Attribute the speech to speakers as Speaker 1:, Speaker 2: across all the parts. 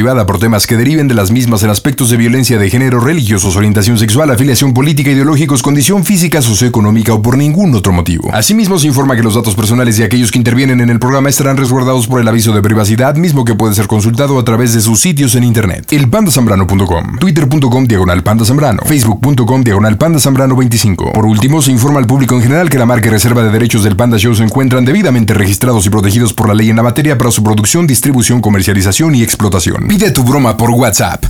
Speaker 1: privada por temas que deriven de las mismas en aspectos de violencia de género, religiosos, orientación sexual, afiliación política, ideológicos, condición física, socioeconómica o por ningún otro motivo. Asimismo, se informa que los datos personales de aquellos que intervienen en el programa estarán resguardados por el aviso de privacidad, mismo que puede ser consultado a través de sus sitios en internet. El pandasambrano.com, twitter.com diagonal pandasambrano, facebook.com diagonal pandasambrano 25. Por último, se informa al público en general que la marca y reserva de derechos del Panda Show se encuentran debidamente registrados y protegidos por la ley en la materia para su producción, distribución, comercialización y explotación. Pide tu broma por WhatsApp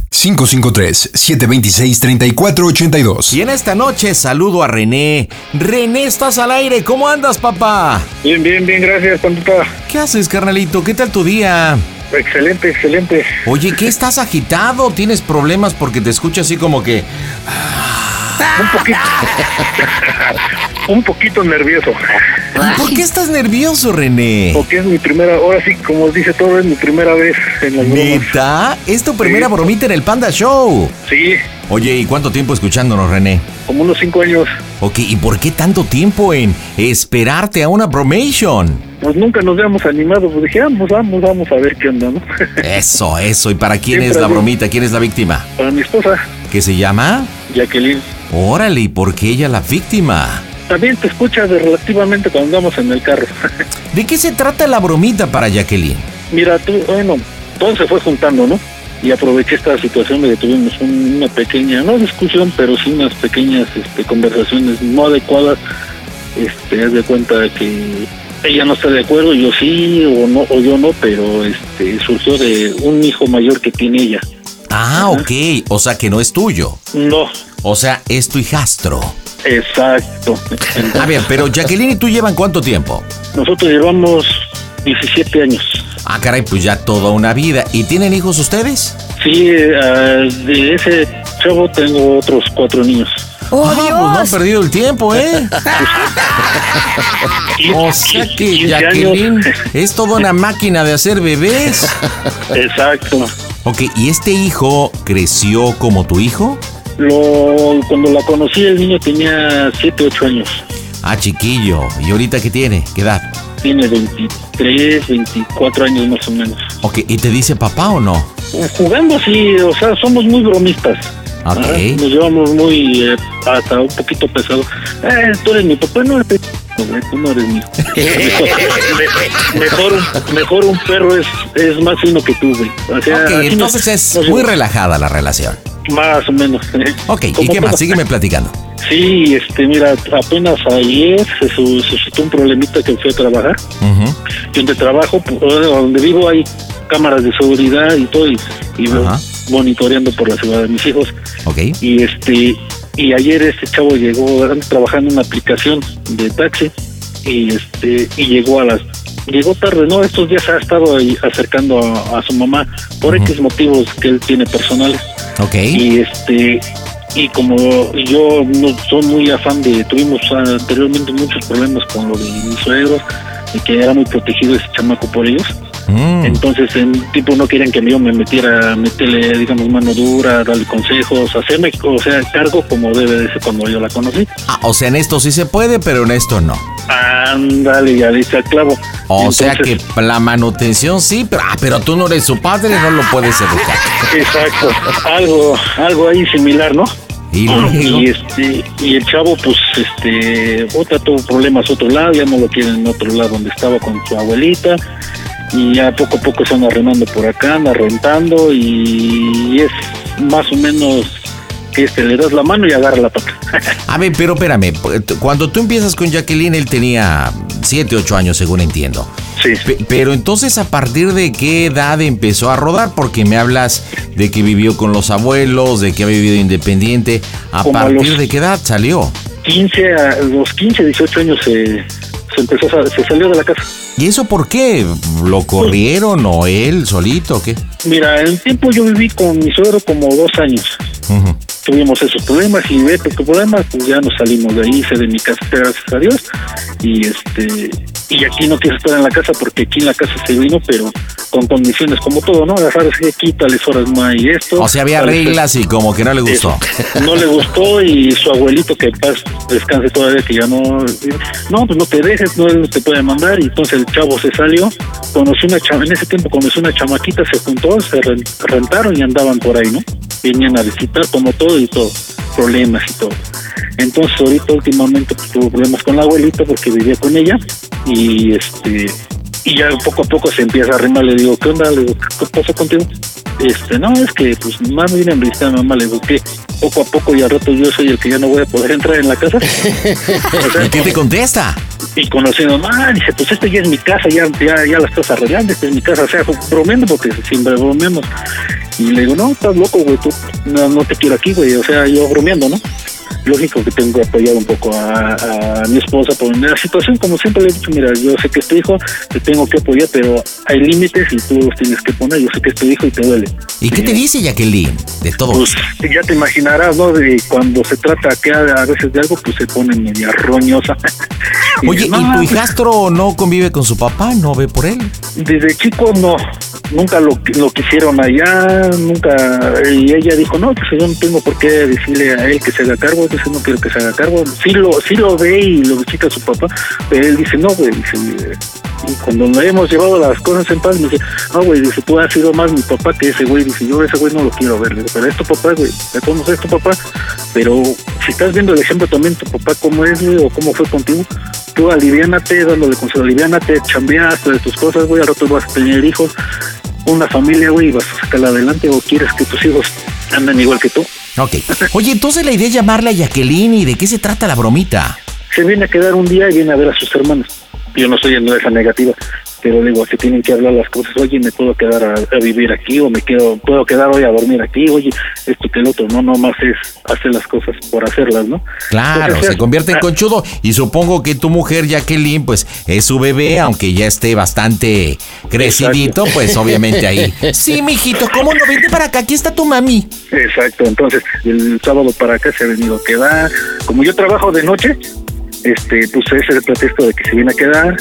Speaker 1: 553-726-3482.
Speaker 2: Y en esta noche saludo a René. René, estás al aire. ¿Cómo andas, papá?
Speaker 3: Bien, bien, bien, gracias, pandita.
Speaker 2: ¿Qué haces, carnalito? ¿Qué tal tu día?
Speaker 3: Excelente, excelente.
Speaker 2: Oye, ¿qué estás agitado? ¿Tienes problemas porque te escucho así como que... ah,
Speaker 3: Un poquito. un poquito nervioso.
Speaker 2: ¿Por qué estás nervioso, René?
Speaker 3: Porque es mi primera, ahora sí, como dice todo, es mi primera vez en las bromas.
Speaker 2: ¿Neta? ¿Es tu primera
Speaker 3: Sí.
Speaker 2: bromita en el Panda Show?
Speaker 3: Sí,
Speaker 2: Oye, ¿y cuánto tiempo escuchándonos, René?
Speaker 3: como unos cinco años.
Speaker 2: Ok, ¿y por qué tanto tiempo en esperarte a una bromation?
Speaker 3: Pues nunca nos habíamos animado, pues dije, vamos, vamos, vamos a ver qué onda, ¿no?
Speaker 2: Eso, eso. ¿Y para quién
Speaker 3: Siempre
Speaker 2: es la
Speaker 3: así.
Speaker 2: bromita? ¿Quién es la víctima?
Speaker 3: Para mi esposa,
Speaker 2: ¿Qué se llama?
Speaker 3: Jacqueline.
Speaker 2: Órale, ¿y por qué ella la víctima?
Speaker 3: También te escucha de relativamente cuando andamos en el carro.
Speaker 2: ¿De qué se trata la bromita para Jacqueline?
Speaker 3: Mira, tú, bueno, todo se fue juntando, ¿no? Y aproveché esta situación de que tuvimos un- una pequeña, no discusión, pero sí unas pequeñas este, conversaciones no adecuadas. Este, haz de cuenta que ella no está de acuerdo, yo sí o no, o yo no, pero este, surgió de un hijo mayor que tiene ella.
Speaker 2: Ah, ok. O sea que no es tuyo.
Speaker 3: No,
Speaker 2: O sea, es tu hijastro.
Speaker 3: exacto.
Speaker 2: A ver, pero Jacqueline y tú llevan cuánto tiempo?
Speaker 3: Nosotros llevamos 17 años.
Speaker 2: Ah, caray, pues ya toda una vida. ¿Y tienen hijos ustedes?
Speaker 3: Sí, eh, ah, de ese chavo tengo otros cuatro niños.
Speaker 4: ¡Oh,
Speaker 2: ah, pues no han
Speaker 4: Dios!
Speaker 2: perdido el tiempo, ¿eh? O sea que
Speaker 3: 15 años.
Speaker 2: Jacqueline es toda una máquina de hacer bebés.
Speaker 3: Exacto.
Speaker 2: Ok, ¿y este hijo creció como tu hijo?
Speaker 3: Lo, cuando la conocí, el niño tenía 7, 8 años.
Speaker 2: Ah, chiquillo. ¿Y ahorita qué tiene? ¿Qué edad?
Speaker 3: Tiene 23, 24 años más o menos.
Speaker 2: Ok, ¿y te dice papá o no?
Speaker 3: Jugando, sí, o sea, somos muy bromistas.
Speaker 2: Ok.
Speaker 3: Ajá, Nos llevamos muy, eh, hasta un poquito pesado. Eh, tú eres mi papá, no eres mi güey, tú no eres mío. Me- mejor, un- mejor un perro es, es más fino que tú, güey. O sea,
Speaker 2: Ok,
Speaker 3: así nos-
Speaker 2: entonces
Speaker 3: nos
Speaker 2: es muy
Speaker 3: llevamos.
Speaker 2: relajada la relación.
Speaker 3: Más o menos.
Speaker 2: Ok, ¿y
Speaker 3: Como
Speaker 2: qué más?
Speaker 3: todo.
Speaker 2: Sígueme platicando.
Speaker 3: Sí, este, mira, apenas ayer se su- suscitó un problemita que fui a trabajar.
Speaker 2: Ujú.
Speaker 3: Yo donde trabajo, pu- o donde vivo, hay cámaras de seguridad y todo, y, y voy
Speaker 2: Ajá.
Speaker 3: monitoreando por la ciudad de mis hijos.
Speaker 2: Ok.
Speaker 3: Y este y ayer este chavo llegó anda trabajando en una aplicación de taxi y este y llegó a las llegó tarde no estos días ha estado ahí acercando a, a su mamá por X motivos que él tiene personales
Speaker 2: Ok.
Speaker 3: y este y como yo no soy muy afán de tuvimos anteriormente muchos problemas con lo de mis suegros y que era muy protegido ese chamaco por ellos
Speaker 5: Hmm.
Speaker 2: Mm,
Speaker 3: entonces en tipo no querían que yo me metiera a meterle digamos mano dura darle consejos hacerme o sea cargo como debe de ser cuando yo la conocí
Speaker 2: ah, o sea, en esto sí se puede, pero en esto no.
Speaker 3: Ah, ándale ya dice al clavo
Speaker 2: O sea que
Speaker 3: Entonces,
Speaker 2: la manutención sí, pero, ah, pero tú no eres su padre, no lo puedes educar.
Speaker 3: exacto algo algo ahí similar no
Speaker 2: Y luego,
Speaker 3: Y este y el chavo pues este otra tuvo problemas a otro lado, ya no lo quieren en otro lado donde estaba con su abuelita y ya poco a poco se anda arrendando por acá, anda rentando y es más o menos que este le das la mano y agarra la pata.
Speaker 2: a ver, pero espérame, cuando tú empiezas con Jacqueline, él tenía 7, 8 años, según entiendo.
Speaker 3: sí.
Speaker 2: Pe- Pero entonces, ¿a partir de qué edad empezó a rodar? Porque me hablas de que vivió con los abuelos, de que ha vivido independiente. ¿A
Speaker 3: Como a
Speaker 2: partir
Speaker 3: los-
Speaker 2: de qué edad salió?
Speaker 3: 15 a los 15, 18 años se, se se empezó, a- se salió de la casa.
Speaker 2: ¿Y eso por qué? ¿Lo corrieron o él solito o qué?
Speaker 3: Mira, el tiempo yo viví con mi suegro como dos años.
Speaker 2: Ujú.
Speaker 3: Tuvimos esos problemas y de estos problemas, pues ya nos salimos de ahí, hice de mi casa, gracias a Dios. Y este y aquí no quiso estar en la casa porque aquí en la casa se vino, pero con condiciones como todo, ¿no? Agarrar así aquí, tales horas más y esto.
Speaker 2: O sea, había
Speaker 3: tales-
Speaker 2: reglas y como que no le gustó.
Speaker 3: eso. No le gustó y su abuelito que en paz descanse todavía que ya no no pues no te dejes, no él no te puede mandar y entonces el chavo se salió, conoció una chama, en ese tiempo conoció una chamaquita, se juntó, se ren- rentaron y andaban por ahí, ¿no? Venían a visitar como todo y todo, problemas y todo. Entonces ahorita últimamente pues, tuvo problemas con la abuelita porque vivía con ella y este y ya poco a poco se empieza a arrimar, le digo, ¿qué onda? Le digo, ¿qué pasó contigo? Este, no, es que pues mamá me viene a visitar, mamá, le digo, ¿qué? Poco a poco y al rato yo soy el que ya no voy a poder entrar en la casa. O sea,
Speaker 2: ¿Y qué te contesta?
Speaker 3: y conociendo, mamá, dice, pues este ya es mi casa, ya, ya, ya la estás arreglando, esta es mi casa, o sea, bromeando porque siempre bromeamos. Y le digo, no, estás loco, güey, tú no, no te quiero aquí, güey, o sea, yo bromeando, ¿no? Lógico que tengo que apoyar un poco a, a mi esposa por la situación, como siempre le he dicho, mira, yo sé que es tu hijo, te tengo que apoyar, pero hay límites y tú los tienes que poner, yo sé que es tu hijo y te duele.
Speaker 2: ¿Y qué te dice Jacqueline de todo?
Speaker 3: Pues ya te imaginarás, ¿no? De cuando se trata que a veces de algo, pues se pone media roñosa. Y
Speaker 2: Oye,
Speaker 3: dice,
Speaker 2: ¿y
Speaker 3: "No,
Speaker 2: tu hijastro no convive con su papá? ¿No ve por él?
Speaker 3: desde chico no, nunca lo, lo quisieron allá, nunca, y ella dijo, no, pues yo no tengo por qué decirle a él que se haga cargo, dice, no quiero que se haga cargo, sí lo, sí lo ve y lo visita su papá, pero él dice, no, güey, dice, "eh, y cuando nos hemos llevado las cosas en paz, me dice, no, güey, dice, tú has sido más mi papá que ese güey, dice, yo a ese güey no lo quiero ver, Le digo, pero es tu papá, güey, ya conoces tu papá, pero si estás viendo el ejemplo también tu papá cómo es, güey, o cómo fue contigo, tú aliviánate, dándole consejo, aliviánate, chambeaste de tus cosas, güey, al rato vas a tener hijos, una familia, güey, y vas a sacarla adelante, o quieres que tus hijos anden igual que tú.
Speaker 2: Ok. Oye, entonces la idea es llamarle a Jacqueline y de qué se trata la bromita.
Speaker 3: Se viene a quedar un día y viene a ver a sus hermanos. Yo no soy en esa negativa, pero digo, se tienen que hablar las cosas. Oye, me puedo quedar a, a vivir aquí, o me quedo, puedo quedar hoy a dormir aquí, oye, esto que el otro, no, nomás es hacer las cosas por hacerlas, ¿no?
Speaker 2: Claro,
Speaker 3: Entonces,
Speaker 2: se convierte en
Speaker 3: ah,
Speaker 2: conchudo. Y supongo que tu mujer, Jacqueline, pues es su bebé, aunque ya esté bastante crecidito, pues obviamente ahí. Sí, mijito, ¿cómo no? Vente para acá, aquí está tu mami.
Speaker 3: Exacto, entonces el sábado para acá se ha venido a quedar. Como yo trabajo de noche, este, pues ese es el pretexto de que se viene a quedar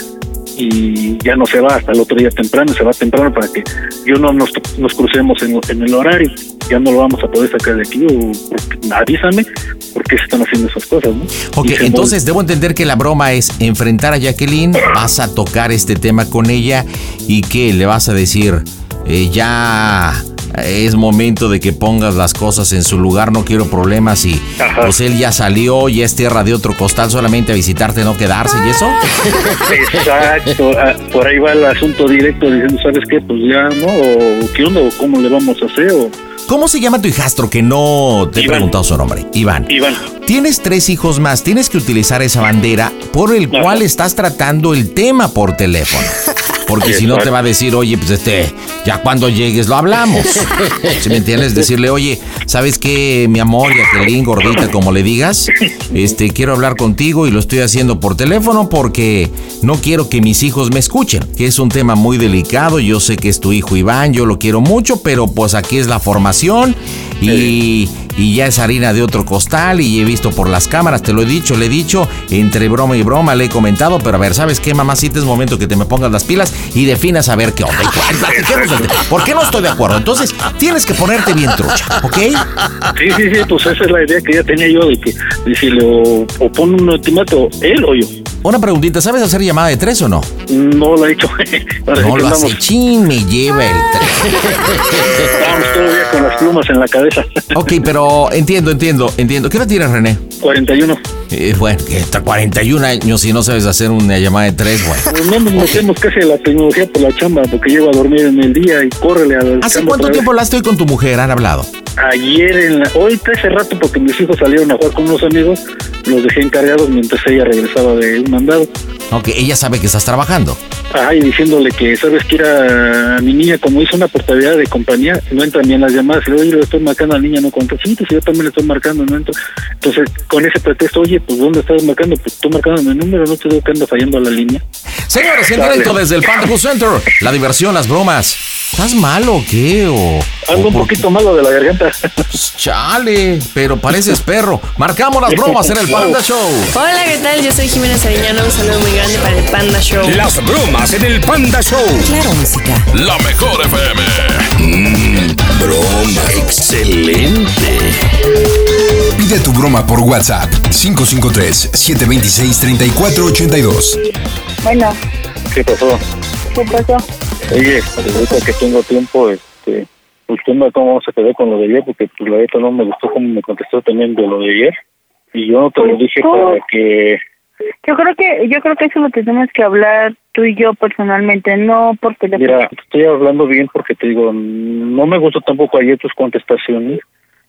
Speaker 3: y ya no se va hasta el otro día temprano, se va temprano para que yo no nos, nos crucemos en, en el horario, ya no lo vamos a poder sacar de aquí o porque- avísame porque se están haciendo esas cosas, ¿no?
Speaker 2: Ok,
Speaker 3: Y se
Speaker 2: entonces debo entender que la broma es enfrentar a Jacqueline, vas a tocar este tema con ella y que le vas a decir, eh, ya es momento de que pongas las cosas en su lugar, no quiero problemas y
Speaker 3: Ajá.
Speaker 2: pues él ya salió, ya es tierra de otro costal solamente a visitarte, no quedarse y eso.
Speaker 3: Exacto, ah, por ahí va el asunto directo diciendo, ¿sabes qué? Pues ya, ¿no? ¿O qué onda? ¿O cómo le vamos a hacer? ¿O
Speaker 2: ¿Cómo se llama tu hijastro que no te he
Speaker 3: Iván.
Speaker 2: preguntado su nombre? Iván.
Speaker 3: Iván?
Speaker 2: Tienes tres hijos más, tienes que utilizar esa bandera por el
Speaker 3: Ajá.
Speaker 2: cual estás tratando el tema por teléfono. Porque si no te va a decir, oye, pues este, ya cuando llegues lo hablamos. Si me entiendes, decirle, oye, ¿sabes qué, mi amor, Jacqueline, gordita, como le digas? Este, quiero hablar contigo y lo estoy haciendo por teléfono porque no quiero que mis hijos me escuchen, que es un tema muy delicado. Yo sé que es tu hijo Iván, yo lo quiero mucho, pero pues aquí es la formación y, y ya es harina de otro costal y he visto por las cámaras, te lo he dicho, le he dicho, entre broma y broma le he comentado, pero a ver, ¿sabes qué, mamacita? Es momento que te me pongas las pilas y definas a ver qué onda. Y cu- platiquemos del tema. ¿Por qué no estoy de acuerdo? Entonces, tienes que ponerte bien trucha, ¿ok?
Speaker 3: Sí, sí, sí, pues esa es la idea que ya tenía yo de que decirle o, o pon un ultimato él o yo.
Speaker 2: Una preguntita, ¿sabes hacer llamada de tres o no?
Speaker 3: No lo ha hecho. Ahora sí
Speaker 2: No
Speaker 3: que
Speaker 2: lo hace,
Speaker 3: andamos-
Speaker 2: chin, me lleva el tres.
Speaker 3: Estamos todavía con las plumas en la cabeza.
Speaker 2: Ok, pero entiendo, entiendo, entiendo. ¿Qué edad tienes, René?
Speaker 3: 41.
Speaker 2: Eh, bueno, que hasta 41 años y no sabes hacer una llamada de tres, bueno.
Speaker 3: Pues No nos metemos casi a la tecnología por la chamba porque llego a dormir en el día y córrele a la
Speaker 2: ¿Hace
Speaker 3: chamba
Speaker 2: cuánto
Speaker 3: otra vez.
Speaker 2: tiempo hablaste hoy con tu mujer? ¿Han hablado?
Speaker 3: Ayer, en la, ahorita hace rato porque mis hijos salieron a jugar con unos amigos, los dejé encargados mientras ella regresaba de un mandado.
Speaker 2: Ok, ella sabe que estás trabajando.
Speaker 3: Ajá, y diciéndole que, ¿sabes que era mi niña? Como hizo una portabilidad de compañía, no entran bien las llamadas. Y le digo, oye, le estoy marcando a la niña, no contesta. Sí, pues yo también le estoy marcando, no entro. Entonces, con ese pretexto, oye, pues ¿dónde estás marcando? Pues tú marcando mi número, no te digo que anda fallando a la línea.
Speaker 2: Señores, en directo desde el Panda Food Center. La diversión, las bromas. ¿Estás malo o qué? O,
Speaker 3: Ando
Speaker 2: o
Speaker 3: un
Speaker 2: por-
Speaker 3: poquito malo de la garganta.
Speaker 2: Chale, pero pareces perro. Marcamos las bromas en el Panda Show.
Speaker 4: Hola, ¿qué tal? Yo soy Jimena Sariñana. Un saludo muy grande para el Panda Show.
Speaker 6: Las bromas en el Panda Show.
Speaker 7: Claro, música.
Speaker 6: La mejor FM.
Speaker 2: Mm,
Speaker 6: broma excelente.
Speaker 1: Pide tu broma por WhatsApp 553-726-3482.
Speaker 8: Bueno,
Speaker 3: ¿Qué pasó?
Speaker 8: ¿qué pasó?
Speaker 3: Oye, pues, ahorita que tengo tiempo, este, usted me cómo se quedó con lo de ayer, porque pues, la neta no me gustó cómo me contestó también de lo de ayer. Y yo te lo dije para que...
Speaker 8: Yo creo que yo creo que eso lo tenemos que hablar tú y yo personalmente, no por teléfono.
Speaker 3: Mira, te estoy hablando bien porque te digo, no me gustó tampoco ayer tus contestaciones.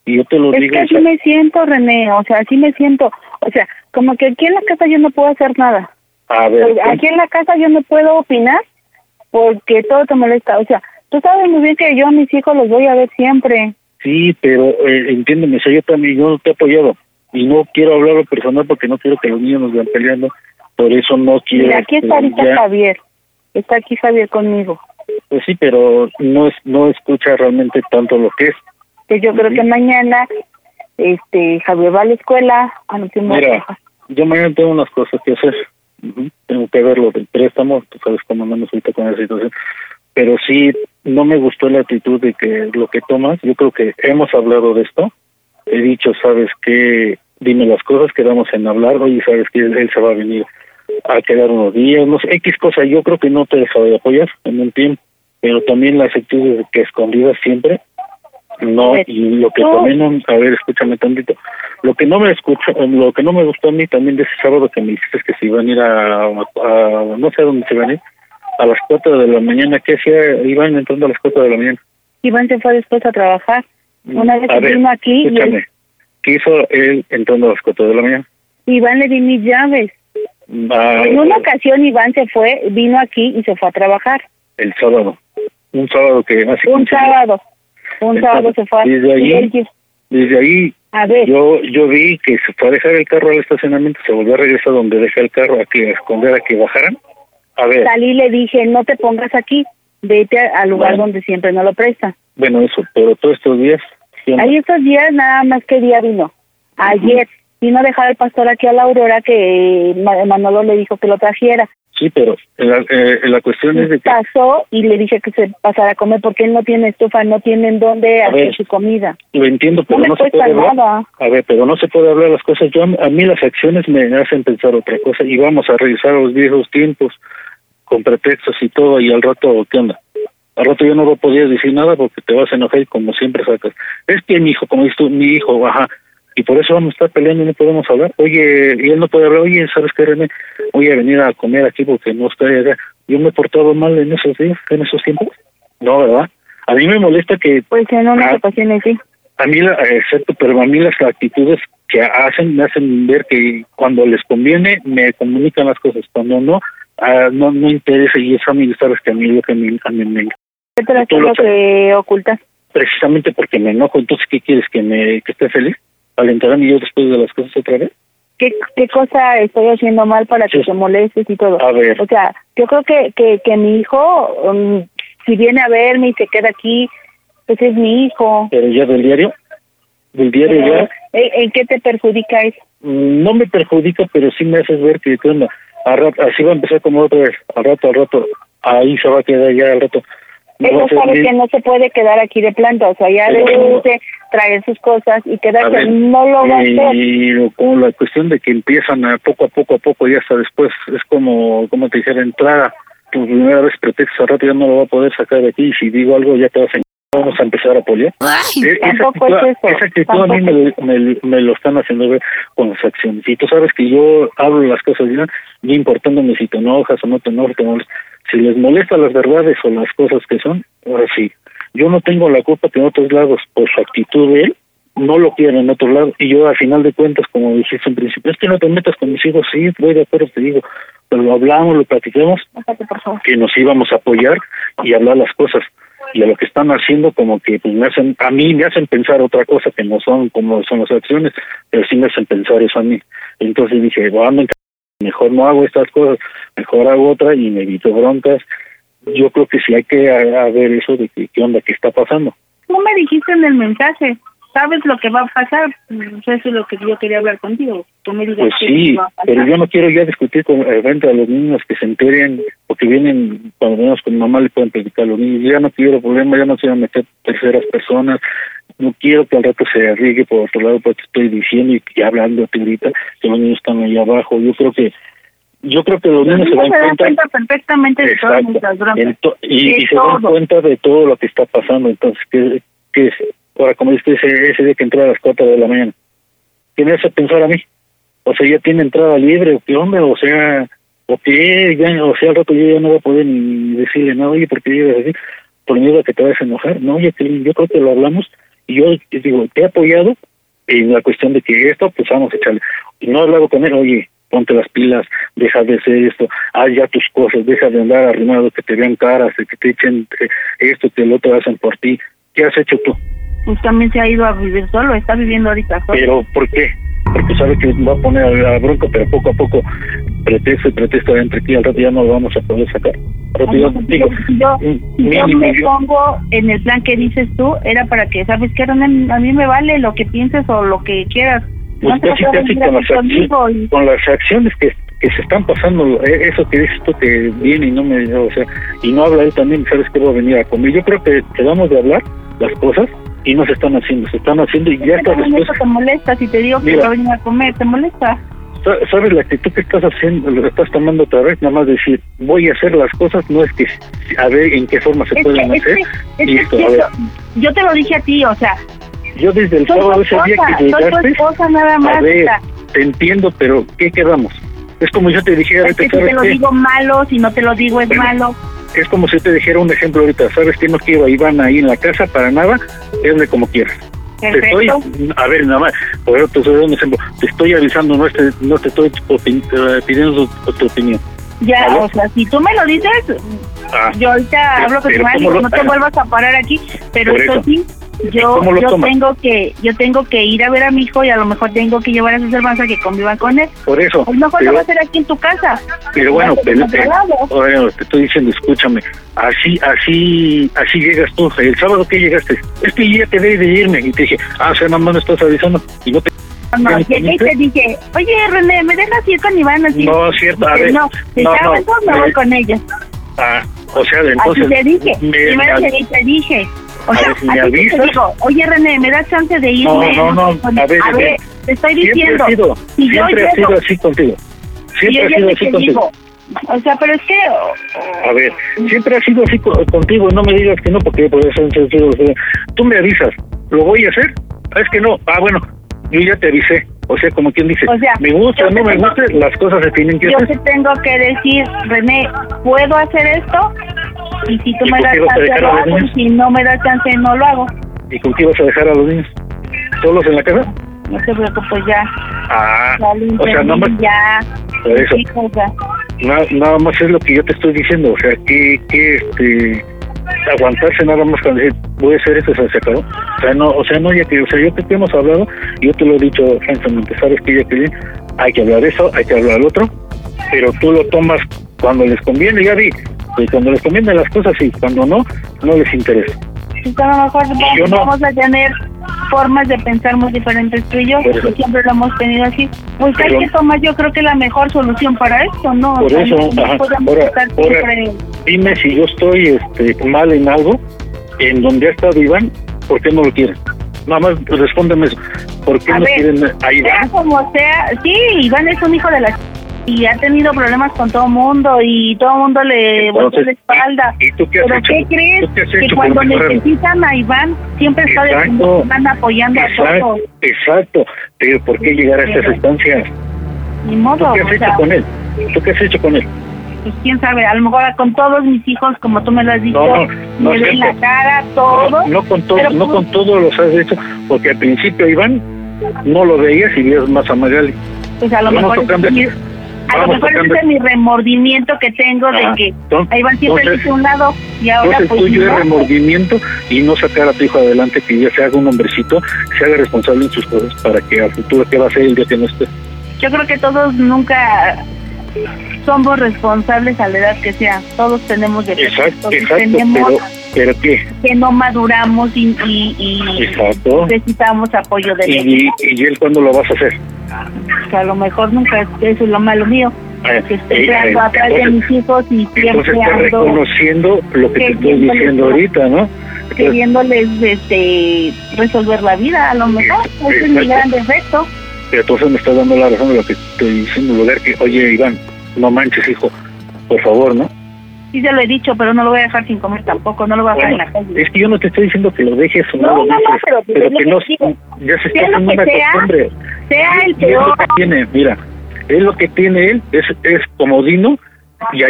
Speaker 3: Y yo te lo
Speaker 8: es
Speaker 3: digo...
Speaker 8: que
Speaker 3: o
Speaker 8: así
Speaker 3: sea,
Speaker 8: me siento, René, o sea, así me siento. O sea, como que aquí en la casa yo no puedo hacer nada. Pues,
Speaker 3: A ver, pues,
Speaker 8: Aquí en la casa yo no puedo opinar porque todo te molesta. O sea, tú sabes muy bien que yo a mis hijos los voy a ver siempre.
Speaker 3: sí, pero eh, entiéndeme, o sea, yo también yo no te he apoyado. Y no quiero hablarlo personal porque no quiero que los niños nos vean peleando. Por eso no quiero...
Speaker 8: Mira, aquí está
Speaker 3: este,
Speaker 8: ahorita
Speaker 3: ya-
Speaker 8: Javier. Está aquí Javier conmigo.
Speaker 3: Pues sí, pero no es, no escucha realmente tanto lo que es.
Speaker 8: Que Pues yo creo que mañana este Javier va a la escuela. Ah, no, sí, no.
Speaker 3: Mira, yo mañana tengo unas cosas que hacer. Ujú. Tengo que ver lo del préstamo, tú sabes cómo andamos ahorita con esa situación. Pero sí, no me gustó la actitud de que lo que tomas, yo creo que hemos hablado de esto. He dicho, ¿sabes qué? Dime las cosas, quedamos en hablar, oye, ¿sabes que Él se va a venir a quedar unos días, no sé, X cosa. Yo creo que no te he dejado de apoyar en un tiempo, pero también las actitudes que escondidas siempre no,
Speaker 8: A ver,
Speaker 3: y lo que
Speaker 8: tú-
Speaker 3: también, no- a ver, escúchame tantito. Lo que no me escucho, eh, lo que no me gustó a mí también de ese sábado que me dijiste es que se iban a ir a, a- no sé a dónde se iban a ir, a las 4 de la mañana. ¿Qué hacía? Iban entrando a las 4 de la mañana.
Speaker 8: Iván se fue después a trabajar. Una vez
Speaker 3: A
Speaker 8: que
Speaker 3: ver,
Speaker 8: vino aquí, y
Speaker 3: Escúchame. ¿Qué hizo él entrando a las 4 de la mañana?
Speaker 8: Iván le di mis llaves.
Speaker 3: Ah,
Speaker 8: En una ocasión Iván se fue, vino aquí y se fue a trabajar.
Speaker 3: El sábado. Un sábado que hace
Speaker 8: Un
Speaker 3: 15 días.
Speaker 8: sábado. Un
Speaker 3: Ah, Entonces,
Speaker 8: sábado se fue. a-
Speaker 3: desde ahí-
Speaker 8: y él-
Speaker 3: Desde ahí
Speaker 8: a ver,
Speaker 3: Yo, yo vi que se fue a dejar el carro al estacionamiento, se volvió a regresar donde dejé el carro, a que a esconder, a que bajaran. A ver,
Speaker 8: salí y le dije, no te pongas aquí, vete a- al lugar
Speaker 3: Bueno.
Speaker 8: donde siempre no lo presta.
Speaker 3: bueno, eso, pero todos estos días, yo no-
Speaker 8: Ahí estos días nada más que día vino. Ayer vino a dejar al pastor aquí a la Aurora que eh, Ma- Manolo le dijo que lo trajera.
Speaker 3: sí, pero la, eh, la cuestión es de que,
Speaker 8: Pasó y le dije que se pasara a comer porque él no tiene estufa, no tienen dónde
Speaker 3: A
Speaker 8: hacer
Speaker 3: ver.
Speaker 8: su comida.
Speaker 3: lo entiendo,
Speaker 8: No
Speaker 3: pero
Speaker 8: me
Speaker 3: no, se
Speaker 8: cuesta
Speaker 3: puede hablar.
Speaker 8: nada.
Speaker 3: A ver, pero no se puede hablar las cosas. Yo, a mí las acciones me hacen pensar otra cosa y vamos a revisar los viejos tiempos con pretextos y todo y al rato, ¿qué onda? Al rato yo no lo podía decir nada porque te vas a enojar y como siempre sacas. Es que mi hijo, como dices tú, mi hijo, ajá. Y por eso vamos a estar peleando y no podemos hablar. Oye, y él no puede hablar. Oye, ¿sabes qué, René? Voy a venir a comer aquí porque no estoy acá. Yo me he portado mal en esos días, en esos tiempos. No, ¿verdad? A mí me molesta que
Speaker 8: Pues en unas
Speaker 3: Ah.
Speaker 8: ocasiones sí.
Speaker 3: a mí, la- excepto, pero a mí las actitudes que hacen me hacen ver que cuando les conviene me comunican las cosas, cuando no, ah, no no interesa y eso a mí, sabes que a mí lo que me, a mí me-
Speaker 8: Pero
Speaker 3: Tú
Speaker 8: es
Speaker 3: lo
Speaker 8: lo que ocultas.
Speaker 3: precisamente porque me enojo, entonces ¿qué quieres que me que esté feliz? ¿Alentarán y yo después de las cosas otra vez?
Speaker 8: ¿Qué, ¿Qué cosa estoy haciendo mal para que
Speaker 3: Sí.
Speaker 8: te molestes y todo?
Speaker 3: A ver.
Speaker 8: O sea, yo creo que, que, que mi hijo, mm, si viene a verme y se queda aquí, pues es mi hijo.
Speaker 3: Pero ya del diario, del diario
Speaker 8: Pero,
Speaker 3: ya
Speaker 8: ¿en- ¿En qué te perjudica eso?
Speaker 3: mm, no me perjudica, pero sí me haces ver que ¿qué onda? Al rato- así va a empezar como otra vez, al rato, al rato, ahí se va a quedar ya al rato. No va
Speaker 8: Él
Speaker 3: a
Speaker 8: no
Speaker 3: ser
Speaker 8: sabe
Speaker 3: bien.
Speaker 8: que no se puede quedar aquí de planta, o sea, ya
Speaker 3: Pero-
Speaker 8: debe irse, traer sus cosas y
Speaker 3: A
Speaker 8: quedarse,
Speaker 3: ver,
Speaker 8: no lo va a hacer.
Speaker 3: Y lo- con la cuestión de que empiezan a poco a poco a poco y hasta después es como, como te dijera, entrar tu primera vez pretexto, al rato ya no lo va a poder sacar de aquí y si digo algo ya te vas a en- vamos a empezar a apoyar. Eh, esa
Speaker 8: tampoco
Speaker 3: actitud-
Speaker 8: es eso,
Speaker 3: Esa actitud a mí me, lo- me lo- me lo están haciendo ver con las acciones. Y tú sabes que yo hablo las cosas bien, no importándome si te enojas o no te enojas, te molestas. Si les molesta las verdades o las cosas que son, ahora sí. Yo no tengo la culpa que en otros lados, por su actitud de él, no lo quieren en otro lado. Y yo, al final de cuentas, como dijiste en principio, es que no te metas con mis hijos, sí, voy de acuerdo, te digo. pero lo hablamos, lo platicamos,
Speaker 8: Pásate, por favor.
Speaker 3: que nos íbamos a apoyar y hablar las cosas. Y a lo que están haciendo como que pues, me hacen, a mí me hacen pensar otra cosa que no son como son las acciones, pero sí me hacen pensar eso a mí. Entonces dije, bueno, mejor no hago estas cosas, mejor hago otra y me evito broncas. Yo creo que sí hay que a- a ver eso de que, qué onda, qué está pasando.
Speaker 8: Tú me dijiste en el mensaje, ¿sabes lo que va a pasar? Pues Eso es lo que yo quería hablar contigo. Tú me digas
Speaker 3: Pues
Speaker 8: qué
Speaker 3: sí,
Speaker 8: va a pasar.
Speaker 3: pero yo no quiero ya discutir con, eh, frente a los niños que se enteren o que vienen, cuando venimos con mamá, le pueden platicar a los niños. Yo ya no quiero problemas, ya no quiero meter terceras personas. No quiero que al rato se arriesgue por otro lado, porque estoy diciendo y, y hablando ahorita que los niños están ahí abajo. Yo creo que yo creo que los
Speaker 8: Los
Speaker 3: niños Pues se
Speaker 8: niños
Speaker 3: dan
Speaker 8: se dan
Speaker 3: cuenta.
Speaker 8: cuenta perfectamente de todas
Speaker 3: Exacto.
Speaker 8: nuestras broncas.
Speaker 3: Ento- y,
Speaker 8: De
Speaker 3: y se dan
Speaker 8: todo.
Speaker 3: cuenta de todo lo que está pasando. Entonces, que, que es, ahora, como dice ese, ese día que entró a las 4 de la mañana, ¿qué me hace pensar a mí? O sea, ya tiene entrada libre, ¿o ¿qué onda? O sea, ¿o qué? Ya, o sea, al rato yo ya no voy a poder ni decirle nada, oye, ¿por qué llegas así? Por miedo a que te vayas a enojar. No, oye, Kelly, yo creo que lo hablamos y yo te digo, te he apoyado en la cuestión de que esto, pues vamos a echarle. Y no he hablado con él, oye, ponte las pilas, deja de hacer esto, haz ya tus cosas, deja de andar arrimado, que te vean caras, que te echen eh, esto, que el otro hacen por ti. ¿Qué has hecho tú?
Speaker 8: Pues también se ha ido a vivir solo, está viviendo ahorita solo.
Speaker 3: Pero ¿por qué? Porque sabe que va a poner a la bronca, pero poco a poco pretexto y pretexto entre ti al rato ya no lo vamos a poder sacar. Al rato yo
Speaker 8: Entonces,
Speaker 3: digo, mm,
Speaker 8: si yo, si yo
Speaker 3: mínimo
Speaker 8: me
Speaker 3: yo-
Speaker 8: pongo en el plan que dices tú, era para que, ¿sabes qué? Ronen? A mí me vale lo que pienses o lo que quieras.
Speaker 3: pues
Speaker 8: te
Speaker 3: casi
Speaker 8: vas a
Speaker 3: casi
Speaker 8: venir
Speaker 3: con
Speaker 8: aquí
Speaker 3: las, acciones,
Speaker 8: conmigo y-
Speaker 3: con las acciones que, que se están pasando, eh, eso que dices tú que viene y no me, o sea, y no habla él también, sabes que va a venir a comer. Yo creo que quedamos de hablar las cosas y no se están haciendo, se están haciendo y ya
Speaker 8: Pero
Speaker 3: está
Speaker 8: también
Speaker 3: después.
Speaker 8: eso te molesta, si te digo que
Speaker 3: Mira.
Speaker 8: va a venir a comer, te molesta.
Speaker 3: Sa- ¿Sabes la actitud que estás haciendo, lo estás tomando otra vez? Nada más decir, voy a hacer las cosas, no es que a ver en qué forma se
Speaker 8: Es
Speaker 3: pueden
Speaker 8: que, es
Speaker 3: hacer.
Speaker 8: que- es que
Speaker 3: Listo, a
Speaker 8: siento-
Speaker 3: ver.
Speaker 8: yo te lo dije a ti, o sea,
Speaker 3: Yo desde el
Speaker 8: soy tu
Speaker 3: sábado ese
Speaker 8: esposa,
Speaker 3: día que
Speaker 8: soy tu
Speaker 3: llegaste,
Speaker 8: esposa nada más.
Speaker 3: a ver,
Speaker 8: o sea,
Speaker 3: te entiendo, pero ¿qué quedamos? Es como yo te dijera,
Speaker 8: es que
Speaker 3: vete,
Speaker 8: si
Speaker 3: ¿sabes
Speaker 8: te lo
Speaker 3: qué?
Speaker 8: digo malo, si no te lo digo es
Speaker 3: Bueno,
Speaker 8: malo.
Speaker 3: es como si te dijera un ejemplo ahorita, sabes que no quiero a Iván ahí en la casa para nada, hazle como quieras. Te estoy,
Speaker 8: Perfecto.
Speaker 3: a ver, nada más, por ejemplo, te estoy dando un ejemplo, te estoy avisando, no, te- no te estoy opin- eh, pidiendo tu, tu opinión.
Speaker 8: Ya,
Speaker 3: ¿Aló?
Speaker 8: o sea, si tú me lo dices,
Speaker 3: Ah,
Speaker 8: yo ahorita
Speaker 3: Pero-
Speaker 8: hablo con tu
Speaker 3: pero
Speaker 8: madre y
Speaker 3: ¿cómo
Speaker 8: digo,
Speaker 3: lo-
Speaker 8: no te
Speaker 3: ah,
Speaker 8: vuelvas a parar aquí, pero
Speaker 3: por
Speaker 8: eso,
Speaker 3: eso.
Speaker 8: sí, yo,
Speaker 3: ¿Cómo lo
Speaker 8: yo
Speaker 3: tomas?
Speaker 8: tengo que yo tengo que ir a ver a mi hijo y a lo mejor tengo que llevar a sus hermanas a que convivan con él.
Speaker 3: por eso.
Speaker 8: A lo mejor
Speaker 3: pero-
Speaker 8: lo va a hacer aquí en tu casa.
Speaker 3: Pero bueno,
Speaker 8: Vas a
Speaker 3: pero,
Speaker 8: otro
Speaker 3: eh,
Speaker 8: lado.
Speaker 3: bueno, te estoy diciendo, escúchame, así, así, así llegas tú. El sábado que llegaste, es que yo ya quedé de irme y te dije, ah, o sea, mamá, no estás avisando y no te.
Speaker 8: No,
Speaker 3: ya
Speaker 8: llegué
Speaker 3: ni
Speaker 8: y te dije, oye, René, ¿me dejas ir con Iván? Así?
Speaker 3: No, es cierto, a
Speaker 8: Dije,
Speaker 3: ver.
Speaker 8: no, si
Speaker 3: no,
Speaker 8: está
Speaker 3: no,
Speaker 8: avanzando, me voy
Speaker 3: eh,
Speaker 8: con ellos.
Speaker 3: ah, o sea,
Speaker 8: Así
Speaker 3: entonces.
Speaker 8: te dije.
Speaker 3: me-
Speaker 8: Primero
Speaker 3: me-
Speaker 8: llegué y te dije. O
Speaker 3: a
Speaker 8: sea,
Speaker 3: ver, si me
Speaker 8: así que te
Speaker 3: avisas.
Speaker 8: digo, oye, René, ¿me das chance de irme?
Speaker 3: No, no, no,
Speaker 8: Con-
Speaker 3: a ver,
Speaker 8: a
Speaker 3: René,
Speaker 8: ver, te estoy
Speaker 3: siempre
Speaker 8: diciendo.
Speaker 3: ha sido,
Speaker 8: si yo
Speaker 3: siempre ha
Speaker 8: llego-
Speaker 3: sido así contigo.
Speaker 8: Y
Speaker 3: Siempre
Speaker 8: yo
Speaker 3: ha
Speaker 8: ya
Speaker 3: sido
Speaker 8: te
Speaker 3: así
Speaker 8: te
Speaker 3: contigo.
Speaker 8: digo. O sea, pero es que.
Speaker 3: A ver, siempre ha sido así co- contigo, no me digas que no, porque por eso entonces, o sea, tú me avisas, ¿lo voy a hacer? Ah, Es que no, ah, bueno, yo ya te avisé, o sea, como quien dice,
Speaker 8: O sea,
Speaker 3: me gusta,
Speaker 8: yo
Speaker 3: no
Speaker 8: te
Speaker 3: me
Speaker 8: tengo-
Speaker 3: gusta, las cosas se tienen que
Speaker 8: Yo
Speaker 3: hacer.
Speaker 8: te tengo que decir, René, ¿puedo hacer esto? Y si tú
Speaker 3: ¿Y
Speaker 8: me
Speaker 3: por
Speaker 8: das
Speaker 3: qué vas a
Speaker 8: chance,
Speaker 3: dejar
Speaker 8: lo
Speaker 3: a los
Speaker 8: hago. Y
Speaker 3: niños?
Speaker 8: si no me das chance, no lo hago.
Speaker 3: ¿Y con qué vas a dejar a los niños? ¿Solos en la casa?
Speaker 8: No te preocupes, ya.
Speaker 3: Ah,
Speaker 8: Ya lo
Speaker 3: o sea,
Speaker 8: entendí,
Speaker 3: no más,
Speaker 8: ya.
Speaker 3: Por eso.
Speaker 8: Sí, o sea,
Speaker 3: na- nada más es lo que yo te estoy diciendo, o sea, que, que este, aguantarse nada más cuando decir, voy a hacer esto, se acabó. O sea, no, o sea, no, ya que, o sea, yo te, te hemos hablado, yo te lo he dicho francamente, sabes que ya que bien, hay que hablar eso, hay que hablar otro, pero tú lo tomas cuando les conviene, ya vi, pues cuando les conviene las cosas y cuando no, no les interesa.
Speaker 8: pues a lo mejor
Speaker 3: Yo
Speaker 8: vamos,
Speaker 3: no.
Speaker 8: vamos a tener formas de pensar muy diferentes tú y yo,
Speaker 3: Por eso.
Speaker 8: y siempre lo hemos tenido así. Pues
Speaker 3: Pero-
Speaker 8: hay que tomar, yo creo que la mejor solución para esto, ¿no? O
Speaker 3: Por
Speaker 8: sea,
Speaker 3: eso,
Speaker 8: no- no
Speaker 3: ajá,
Speaker 8: podemos
Speaker 3: ahora-
Speaker 8: estar
Speaker 3: ahora-
Speaker 8: siempre-
Speaker 3: Dime si yo estoy este, mal en algo, en donde ha estado Iván, ¿por qué no lo quieren? Nada más pues, respóndeme eso. ¿Por qué
Speaker 8: A
Speaker 3: no
Speaker 8: ver,
Speaker 3: quieren a
Speaker 8: Sea
Speaker 3: Iván?
Speaker 8: como sea, sí, Iván es un hijo de la ch- y ha tenido problemas con todo mundo y todo mundo le voltea
Speaker 3: Entonces,
Speaker 8: la espalda.
Speaker 3: ¿Y tú qué has
Speaker 8: ¿Pero
Speaker 3: hecho?
Speaker 8: qué crees?
Speaker 3: ¿Tú qué has
Speaker 8: que
Speaker 3: hecho
Speaker 8: cuando
Speaker 3: por mejorar?
Speaker 8: necesitan a Iván, siempre está de
Speaker 3: Exacto.
Speaker 8: están apoyando a
Speaker 3: Exacto,
Speaker 8: todos.
Speaker 3: exacto. Pero ¿por qué llegar a estas instancias?
Speaker 8: Ni
Speaker 3: ¿Tú
Speaker 8: modo,
Speaker 3: qué has
Speaker 8: o
Speaker 3: hecho
Speaker 8: sea,
Speaker 3: con él? ¿Tú qué has hecho con él?
Speaker 8: pues quién sabe, a lo mejor con todos mis hijos, como tú me lo has dicho,
Speaker 3: No, no
Speaker 8: me
Speaker 3: es
Speaker 8: ven la
Speaker 3: cierto.
Speaker 8: cara, todo.
Speaker 3: No con todos,
Speaker 8: Pero,
Speaker 3: no
Speaker 8: pues,
Speaker 3: con todos los has hecho, porque al principio Iván no lo veías y veías más a Magali.
Speaker 8: Pues a lo
Speaker 3: Vamos
Speaker 8: mejor
Speaker 3: tocando aquí.
Speaker 8: A lo
Speaker 3: Vamos
Speaker 8: mejor ese
Speaker 3: tocando.
Speaker 8: es mi remordimiento que tengo
Speaker 3: Ajá.
Speaker 8: de que
Speaker 3: Entonces-
Speaker 8: ahí van siempre
Speaker 3: entonces-
Speaker 8: hice un lado y ahora
Speaker 3: Entonces
Speaker 8: pues
Speaker 3: tuyo es
Speaker 8: no.
Speaker 3: remordimiento y no sacar a tu hijo adelante, que ya se haga un hombrecito, se haga responsable en sus cosas para que a futuro, ¿qué va a ser el día que no esté?
Speaker 8: Yo creo que todos nunca somos responsables a la edad que sea. Todos tenemos defectos,
Speaker 3: Exacto,
Speaker 8: todos
Speaker 3: exacto,
Speaker 8: tenemos
Speaker 3: pero, pero ¿qué?
Speaker 8: que no maduramos y, y- y
Speaker 3: Exacto.
Speaker 8: Pues, necesitamos apoyo de él.
Speaker 3: ¿Y, y, y él cuándo lo vas a hacer?
Speaker 8: que a lo mejor nunca es- eso es lo malo mío.
Speaker 3: Ah,
Speaker 8: Que
Speaker 3: eh,
Speaker 8: Pues, estoy
Speaker 3: eh,
Speaker 8: ando atrás de
Speaker 3: entonces-
Speaker 8: mis hijos y
Speaker 3: Entonces
Speaker 8: siempre
Speaker 3: estás
Speaker 8: ando
Speaker 3: Pues reconociendo lo que te
Speaker 8: que
Speaker 3: estoy
Speaker 8: siempre
Speaker 3: diciendo
Speaker 8: le-
Speaker 3: ahorita, ¿no? Entonces,
Speaker 8: queriéndoles este, resolver la vida, a lo mejor. Ese es mi
Speaker 3: Exacto.
Speaker 8: gran defecto.
Speaker 3: pero entonces me estás dando la razón de lo que estoy diciendo, en lugar que, oye, Iván, no manches, hijo, por favor, ¿no?
Speaker 8: Sí se lo he dicho, pero no lo voy a dejar sin comer tampoco, no lo voy a dejar
Speaker 3: Bueno,
Speaker 8: en la calle.
Speaker 3: es que yo no te estoy diciendo que lo dejes o no,
Speaker 8: No,
Speaker 3: lo
Speaker 8: no, no,
Speaker 3: dejes,
Speaker 8: pero pues es lo
Speaker 3: que
Speaker 8: que
Speaker 3: no,
Speaker 8: digo.
Speaker 3: ya se
Speaker 8: Sea
Speaker 3: está
Speaker 8: lo
Speaker 3: haciendo
Speaker 8: que
Speaker 3: una
Speaker 8: sea,
Speaker 3: costumbre.
Speaker 8: Sea el
Speaker 3: Y es lo
Speaker 8: peor,
Speaker 3: que tiene, mira, es lo que tiene él, es, es comodino y a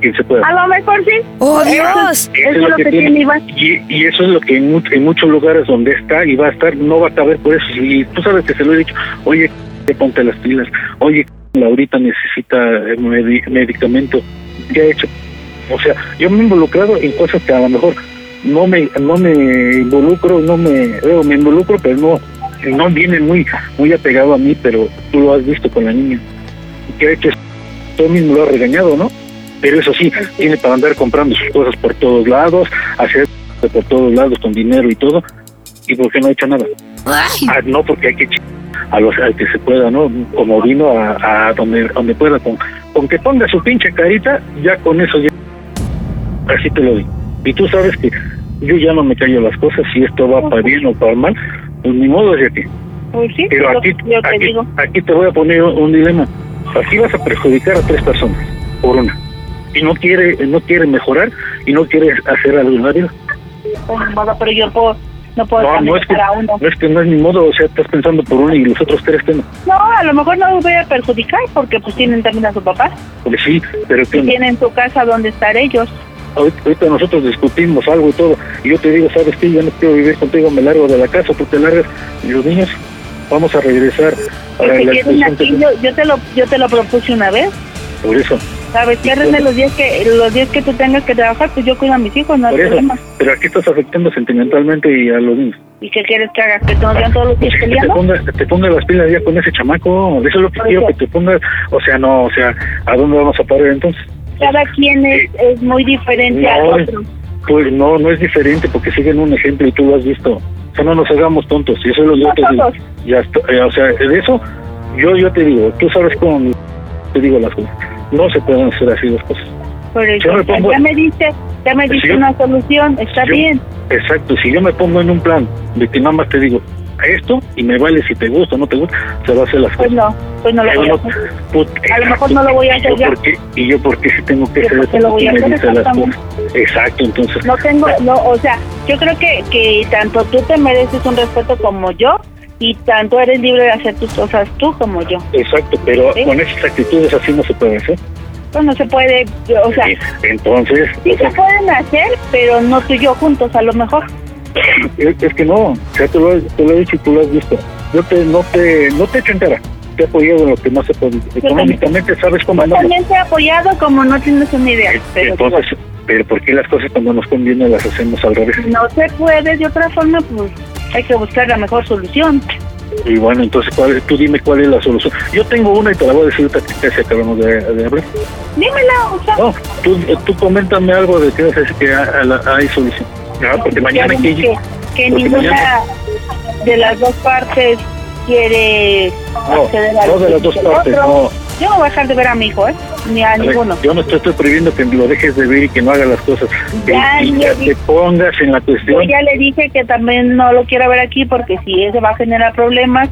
Speaker 3: quien se pueda.
Speaker 8: a lo mejor sí.
Speaker 4: ¡Oh, Dios!
Speaker 3: pues. Eso
Speaker 8: es lo que tiene Iván.
Speaker 3: Y, y eso es lo que en, mu- en muchos lugares donde está y va a estar, no va a caber por eso. Y tú sabes que se lo he dicho, oye, c- ponte las pilas, oye, c- Laurita necesita eh, medi- medicamento. ¿Qué ha hecho? O sea, yo me he involucrado en cosas que a lo mejor no me no me involucro, no me eh, me involucro, pero no no viene muy muy apegado a mí, pero tú lo has visto con la niña. ¿Qué ha hecho? Tú mismo lo has regañado, ¿no? Pero eso sí, tiene para andar comprando sus cosas por todos lados, hacer por todos lados con dinero y todo. ¿Y por qué no ha hecho nada?
Speaker 4: ¡Ay!
Speaker 3: Ah, no, porque hay que ch- a los al que se pueda, ¿no? Como vino a, a donde donde pueda. Con, con que ponga su pinche carita, ya con eso ya. Así te lo digo. Y tú sabes que yo ya no me callo las cosas, si esto va para bien o para mal, pues ni modo es de ti.
Speaker 8: Pues sí,
Speaker 3: Pero
Speaker 8: lo
Speaker 3: aquí,
Speaker 8: que yo te
Speaker 3: aquí-
Speaker 8: digo.
Speaker 3: aquí te voy a poner un dilema. Aquí vas a perjudicar a tres personas por una. Y no quiere, no quiere mejorar y no quiere hacer algo en la vida.
Speaker 8: Pues, ni modo, pero yo puedo, no puedo
Speaker 3: No,
Speaker 8: cambiar
Speaker 3: no es, que,
Speaker 8: Pues para uno.
Speaker 3: no es que no es ni modo, o sea, estás pensando por uno y los otros tres que no.
Speaker 8: No, a lo mejor no los voy a perjudicar porque pues tienen también a su papá
Speaker 3: Porque sí, pero
Speaker 8: y
Speaker 3: que
Speaker 8: tienen su casa donde estar ellos.
Speaker 3: ahorita ahorita nosotros discutimos algo y todo, y yo te digo, ¿sabes qué? Yo no quiero vivir contigo, me largo de la casa, tú te largas, y los niños, vamos a regresar a
Speaker 8: Que se
Speaker 3: la
Speaker 8: queden
Speaker 3: discusión que-
Speaker 8: aquí, yo, yo te lo yo te lo propuse una vez.
Speaker 3: Por eso,
Speaker 8: ¿Sabes qué, René? Los días que los días que tú tengas que trabajar, pues yo cuido a mis hijos, no hay
Speaker 3: por eso.
Speaker 8: problema.
Speaker 3: Pero aquí estás afectando sentimentalmente y a los niños.
Speaker 8: ¿Y qué quieres que haga? ¿Que nos vean todos los
Speaker 3: Pues
Speaker 8: días
Speaker 3: es que te
Speaker 8: peleando?
Speaker 3: pongas, te pongas las pilas ya con ese chamaco, eso es lo que
Speaker 8: Por
Speaker 3: quiero
Speaker 8: eso.
Speaker 3: que te pongas, o sea, no, o sea, ¿a dónde vamos a parar entonces?
Speaker 8: Cada quien es, es muy diferente al
Speaker 3: No,
Speaker 8: otro.
Speaker 3: Pues no, no es diferente porque siguen un ejemplo y tú lo has visto. O sea, no nos hagamos tontos. Y eso es lo que yo
Speaker 8: No
Speaker 3: te digo.
Speaker 8: todos.
Speaker 3: Ya está, eh, o sea, de eso yo, yo te digo, tú sabes cómo te digo las cosas. No se pueden hacer así las cosas.
Speaker 8: Pero
Speaker 3: Yo me pongo-
Speaker 8: ya me diste, ya me diste
Speaker 3: Sí.
Speaker 8: una solución, está
Speaker 3: Yo-
Speaker 8: bien.
Speaker 3: Exacto, si yo me pongo en un plan de que nada más te digo esto y me vale si te gusta o no te gusta, se va a hacer las
Speaker 8: Pues
Speaker 3: cosas.
Speaker 8: no, pues no lo
Speaker 3: Pero
Speaker 8: voy a
Speaker 3: no-
Speaker 8: hacer.
Speaker 3: Put-
Speaker 8: A lo mejor no lo voy a
Speaker 3: ¿Y yo
Speaker 8: hacer ya.
Speaker 3: por qué- ¿Y yo por qué si tengo que
Speaker 8: Yo
Speaker 3: hacer
Speaker 8: porque
Speaker 3: eso?
Speaker 8: lo voy a
Speaker 3: Tú me
Speaker 8: hacer,
Speaker 3: dices las
Speaker 8: exactamente.
Speaker 3: cosas. Exacto, entonces.
Speaker 8: No tengo, no, o sea, yo creo que, que tanto tú te mereces un respeto como yo y tanto eres libre de hacer tus cosas tú como yo.
Speaker 3: Exacto, pero
Speaker 8: Sí.
Speaker 3: con esas actitudes así no se puede hacer.
Speaker 8: Pues no se puede, o sea,
Speaker 3: Sí, entonces,
Speaker 8: sí
Speaker 3: o sea,
Speaker 8: se pueden hacer, pero no tú y yo juntos, a lo mejor.
Speaker 3: es, es que no, ya te lo, te lo he dicho y tú lo has visto. Yo te, no te, no te echo en cara, te he apoyado en lo que más se puede. Económicamente sabes cómo andamos.
Speaker 8: También te he apoyado como no tienes una idea, pero
Speaker 3: Entonces, pero ¿por qué las cosas cuando nos conviene las hacemos al revés?
Speaker 8: no se puede de otra forma, pues hay que buscar la mejor solución.
Speaker 3: Y bueno, entonces ¿cuál, tú dime cuál es la solución. Yo tengo una y te la voy a decir ahorita que casi acabamos de, de hablar.
Speaker 8: Dímela, o sea,
Speaker 3: No, tú, tú coméntame algo de que es que a- a la- hay solución. Ah, porque mañana
Speaker 8: ya
Speaker 3: que,
Speaker 8: vemos que, que
Speaker 3: porque
Speaker 8: ninguna
Speaker 3: mañana-
Speaker 8: de las dos partes quiere
Speaker 3: No,
Speaker 8: acceder a
Speaker 3: no de las dos partes, no.
Speaker 8: Yo no voy a dejar de ver a mi hijo, ¿eh? Ni a,
Speaker 3: A ver,
Speaker 8: ninguno.
Speaker 3: Yo no te estoy prohibiendo que lo dejes de ver y que no haga las cosas.
Speaker 8: Ya,
Speaker 3: que, y
Speaker 8: ya
Speaker 3: que
Speaker 8: vi.
Speaker 3: te pongas en la
Speaker 8: Yo
Speaker 3: cuestión.
Speaker 8: Pues ya le dije que también no lo quiero ver aquí porque si ese va a generar problemas,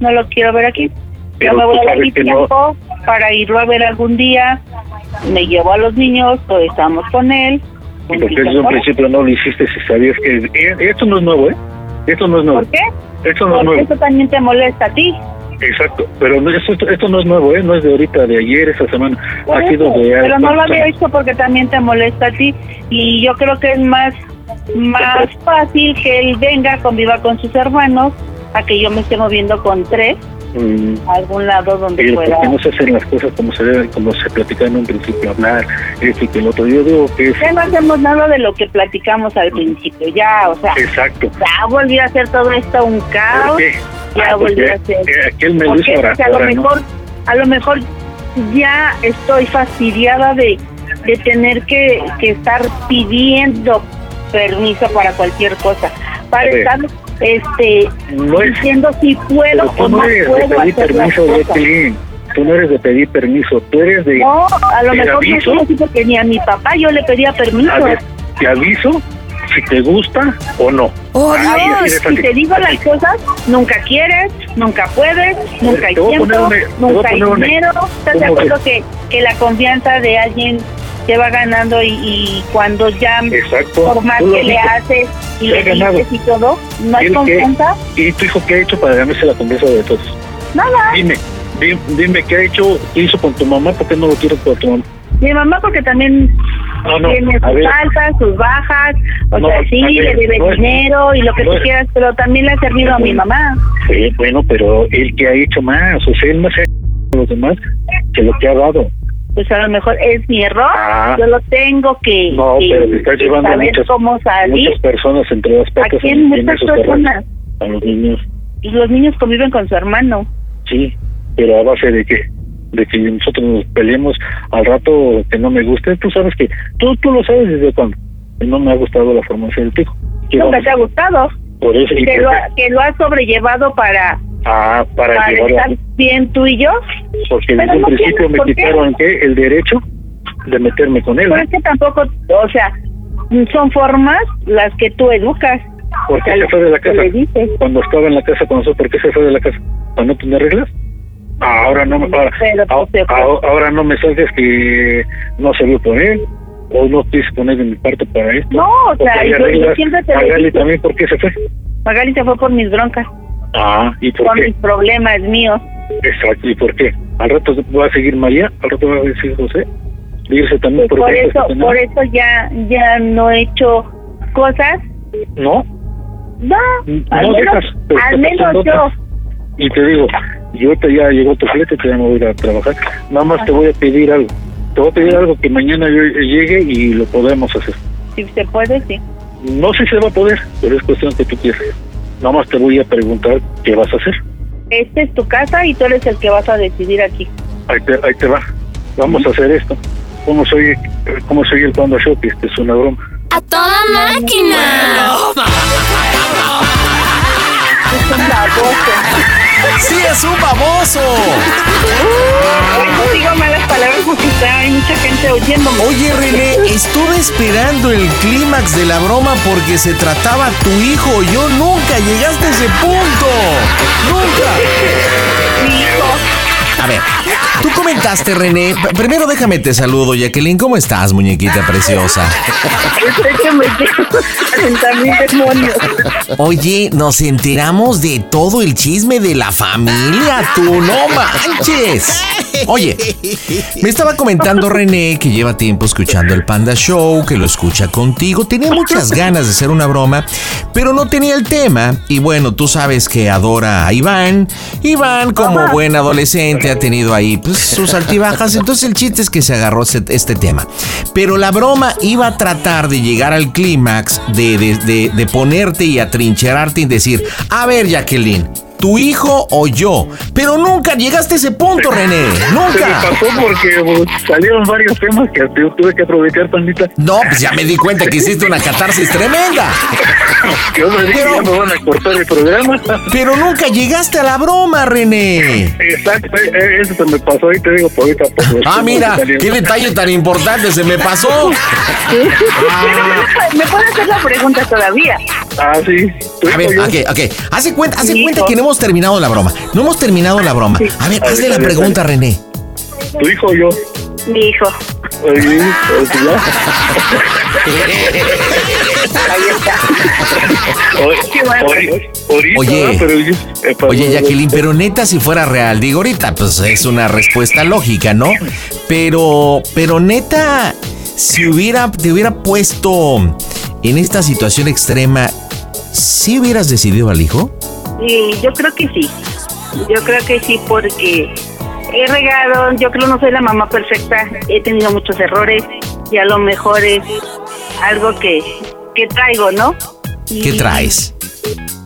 Speaker 8: no lo quiero ver aquí.
Speaker 3: Pero
Speaker 8: yo me voy
Speaker 3: tú
Speaker 8: a dar
Speaker 3: sabes
Speaker 8: mi
Speaker 3: que no.
Speaker 8: tiempo para irlo a ver algún día. Me llevo a los niños, pues, estamos con él.
Speaker 3: Porque desde un principio no lo hiciste si sabías que... eh, Esto no es nuevo, ¿eh? Esto no es nuevo.
Speaker 8: ¿Por qué?
Speaker 3: Esto no es
Speaker 8: Porque
Speaker 3: nuevo.
Speaker 8: eso también te molesta a ti.
Speaker 3: Exacto. Pero no, esto, esto no es nuevo, ¿eh? No es de ahorita, de ayer, esta semana.
Speaker 8: Por
Speaker 3: ha sido
Speaker 8: eso,
Speaker 3: de...
Speaker 8: pero no lo
Speaker 3: ¿eh?
Speaker 8: había hecho porque también te molesta a ti y yo creo que es más más fácil que él venga conviva con sus hermanos a que yo me esté moviendo con tres
Speaker 3: mm,
Speaker 8: a algún lado donde
Speaker 3: pero
Speaker 8: pueda.
Speaker 3: porque no se hacen las cosas como se debe, como se platicaba en un principio, hablar, esto y que el otro. Yo digo que es
Speaker 8: Ya no hacemos nada de lo que platicamos al principio, ya, o sea,
Speaker 3: exacto.
Speaker 8: ya volvió a hacer todo esto un
Speaker 3: ¿Por
Speaker 8: caos.
Speaker 3: qué?
Speaker 8: Ya
Speaker 3: Ah, porque,
Speaker 8: volvió a hacer.
Speaker 3: eh, aquel me lo
Speaker 8: Porque
Speaker 3: hizo ahora-
Speaker 8: a lo
Speaker 3: ahora, ¿no?
Speaker 8: mejor, a lo mejor ya estoy fastidiada de, de tener que, que estar pidiendo permiso para cualquier cosa, para
Speaker 3: A ver.
Speaker 8: estar este
Speaker 3: No es-
Speaker 8: diciendo si puedo
Speaker 3: Pero
Speaker 8: o
Speaker 3: tú
Speaker 8: no
Speaker 3: no eres de
Speaker 8: puedo
Speaker 3: pedir
Speaker 8: hacer las
Speaker 3: permiso,
Speaker 8: cosas.
Speaker 3: Jacqueline. Tú no eres de pedir permiso. Tú eres de.
Speaker 8: No, a lo
Speaker 3: ¿Te
Speaker 8: mejor no
Speaker 3: aviso?
Speaker 8: es así porque ni a mi papá yo le pedía permiso.
Speaker 3: A ver, te aviso si te gusta o no.
Speaker 4: ¡Oh,
Speaker 3: Ay, así de
Speaker 4: Dios!
Speaker 3: fácil.
Speaker 8: Si te digo las cosas, nunca quieres, nunca puedes, nunca hay
Speaker 3: Te voy a
Speaker 8: tiempo,
Speaker 3: poner un e- te voy a
Speaker 8: nunca hay
Speaker 3: poner un e-
Speaker 8: dinero. ¿Estás de
Speaker 3: ¿Cómo
Speaker 8: acuerdo que, que la confianza de alguien se va ganando y, y cuando ya
Speaker 3: Exacto.
Speaker 8: por más
Speaker 3: Tú lo
Speaker 8: que le
Speaker 3: dijiste.
Speaker 8: haces y
Speaker 3: Se ha
Speaker 8: le
Speaker 3: ganado.
Speaker 8: dices y todo, no hay
Speaker 3: ¿El qué?
Speaker 8: confianza,
Speaker 3: ¿Y tu hijo qué ha hecho para ganarse la confianza de todos?
Speaker 8: nada.
Speaker 3: Dime, di- dime qué ha hecho, qué hizo con tu mamá, por qué no lo quieres con tu mamá.
Speaker 8: Mi mamá porque también
Speaker 3: No, no,
Speaker 8: tiene
Speaker 3: a
Speaker 8: sus
Speaker 3: ver.
Speaker 8: altas, sus bajas, o
Speaker 3: No,
Speaker 8: sea, sí,
Speaker 3: a ver,
Speaker 8: le debe
Speaker 3: no es-
Speaker 8: dinero y lo que
Speaker 3: no
Speaker 8: tú
Speaker 3: es-
Speaker 8: quieras, pero también le ha servido a mi mamá.
Speaker 3: Sí, bueno, pero él que ha hecho más, o sea, él más ha hecho a los demás que lo que ha dado.
Speaker 8: pues a lo mejor es mi error,
Speaker 3: Ah.
Speaker 8: yo lo tengo que,
Speaker 3: No,
Speaker 8: que-
Speaker 3: pero te estás
Speaker 8: que
Speaker 3: llevando a
Speaker 8: saber
Speaker 3: muchas,
Speaker 8: cómo salir.
Speaker 3: muchas personas entre las
Speaker 8: ¿A
Speaker 3: patas.
Speaker 8: quién?
Speaker 3: en- en
Speaker 8: Muchas
Speaker 3: esos terrenos.
Speaker 8: personas.
Speaker 3: A los niños,
Speaker 8: Y Los niños conviven con su hermano.
Speaker 3: sí, pero a base de que de que nosotros nos peleemos al rato que no me guste, tú sabes que, tú, tú lo sabes desde cuando, que no me ha gustado la formación del pico. ¿Qué
Speaker 8: Nunca
Speaker 3: vamos?
Speaker 8: te ha gustado.
Speaker 3: Por eso, y
Speaker 8: Que lo,
Speaker 3: porque-
Speaker 8: ha- que lo has sobrellevado para,
Speaker 3: Ah, para,
Speaker 8: para
Speaker 3: llevarla-
Speaker 8: estar bien tú y yo.
Speaker 3: Porque
Speaker 8: Pero
Speaker 3: desde un
Speaker 8: no
Speaker 3: principio
Speaker 8: tienes
Speaker 3: me
Speaker 8: por qué. Pues,
Speaker 3: quitaron ¿qué? el derecho de meterme con él.
Speaker 8: Pero
Speaker 3: ¿no?
Speaker 8: es que tampoco, o sea, son formas las que tú educas.
Speaker 3: ¿Por qué
Speaker 8: O sea,
Speaker 3: se fue de la
Speaker 8: que
Speaker 3: casa?
Speaker 8: le dices.
Speaker 3: Cuando estaba en la casa con nosotros, ¿por qué se fue de la casa? ¿Para no tener reglas? Ahora no me ahora,
Speaker 8: Pero, pues,
Speaker 3: ahora-
Speaker 8: se fue.
Speaker 3: ahora- ahora no me salgas que no se vio por él o no quise poner de mi parte para esto.
Speaker 8: No, o
Speaker 3: Porque
Speaker 8: sea,
Speaker 3: hay
Speaker 8: yo- yo
Speaker 3: reglas.
Speaker 8: siempre te lo
Speaker 3: Magali
Speaker 8: dije.
Speaker 3: también por qué se fue.
Speaker 8: Magali se fue por mis broncas,
Speaker 3: Ah, ¿y por
Speaker 8: por
Speaker 3: qué?
Speaker 8: mis problemas míos.
Speaker 3: Exacto, ¿y por qué? Al rato va a seguir María, al rato va a seguir José. y Irse también
Speaker 8: Pues
Speaker 3: por,
Speaker 8: por
Speaker 3: ejemplo, este
Speaker 8: eso,
Speaker 3: que no-
Speaker 8: por eso ya, ya no he hecho cosas
Speaker 3: No,
Speaker 8: No, al
Speaker 3: Mm, No
Speaker 8: menos,
Speaker 3: dejas, pero
Speaker 8: al
Speaker 3: te
Speaker 8: menos
Speaker 3: pasan
Speaker 8: yo.
Speaker 3: otras. Y te digo, yo te ya llegó tu flete, te ya me voy a ir a trabajar. Nada más te voy a pedir algo. Te voy a pedir algo que mañana yo llegue y lo podemos hacer.
Speaker 8: Si se puede, sí.
Speaker 3: No sé si se va a poder, pero es cuestión que tú quieras. Nada más te voy a preguntar qué vas a hacer.
Speaker 8: Esta es tu casa y tú eres el que vas a decidir aquí.
Speaker 3: Ahí te, ahí te va. Vamos a hacer esto. ¿Cómo soy, cómo soy el Panda Shop? Este es una broma.
Speaker 4: ¡A toda máquina!
Speaker 8: Es un baboso.
Speaker 2: ¡Sí, es un famoso!
Speaker 8: No digo malas palabras porque está, hay mucha gente oyéndome.
Speaker 2: Oye, René, estuve esperando el clímax de la broma porque se trataba tu hijo. Yo nunca llegaste a ese punto. ¡Nunca!
Speaker 8: Mi hijo,
Speaker 2: A ver, tú comentaste, René. P- Primero déjame te saludo, Jacqueline. ¿Cómo estás, muñequita preciosa?
Speaker 8: es que me quiero sentar mi demonio.
Speaker 2: Oye, nos enteramos de todo el chisme de la familia, tú no manches. Oye, me estaba comentando René que lleva tiempo escuchando el Panda Show, que lo escucha contigo. Tenía muchas ganas de hacer una broma, pero no tenía el tema. Y bueno, tú sabes que adora a Iván. Iván, como buen adolescente, ha tenido ahí pues, sus altibajas. Entonces el chiste es que se agarró este, este tema. Pero la broma iba a tratar de llegar al clímax, de, de- de- de ponerte y atrincherarte y decir, a ver Jacqueline, tu hijo o yo. Pero nunca llegaste a ese punto, René.
Speaker 3: Se me
Speaker 2: Nunca.
Speaker 3: pasó porque pues, salieron varios temas que hasta yo tuve que aprovechar, pandita.
Speaker 2: No, pues ya me di cuenta que hiciste una catarsis tremenda.
Speaker 3: Que otros dije,
Speaker 2: Pero-
Speaker 3: ya me van a cortar el programa.
Speaker 2: Pero nunca llegaste a la broma, René.
Speaker 3: Exacto, eh, eh, eso se me pasó y te digo por ahorita. pues, por los
Speaker 2: Ah,
Speaker 3: temas
Speaker 2: mira,
Speaker 3: que salieron.
Speaker 2: qué detalle tan importante se me pasó.
Speaker 8: ¿Me puedes hacer la pregunta todavía?
Speaker 3: Ah, sí. tú
Speaker 2: A
Speaker 3: hijo,
Speaker 2: ver,
Speaker 3: yo-
Speaker 2: ok, ok. Hace cuenta, hace
Speaker 8: Mi
Speaker 2: cuenta
Speaker 8: hijo.
Speaker 2: que no hemos terminado la broma. No hemos terminado la broma. A ver,
Speaker 3: A ver,
Speaker 2: hazle la
Speaker 3: a ver,
Speaker 2: pregunta,
Speaker 3: a
Speaker 2: René.
Speaker 3: Tu hijo yo.
Speaker 8: Mi hijo.
Speaker 3: Oye, pues, ya.
Speaker 8: Ahí está. Qué bueno.
Speaker 3: Oye, oye, ahorita,
Speaker 2: Oye.
Speaker 3: ah, pero yo- eh, para-
Speaker 2: Oye, Jacqueline, pero neta, si fuera real, digo ahorita, pues es una respuesta lógica, ¿no? Pero, pero neta, si hubiera, te hubiera puesto en esta situación extrema, ¿sí hubieras decidido al hijo?
Speaker 8: Y yo creo que sí. Yo creo que sí, porque he regado, yo creo no soy la mamá perfecta, he tenido muchos errores y a lo mejor es algo que, que traigo, ¿no? Y
Speaker 2: ¿Qué traes?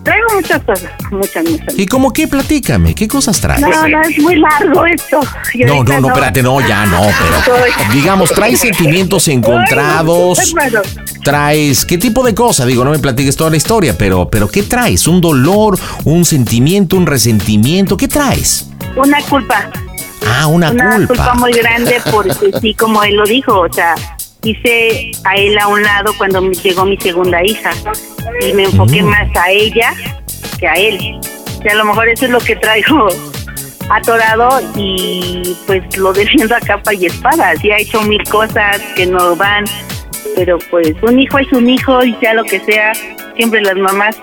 Speaker 8: Traigo muchas cosas, muchas, muchas.
Speaker 2: ¿Y cómo qué? Platícame, ¿qué cosas traes?
Speaker 8: No, no, es muy largo esto. Y
Speaker 2: No,
Speaker 8: ahorita
Speaker 2: no, no, espérate, no, ya no, pero digamos, traes sentimientos encontrados,
Speaker 8: Ay, bueno.
Speaker 2: traes, ¿qué tipo de cosa? Digo, no me platiques toda la historia, pero, pero ¿qué traes? ¿Un dolor, un sentimiento, un resentimiento? ¿Qué traes?
Speaker 8: Una culpa,
Speaker 2: Ah, una,
Speaker 8: una culpa.
Speaker 2: culpa.
Speaker 8: muy grande porque sí, como él lo dijo, o sea, hice a él a un lado cuando me llegó mi segunda hija y me enfoqué más a ella que a él. Y a lo mejor eso es lo que traigo atorado y pues lo defiendo a capa y espada. Sí ha hecho mil cosas que no van, pero pues un hijo es un hijo y sea lo que sea, siempre las mamás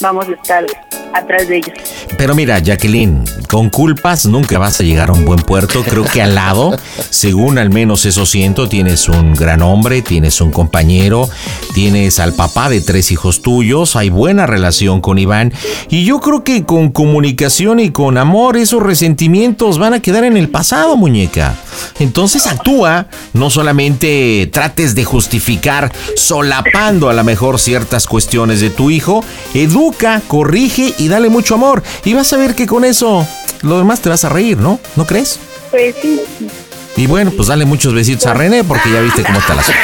Speaker 8: vamos a estar atrás de ellos.
Speaker 2: Pero mira, Jacqueline, con culpas nunca vas a llegar a un buen puerto. Creo que al lado, según al menos eso siento, tienes un gran hombre, tienes un compañero, tienes al papá de tres hijos tuyos, hay buena relación con Iván. Y yo creo que con comunicación y con amor, esos resentimientos van a quedar en el pasado, muñeca. Entonces actúa, no solamente trates de justificar solapando a lo mejor ciertas cuestiones de tu hijo, educa, corrige y dale mucho amor. Y vas a ver que con eso lo demás te vas a reír, ¿no? ¿No crees?
Speaker 8: Pues sí,
Speaker 2: Y bueno, pues dale muchos besitos a René porque ya viste cómo está la cosa.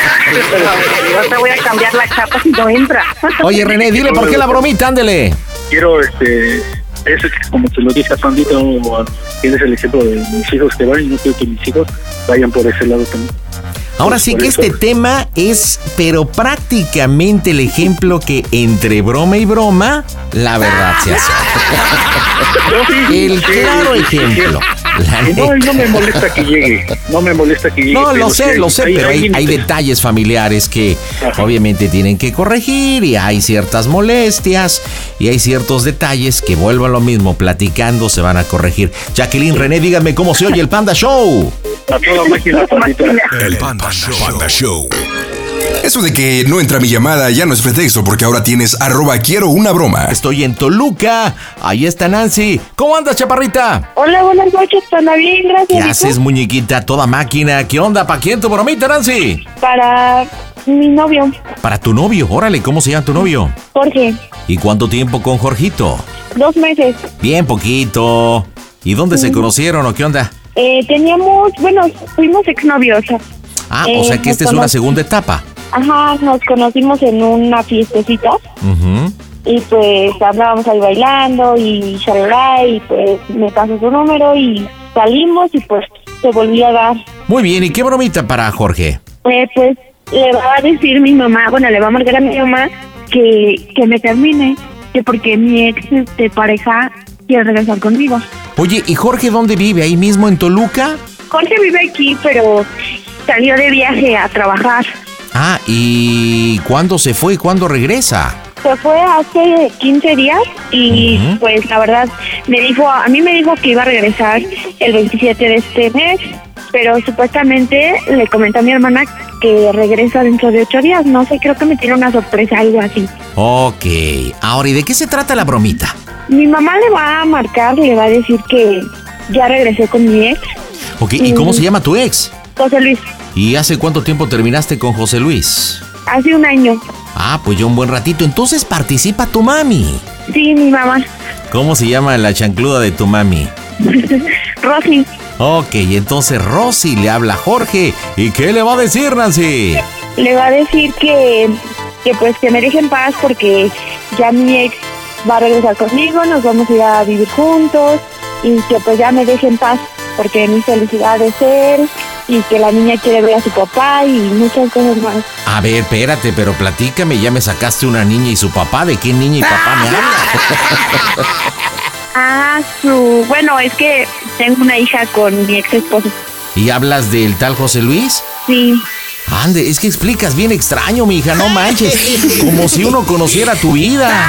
Speaker 8: pero no te voy a cambiar la chapa si no entra.
Speaker 2: Oye, René, dile por qué la bromita, ándele.
Speaker 3: quiero este eso que como te lo dije a Pandita o a- tienes el ejemplo de mis hijos que van y no quiero que mis hijos vayan por ese lado también
Speaker 2: Ahora sí que este tema es, pero prácticamente el ejemplo que entre broma y broma, la verdad se hace. El claro ejemplo. La
Speaker 3: Y no, y
Speaker 2: neta.
Speaker 3: no me molesta que llegue no me molesta que llegue
Speaker 2: No,
Speaker 3: pero
Speaker 2: lo sé,
Speaker 3: sí,
Speaker 2: lo sé, pero hay, hay
Speaker 3: límites.
Speaker 2: detalles familiares que
Speaker 3: Ajá.
Speaker 2: obviamente tienen que corregir y hay ciertas molestias y hay ciertos detalles que vuelvo a lo mismo, platicando se van a corregir. Jacqueline René, díganme cómo se oye el Panda Show.
Speaker 3: a toda máquina Pandita
Speaker 6: El Panda Show.
Speaker 1: Eso de que no entra mi llamada ya no es pretexto porque ahora tienes arroba quiero una broma.
Speaker 2: Estoy en Toluca, ahí está Nancy. ¿Cómo andas, chaparrita?
Speaker 8: Hola, buenas noches, Pana. Bien,
Speaker 2: ¿Qué
Speaker 8: gracias. ¿Y tú?
Speaker 2: haces, muñequita? Toda máquina. ¿Qué onda? ¿Para quién tu bromita, Nancy?
Speaker 8: Para mi novio,
Speaker 2: Para tu novio. Órale, ¿cómo se llama tu novio?
Speaker 8: Jorge.
Speaker 2: ¿Y cuánto tiempo con Jorgito?
Speaker 8: Dos meses.
Speaker 2: Bien poquito. ¿Y dónde se conocieron o qué onda?
Speaker 8: Eh, teníamos, bueno, fuimos exnovios.
Speaker 2: Ah,
Speaker 8: Eh,
Speaker 2: o sea que esta es
Speaker 8: nos
Speaker 2: una
Speaker 8: conoc-
Speaker 2: segunda etapa.
Speaker 8: Ajá, nos conocimos en una fiestecita
Speaker 2: Ujú.
Speaker 8: y pues andábamos ahí bailando y shalala y pues me pasó su número y salimos y pues se volvió a dar.
Speaker 2: Muy bien, ¿y qué bromita para Jorge?
Speaker 8: Eh, pues le va a decir mi mamá, bueno, le va a marcar a mi mamá que, que me termine, que porque mi ex este, pareja quiere regresar conmigo.
Speaker 2: Oye, ¿y Jorge dónde vive? ¿Ahí mismo en Toluca?
Speaker 8: Jorge vive aquí, pero salió de viaje a trabajar.
Speaker 2: Ah, ¿y cuándo se fue y cuándo regresa?
Speaker 8: Se fue hace 15 días y
Speaker 2: Ujú.
Speaker 8: pues la verdad me dijo, a mí me dijo que iba a regresar el 27 de este mes, pero supuestamente le comentó a mi hermana que regresa dentro de ocho días, no sé, creo que me tiene una sorpresa, algo así.
Speaker 2: Ok, ahora, ¿y de qué se trata la bromita?
Speaker 8: Mi mamá le va a marcar, le va a decir que ya regresé con mi ex,
Speaker 2: Ok, ¿y cómo se llama tu ex?
Speaker 8: José Luis,
Speaker 2: ¿Y hace cuánto tiempo terminaste con José Luis?
Speaker 8: hace un año.
Speaker 2: Ah, pues ya un buen ratito. Entonces participa tu mami.
Speaker 8: Sí, mi mamá,
Speaker 2: ¿Cómo se llama la chancluda de tu mami?
Speaker 8: Rosy,
Speaker 2: Ok, entonces Rosy le habla a Jorge. ¿Y qué le va a decir, Nancy?
Speaker 8: le va a decir que, que pues que me deje en paz porque ya mi ex va a regresar conmigo, nos vamos a ir a vivir juntos y que pues ya me deje en paz porque mi felicidad es él y que la niña quiere ver a su papá y muchas cosas más.
Speaker 2: A ver, espérate, pero platícame. Ya me sacaste una niña y su papá. ¿De qué niña y papá me habla?
Speaker 8: Ah, su... Bueno, es que tengo una hija con mi ex esposo.
Speaker 2: ¿Y hablas del tal José Luis?
Speaker 8: Sí,
Speaker 2: Ande, es que explicas bien extraño, mi hija, no manches. Como si uno conociera tu vida.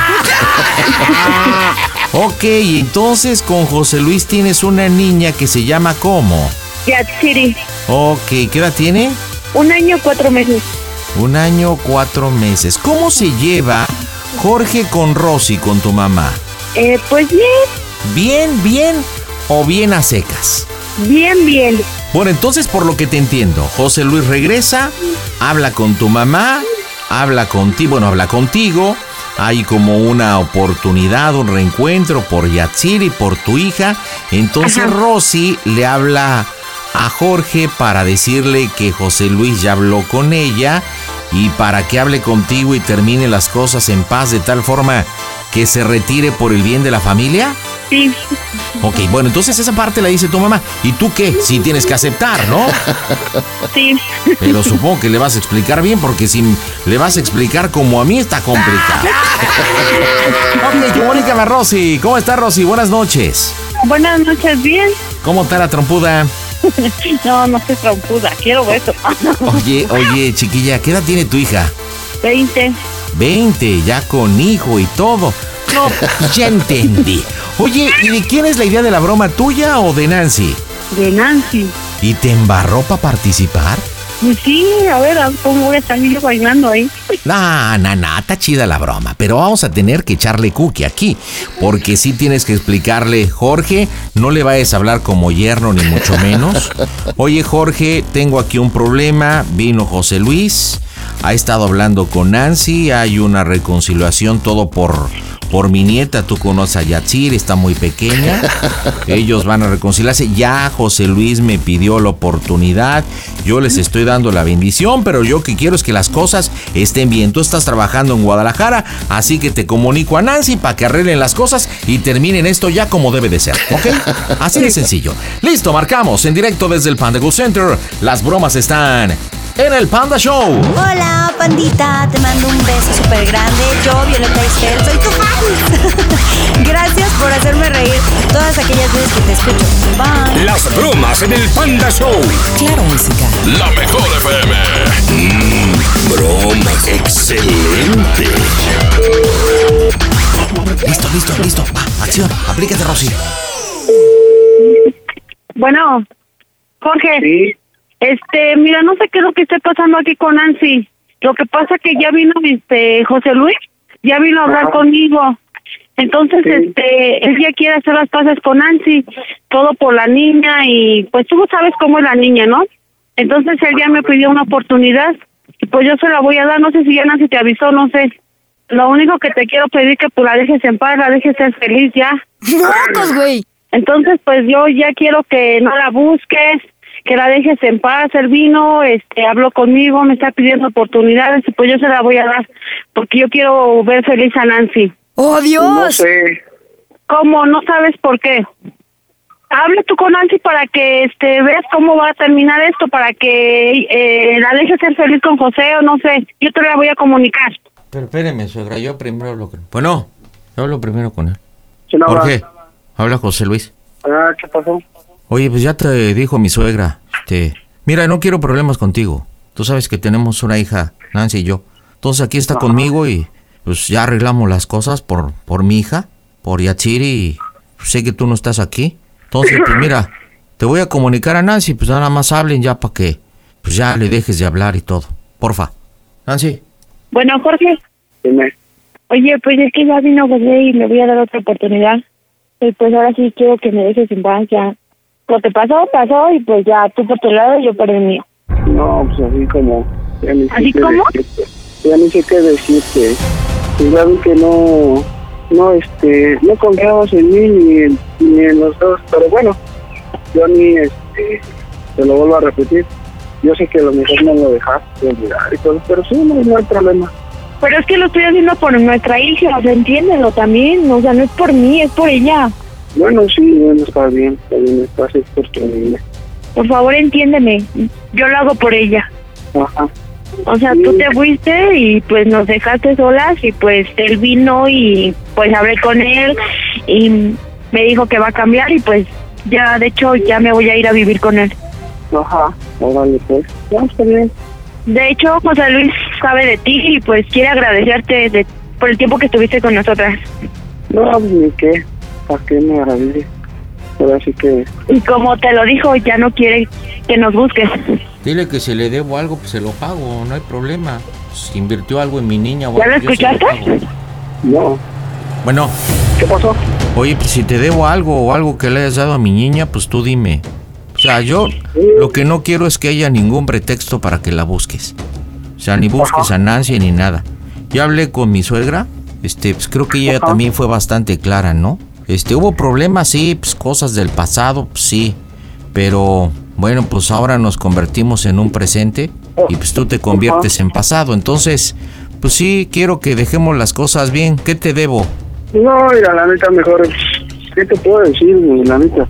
Speaker 2: ok, entonces con José Luis tienes una niña que se llama ¿cómo?
Speaker 8: Yatsiri.
Speaker 2: Ok, ¿qué edad tiene?
Speaker 8: Un año, cuatro meses.
Speaker 2: Un año, cuatro meses. ¿Cómo se lleva Jorge con Rosy, con tu mamá?
Speaker 8: Eh, pues bien,
Speaker 2: ¿Bien, bien o bien a secas?
Speaker 8: Bien, bien.
Speaker 2: Bueno, entonces por lo que te entiendo, José Luis regresa, habla con tu mamá, habla contigo, bueno, habla contigo, hay como una oportunidad, un reencuentro por Yatsir y por tu hija, entonces
Speaker 8: Ajá.
Speaker 2: Rosy le habla a Jorge para decirle que José Luis ya habló con ella y para que hable contigo y termine las cosas en paz de tal forma que se retire por el bien de la familia.
Speaker 8: Sí,
Speaker 2: Ok, bueno, entonces esa parte la dice tu mamá. ¿Y tú qué? Sí tienes que aceptar, ¿no?
Speaker 8: sí.
Speaker 2: Pero supongo que le vas a explicar bien, porque si le vas a explicar como a mí está complicado. Ok, comunícame a Rosy. ¿Cómo está Rosy? Buenas noches.
Speaker 8: Buenas noches, bien.
Speaker 2: ¿Cómo está la trompuda?
Speaker 8: No, no se trompuda, quiero eso.
Speaker 2: Oye, oye, chiquilla, ¿qué edad tiene tu hija?
Speaker 8: 20.
Speaker 2: 20, ya con hijo y todo. No, pues ya entendí. Oye, ¿y de quién es la idea de la broma tuya o de Nancy?
Speaker 8: De Nancy.
Speaker 2: ¿Y te embarró para participar?
Speaker 8: Pues sí, a ver, ¿a ¿cómo voy a salir yo bailando ahí?
Speaker 2: No, no, no, está chida la broma, pero vamos a tener que echarle cookie aquí, porque sí tienes que explicarle, Jorge, no le vayas a hablar como yerno ni mucho menos. Oye, Jorge, tengo aquí un problema, vino José Luis, ha estado hablando con Nancy, hay una reconciliación, todo por, por mi nieta, tú conoces a Yatsir, está muy pequeña, ellos van a reconciliarse, ya José Luis me pidió la oportunidad, yo les estoy dando la bendición, pero yo que quiero es que las cosas estén bien, tú estás trabajando en Guadalajara, así que te comunico a Nancy para que arreglen las cosas y terminen esto ya como debe de ser, ¿ok? Así de sencillo. Listo, marcamos en directo desde el Panda Go Center, las bromas están en el Panda Show.
Speaker 7: Hola, pandita. Te mando un beso súper grande. Yo, Violeta Estel, soy tu fan. Gracias por hacerme reír todas aquellas veces que te escucho. Bye.
Speaker 6: Las bromas en el Panda Show.
Speaker 9: Claro, música.
Speaker 6: La mejor FM.
Speaker 1: Mm,
Speaker 6: broma excelente.
Speaker 2: Listo, listo, listo. Va, acción, aplícate, Rosy.
Speaker 8: Bueno, Jorge,
Speaker 3: Sí,
Speaker 8: este, mira, no sé qué es lo que esté pasando aquí con Nancy. Lo que pasa que ya vino este José Luis, ya vino a hablar
Speaker 3: Ajá.
Speaker 8: conmigo. Entonces,
Speaker 3: Sí.
Speaker 8: este, él ya quiere hacer las paces con Nancy, todo por la niña y pues tú sabes cómo es la niña, ¿no? Entonces él ya me pidió una oportunidad y pues yo se la voy a dar, no sé si ya Nancy te avisó, no sé. Lo único que te quiero pedir que pues la dejes en paz, la dejes ser feliz ya.
Speaker 7: ¡Mocos, güey!
Speaker 8: Entonces, pues yo ya quiero que no la busques, que la dejes en paz. Él vino, este, habló conmigo, me está pidiendo oportunidades y pues yo se la voy a dar porque yo quiero ver feliz a Nancy.
Speaker 7: ¡Oh,
Speaker 3: no
Speaker 7: Dios!
Speaker 3: sé.
Speaker 8: ¿Cómo? No sabes por qué. Habla tú con Nancy para que este, veas cómo va a terminar esto, para que eh, la dejes ser feliz con José o no sé. Yo te la voy a comunicar.
Speaker 2: Pero espéreme, suegra, yo primero hablo con él. Bueno, yo hablo primero con él.
Speaker 3: ¿Quién habla?
Speaker 2: Jorge, habla José Luis.
Speaker 3: Ah, ¿qué pasó?
Speaker 2: Oye, pues ya te dijo mi suegra. Este, mira, no quiero problemas contigo. Tú sabes que tenemos una hija, Nancy y yo. Entonces aquí está conmigo y pues ya arreglamos las cosas por, por mi hija, por Yatsiri. Y pues, sé que tú no estás aquí. Entonces, pues mira, te voy a comunicar a Nancy. Pues nada más hablen ya para que pues ya le dejes de hablar y todo. Porfa. Nancy.
Speaker 8: Bueno, Jorge.
Speaker 3: Dime.
Speaker 8: Oye, pues es que ya vino José y le voy a dar otra oportunidad. Y pues ahora sí quiero que me dejes en paz ya. Lo que pasó, pasó y pues ya tú por tu lado y yo por el mío.
Speaker 3: No, pues así como. Ya ni sé
Speaker 8: ¿Así
Speaker 3: qué
Speaker 8: cómo?
Speaker 3: decirte. Ya ni sé qué decirte. Pues ya vi que no. No, este. No confiamos en mí ni en, ni en los dos. Pero bueno, yo ni este. Te lo vuelvo a repetir. Yo sé que a lo mejor no lo dejaste olvidar y todo. Pero sí, no, no hay problema.
Speaker 8: Pero es que lo estoy haciendo por nuestra hija, o sea, entiéndelo también. O sea, no es por mí, es por ella.
Speaker 3: Bueno, sí, bueno, está bien. Está bien, está así porque.
Speaker 8: Por favor, entiéndeme. Yo lo hago por ella.
Speaker 3: Ajá.
Speaker 8: O sea, tú te fuiste y pues nos dejaste solas y pues él vino y pues hablé con él y me dijo que va a cambiar y pues ya, de hecho, ya me voy a ir a vivir con él.
Speaker 3: Ajá. Órale, pues. Ya está bien.
Speaker 8: De hecho, José Luis sabe de ti y pues quiere agradecerte de- por el tiempo que estuviste con nosotras.
Speaker 3: No, pues ni qué. ¿Para qué me agradece? Ahora sí que.
Speaker 8: Y como te lo dijo, ya no quiere que nos busques.
Speaker 2: Dile que si le debo algo, pues se lo pago. No hay problema. Si invirtió algo en mi niña.
Speaker 8: bueno, lo yo se lo escuchaste?
Speaker 3: No.
Speaker 2: Bueno,
Speaker 3: ¿Qué pasó?
Speaker 2: Oye, pues si te debo algo o algo que le hayas dado a mi niña, pues tú dime. O sea, yo lo que no quiero es que haya ningún pretexto para que la busques. O sea, ni busques a Nancy ni nada. Ya hablé con mi suegra, este, pues creo que ella también fue bastante clara, ¿no? Este, hubo problemas, sí, pues cosas del pasado, pues sí. Pero bueno, pues ahora nos convertimos en un presente y pues tú te conviertes en pasado. Entonces, pues sí, quiero que dejemos las cosas bien. ¿Qué te debo?
Speaker 9: No, mira, la neta, mejor. ¿Qué te puedo decir, güey? la neta?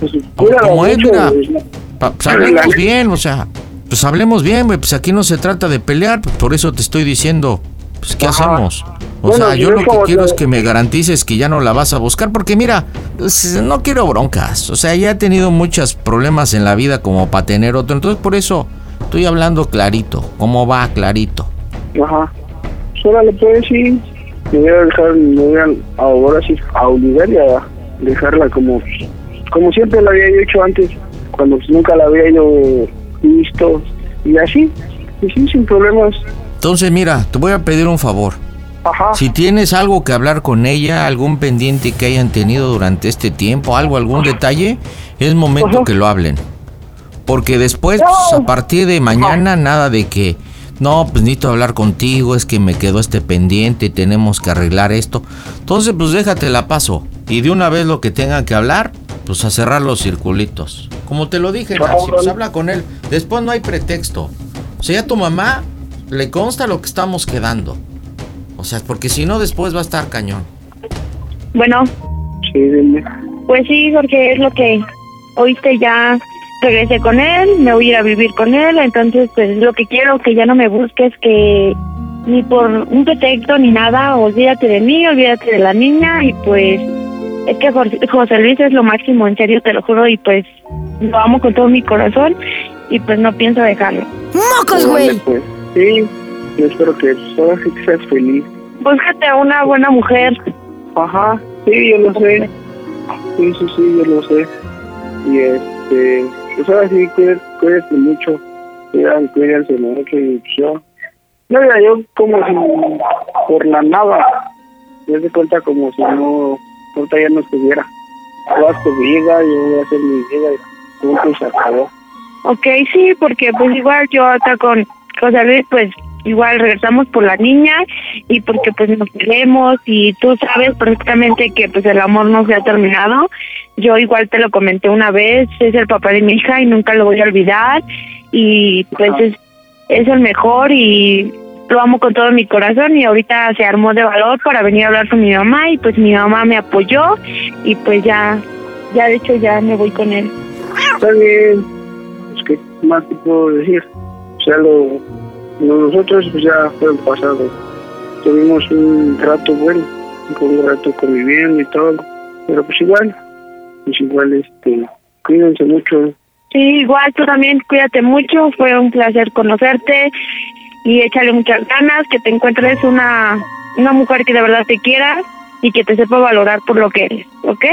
Speaker 9: Pues, cuídala
Speaker 2: como es,
Speaker 9: mucho,
Speaker 2: mira.
Speaker 9: güey.
Speaker 2: Pa- pues hablemos bien, o sea, pues hablemos bien, güey, pues aquí no se trata de pelear, pues por eso te estoy diciendo, pues ¿qué hacemos? O
Speaker 9: Bueno,
Speaker 2: sea, yo
Speaker 9: yo
Speaker 2: lo que
Speaker 9: como
Speaker 2: quiero
Speaker 9: te-
Speaker 2: es que me garantices que ya no la vas a buscar, porque mira, pues, no quiero broncas, o sea, ya he tenido muchos problemas en la vida como para tener otro, entonces por eso estoy hablando clarito, cómo va clarito.
Speaker 9: Ajá. Solo le puedo decir. Me voy a dejar, me voy a, ahora sí, a olvidar y a dejarla como, como siempre la había yo hecho antes, cuando pues, nunca la había yo visto. Y así, y sí, sin problemas.
Speaker 2: Entonces mira, te voy a pedir un favor.
Speaker 9: Ajá.
Speaker 2: Si tienes algo que hablar con ella, algún pendiente que hayan tenido durante este tiempo, algo, algún detalle, es momento que lo hablen. Porque después, pues, a partir de mañana, nada de que, no, pues necesito hablar contigo, es que me quedó este pendiente, tenemos que arreglar esto. Entonces, pues déjate la paso. Y de una vez lo que tengan que hablar, pues a cerrar los circulitos. Como te lo dije, Nancy, pues habla con él. Después no hay pretexto. O sea, ya tu mamá le consta lo que estamos quedando. O sea, porque si no, después va a estar cañón.
Speaker 8: Bueno,
Speaker 9: Sí, dime.
Speaker 8: pues sí, porque es lo que oíste ya. Regresé con él, me voy a ir a vivir con él, entonces pues es lo que quiero, que ya no me busques, que ni por un pretexto ni nada, olvídate de mí, olvídate de la niña y pues es que Jor- José Luis es lo máximo, en serio te lo juro y pues lo amo con todo mi corazón y pues no pienso dejarlo.
Speaker 10: ¡Mocos, güey!
Speaker 9: Pues, sí, yo espero que pues, ahora sí que seas feliz.
Speaker 8: Búscate a una buena mujer.
Speaker 9: Ajá, sí, yo lo sé. Sí, sí, sí, yo lo sé. Y este, pues ahora sí, cuídate, cuídate mucho. Cuídate, cuídense mucho y pues, yo. No, mira, yo como si por la nada, yo se cuenta como si no, ahorita ya no estuviera. Tú haz tu vida, yo voy a hacer mi vida y punto y se acabó.
Speaker 8: Ok, sí, porque pues igual yo acá con José Luis, pues igual regresamos por la niña y porque pues nos queremos y tú sabes perfectamente que pues el amor no se ha terminado. Yo igual te lo comenté una vez, es el papá de mi hija y nunca lo voy a olvidar y pues es, es el mejor y lo amo con todo mi corazón y ahorita se armó de valor para venir a hablar con mi mamá y pues mi mamá me apoyó y pues ya, ya de hecho ya me voy con él.
Speaker 9: Está bien, pues qué más te puedo decir. O sea, lo, lo nosotros pues, ya fue el pasado. Tuvimos un rato bueno, un rato conviviendo y todo. Pero pues igual, pues igual, este, cuídense mucho.
Speaker 8: Sí, igual tú también cuídate mucho, fue un placer conocerte y échale muchas ganas, que te encuentres una, una mujer que de verdad te quiera y que te sepa valorar por lo que eres, ¿ok?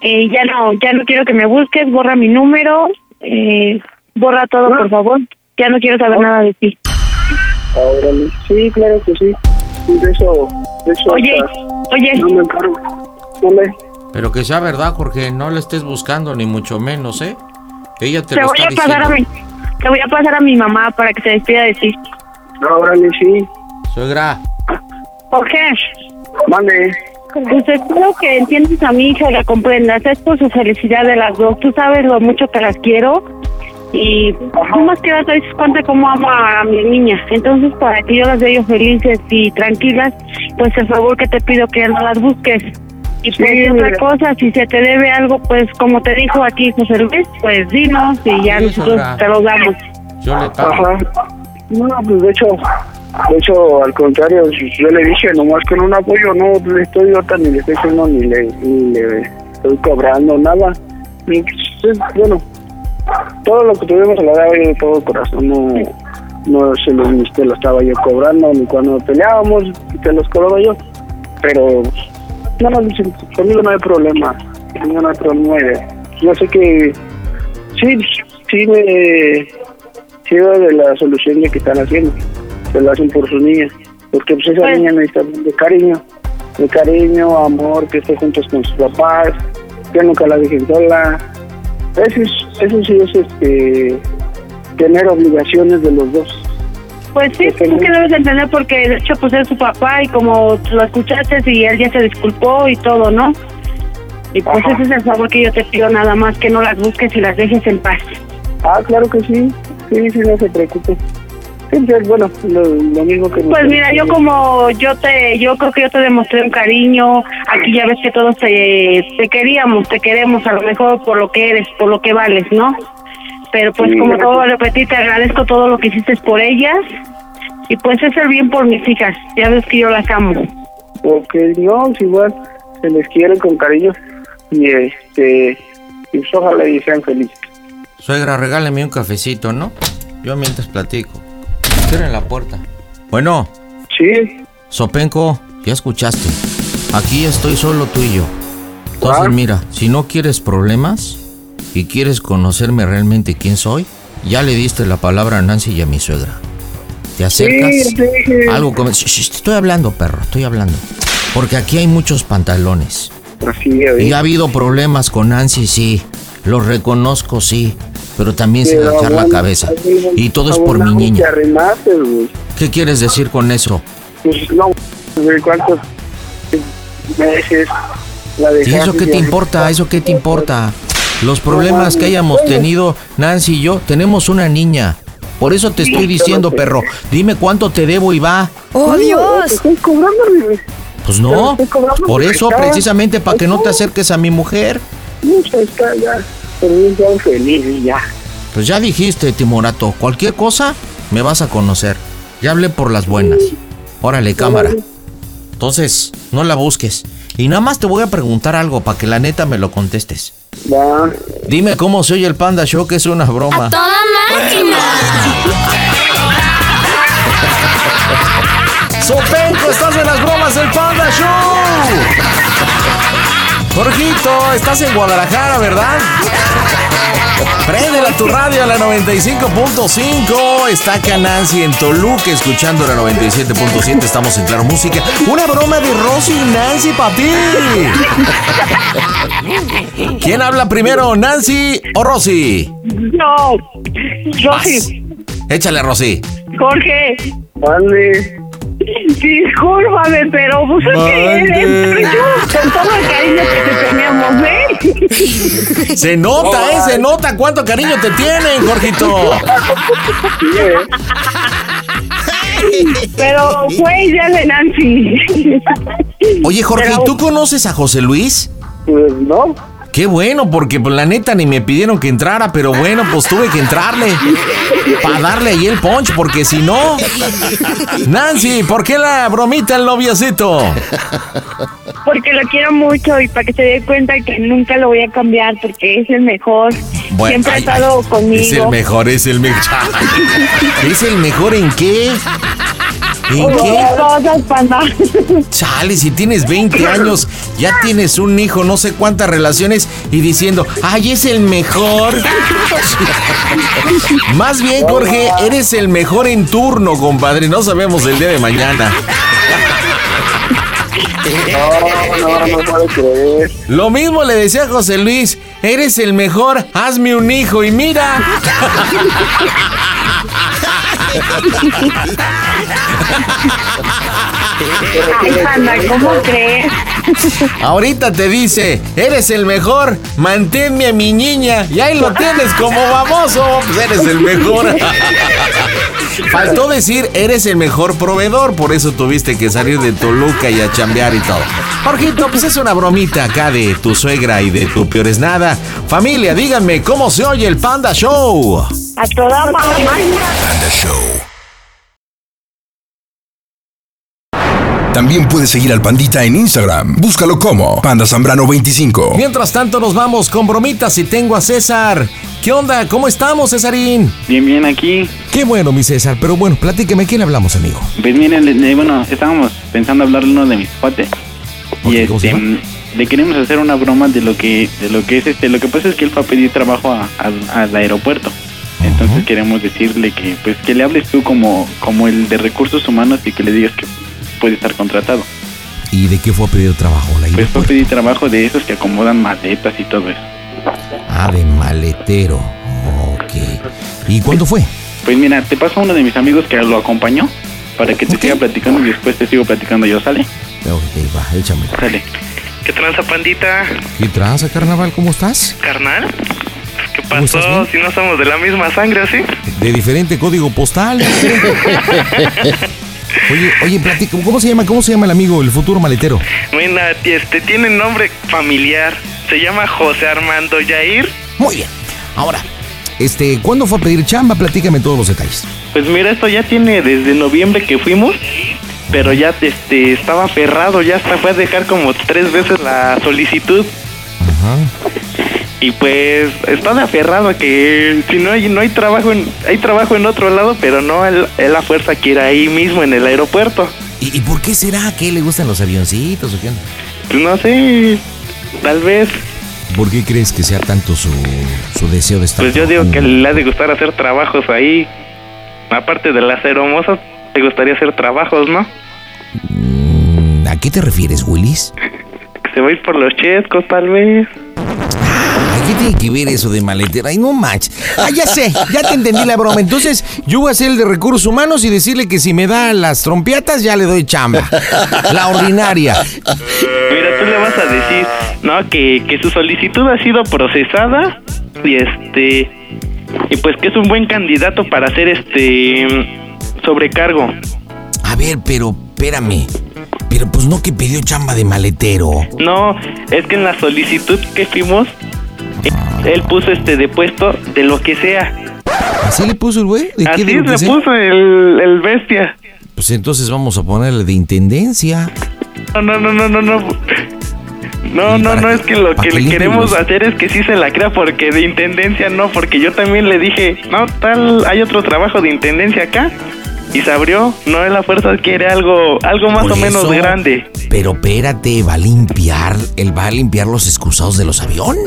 Speaker 8: Eh, ya no, ya no quiero que me busques, borra mi número, eh, borra todo por favor, ya no quiero saber nada de ti.
Speaker 9: Ahora, sí, claro que sí. Y de eso, de eso
Speaker 8: Oye,
Speaker 9: hasta
Speaker 8: oye,
Speaker 9: no me encargo. Dale.
Speaker 2: Pero que sea verdad, Jorge, no la estés buscando, ni mucho menos, ¿eh? Ella te
Speaker 8: te
Speaker 2: lo
Speaker 8: voy
Speaker 2: está
Speaker 8: a pasar
Speaker 2: diciendo.
Speaker 8: a mi, te voy a pasar a mi mamá para que se despida de ti.
Speaker 9: Ahora sí,
Speaker 2: Suegra,
Speaker 8: Jorge.
Speaker 9: mande.
Speaker 8: Pues espero que entiendas a mi hija y la comprendas. Es por su felicidad de las dos. Tú sabes lo mucho que las quiero. Y tú más que nada te dices cuenta cómo amo a mi niña. Entonces, para que yo las veo felices y tranquilas, pues el favor que te pido que no las busques. Y pues
Speaker 9: Sí,
Speaker 8: otra
Speaker 9: mira.
Speaker 8: cosa, si se te debe algo, pues como te dijo aquí José Luis, pues dinos y ya
Speaker 2: Sí,
Speaker 8: nosotros
Speaker 2: señora.
Speaker 8: te lo damos.
Speaker 2: yo le pago.
Speaker 9: Ajá. No, pues de hecho, de hecho, al contrario, yo le dije, nomás con un apoyo, no le estoy ahorita ni le estoy haciendo ni le, ni le estoy cobrando nada. Y, pues, es- bueno, todo lo que tuvimos se lo daba yo de todo corazón, no, no se lo, ni te lo estaba yo cobrando, ni cuando peleábamos te los cobraba yo. Pero, no, no, dicen, conmigo no hay problema, conmigo no hay problema. y Yo sé que sí, sí me sido de la solución de que están haciendo. Se lo hacen por sus niñas. Porque pues esa
Speaker 8: Pues-
Speaker 9: niña necesita de cariño. de cariño, amor, que esté juntos con sus papás, que nunca la dejen sola. Eso, es- eso sí es este, tener obligaciones de los dos.
Speaker 8: Pues sí, es que debes de entender porque de hecho pues es su papá y como lo escuchaste y él ya se disculpó y todo, ¿no? Y pues
Speaker 9: Ajá.
Speaker 8: ese es el favor que yo te pido nada más, que no las busques y las dejes en paz.
Speaker 9: Ah, claro que sí, sí, sí, no se preocupe. Siempre es bueno, lo, lo mismo que...
Speaker 8: Pues mira, yo como yo te, yo creo que yo te demostré un cariño, aquí ya ves que todos te, te queríamos, te queremos a lo mejor por lo que eres, por lo que vales, ¿no? Pero pues
Speaker 9: Sí,
Speaker 8: como
Speaker 9: gracias.
Speaker 8: todo a repetir, te agradezco todo lo que hiciste por ellas y pues es el bien por mis hijas, ya ves que yo las amo.
Speaker 9: Porque no, es igual, se les quiere con cariño y este, y pues, ojalá y sean felices.
Speaker 2: Suegra, regáleme un cafecito, ¿no? Yo mientras platico. Cierren la puerta. Bueno,
Speaker 9: Sí,
Speaker 2: Sopenco, ya escuchaste. Aquí estoy solo tú y yo. Entonces,
Speaker 9: Ah.
Speaker 2: mira, si no quieres problemas y quieres conocerme realmente quién soy, ya le diste la palabra a Nancy y a mi suegra. ¿Te acercas?
Speaker 9: sí, yo te dije.
Speaker 2: Algo como... Shh, shh, estoy hablando, perro, estoy hablando. Porque aquí hay muchos pantalones.
Speaker 9: Así, eh. a ver.
Speaker 2: Y ha habido problemas con Nancy, sí. Los reconozco, sí. Pero también se
Speaker 9: Pero
Speaker 2: agachar la
Speaker 9: hablando-
Speaker 2: cabeza.
Speaker 9: hablando-
Speaker 2: Y todo es por mi
Speaker 9: hablando
Speaker 2: niña.
Speaker 9: que arremates, güey.
Speaker 2: ¿Qué quieres decir con eso?
Speaker 9: Pues no, güey, cuántos meses la
Speaker 2: ¿Y eso
Speaker 9: dejaste
Speaker 2: qué te
Speaker 9: y-
Speaker 2: importa? ¿Eso qué te importa? Los problemas que hayamos tenido Nancy y yo, tenemos una niña. Por eso te estoy diciendo, perro, dime cuánto te debo y va.
Speaker 11: ¡Oh,
Speaker 9: No, te
Speaker 11: Dios!
Speaker 9: estoy cobrando, güey.
Speaker 2: Pues
Speaker 9: Pero
Speaker 2: no,
Speaker 9: estoy cobrando
Speaker 2: por
Speaker 9: porque
Speaker 2: eso,
Speaker 9: está-
Speaker 2: precisamente para que no te acerques a mi mujer.
Speaker 9: Mucho está ya. Pero bien, ya feliz y ya.
Speaker 2: Pues ya dijiste, Timorato, cualquier cosa me vas a conocer. Ya hablé por las buenas. Órale, cámara. Entonces, no la busques. Y nada más te voy a preguntar algo para que la neta me lo contestes.
Speaker 9: Ya.
Speaker 2: Dime cómo se oye el Panda Show, que es una broma.
Speaker 12: Toda máquina.
Speaker 2: ¡Sopenco, estás en las bromas del Panda Show! Jorgito, estás en Guadalajara, ¿verdad? Préndela tu radio a la 95.5. Está acá Nancy en Toluca escuchando la 97.7. Estamos en Claro Música. Una broma de Rosy y Nancy para ti. ¿Quién habla primero, Nancy o Rosy?
Speaker 8: No, Rosy,
Speaker 2: Échale, Rosy.
Speaker 8: Jorge,
Speaker 9: Vale.
Speaker 8: discúlpame, pero pues es que eres tú, con todo el cariño que te teníamos, ¿eh?
Speaker 2: Se nota, ¿eh? Se nota cuánto cariño te tienen, Jorgito.
Speaker 8: Pero fue ya de Nancy.
Speaker 2: Oye, Jorge,
Speaker 8: Pero-
Speaker 2: ¿tú conoces a José Luis?
Speaker 9: Pues no.
Speaker 2: Qué bueno, porque pues, la neta ni me pidieron que entrara, pero bueno, pues tuve que entrarle. Para darle ahí el punch, porque si no. Nancy, ¿por qué la bromita el noviocito?
Speaker 8: Porque lo quiero mucho y para que se dé cuenta que nunca lo voy a cambiar porque es el mejor. Siempre ha
Speaker 2: ay,
Speaker 8: estado
Speaker 2: ay,
Speaker 8: conmigo.
Speaker 2: Es el mejor, es el mejor. ¿Es el mejor en qué? ¿En qué?
Speaker 8: cosas, panda.
Speaker 2: Chale, si tienes 20 años, ya tienes un hijo, no sé cuántas relaciones, y diciendo, ay, es el mejor. Más bien, Jorge, eres el mejor en turno, compadre. No sabemos el día de mañana.
Speaker 9: No, no, no puedo creer.
Speaker 2: Lo mismo le decía a José Luis, eres el mejor, hazme un hijo y mira.
Speaker 8: Ay, panda, ¿cómo crees?
Speaker 2: Ahorita te dice, eres el mejor, manténme a mi niña. Y ahí lo tienes como baboso, pues eres el mejor. Faltó decir, eres el mejor proveedor, por eso tuviste que salir de Toluca y a chambear y todo. Jorgito, pues es una bromita acá de tu suegra y de tu peores nada. Familia, díganme, ¿cómo se oye el Panda Show?
Speaker 8: A toda mamá.
Speaker 1: También puedes seguir al Pandita en Instagram. Búscalo como Panda Zambrano 25.
Speaker 2: Mientras tanto, nos vamos con bromitas y tengo a Ah, César. ¿Qué onda? ¿Cómo estamos, Césarín?
Speaker 13: Bien, bien, aquí.
Speaker 2: Qué bueno, mi César, pero bueno, platíqueme, ¿quién hablamos, amigo?
Speaker 13: Pues miren, le- le- bueno, estábamos pensando hablarle a uno de mis cuates. Y
Speaker 2: Ok, ¿cómo se
Speaker 13: este,
Speaker 2: llama?
Speaker 13: mm, le queremos hacer una broma de lo que de lo que es este. Lo que pasa es que él fue a pedir trabajo a- a- al aeropuerto. Entonces queremos decirle que pues que le hables tú como, como el de recursos humanos y que le digas que puede estar contratado.
Speaker 2: ¿Y de qué fue a pedir trabajo? La
Speaker 14: Pues fue a pedir trabajo de esos que acomodan maletas y todo eso.
Speaker 2: Ah, de maletero. Ok. ¿Y cuándo fue?
Speaker 14: Pues mira, te paso a uno de mis amigos que lo acompañó para que te siga platicando y después te sigo platicando yo, ¿sale?
Speaker 2: Ok, va, échame.
Speaker 14: Sale.
Speaker 15: ¿Qué tranza, pandita?
Speaker 2: ¿Qué tranza, carnaval? ¿Cómo estás?
Speaker 15: ¿Carnal? ¿Qué pasó? Si no somos de la misma sangre, ¿sí?
Speaker 2: De diferente código postal. oye, oye, platica, ¿cómo se llama? ¿Cómo se llama el amigo, el futuro maletero?
Speaker 15: Mira, este tiene nombre familiar. Se llama José Armando Yair.
Speaker 2: Muy bien. Ahora, este, ¿cuándo fue a pedir chamba? Platícame todos los detalles.
Speaker 14: Pues mira, esto ya tiene desde noviembre que fuimos, pero ya este estaba aferrado, ya hasta fue a dejar como tres veces la solicitud. Y pues está de aferrado a que si no hay no hay trabajo en hay trabajo en otro lado, pero no él, él a fuerza quiere ahí mismo en el aeropuerto.
Speaker 2: ¿Y, por qué será que le gustan los avioncitos o qué?
Speaker 14: Pues No sé, tal vez.
Speaker 2: ¿Por qué crees que sea tanto su, su deseo de estar?
Speaker 15: Pues yo digo que le ha de gustar hacer trabajos ahí. Aparte de las hermosas, te gustaría hacer trabajos, ¿no?
Speaker 2: Mm, ¿A qué te refieres, Willis?
Speaker 15: Que se va a ir por los chescos, tal vez.
Speaker 2: Ay, ¿Qué tiene que ver eso de maletero? Ay, no manches. Ah, ya sé, ya te entendí la broma. Entonces, yo voy a ser el de recursos humanos y decirle que si me da las trompiatas, ya le doy chamba. La ordinaria.
Speaker 14: Mira, tú le vas a decir, no, que, que su solicitud ha sido procesada y este y pues que es un buen candidato para hacer este sobrecargo.
Speaker 2: A ver, pero espérame. Pero pues no que pidió chamba de maletero.
Speaker 14: No, es que en la solicitud que fuimos él- él puso este depuesto de lo que sea.
Speaker 2: ¿Así le puso el güey? ¿De
Speaker 14: Así
Speaker 2: de lo que
Speaker 14: le
Speaker 2: sea?
Speaker 14: puso el, el bestia.
Speaker 2: Pues entonces vamos a ponerle de intendencia.
Speaker 14: No, no, no, no, no, no. No, no, no, es que lo que le
Speaker 2: limpie
Speaker 14: queremos
Speaker 2: los-
Speaker 14: hacer es que sí se la crea porque de intendencia no, porque yo también le dije, no, tal, hay otro trabajo de intendencia acá y se abrió, no, la fuerza quiere algo, algo más
Speaker 2: Por
Speaker 14: o menos
Speaker 2: eso,
Speaker 14: grande.
Speaker 2: Pero espérate, va a limpiar, él va a limpiar los excusados de los aviones.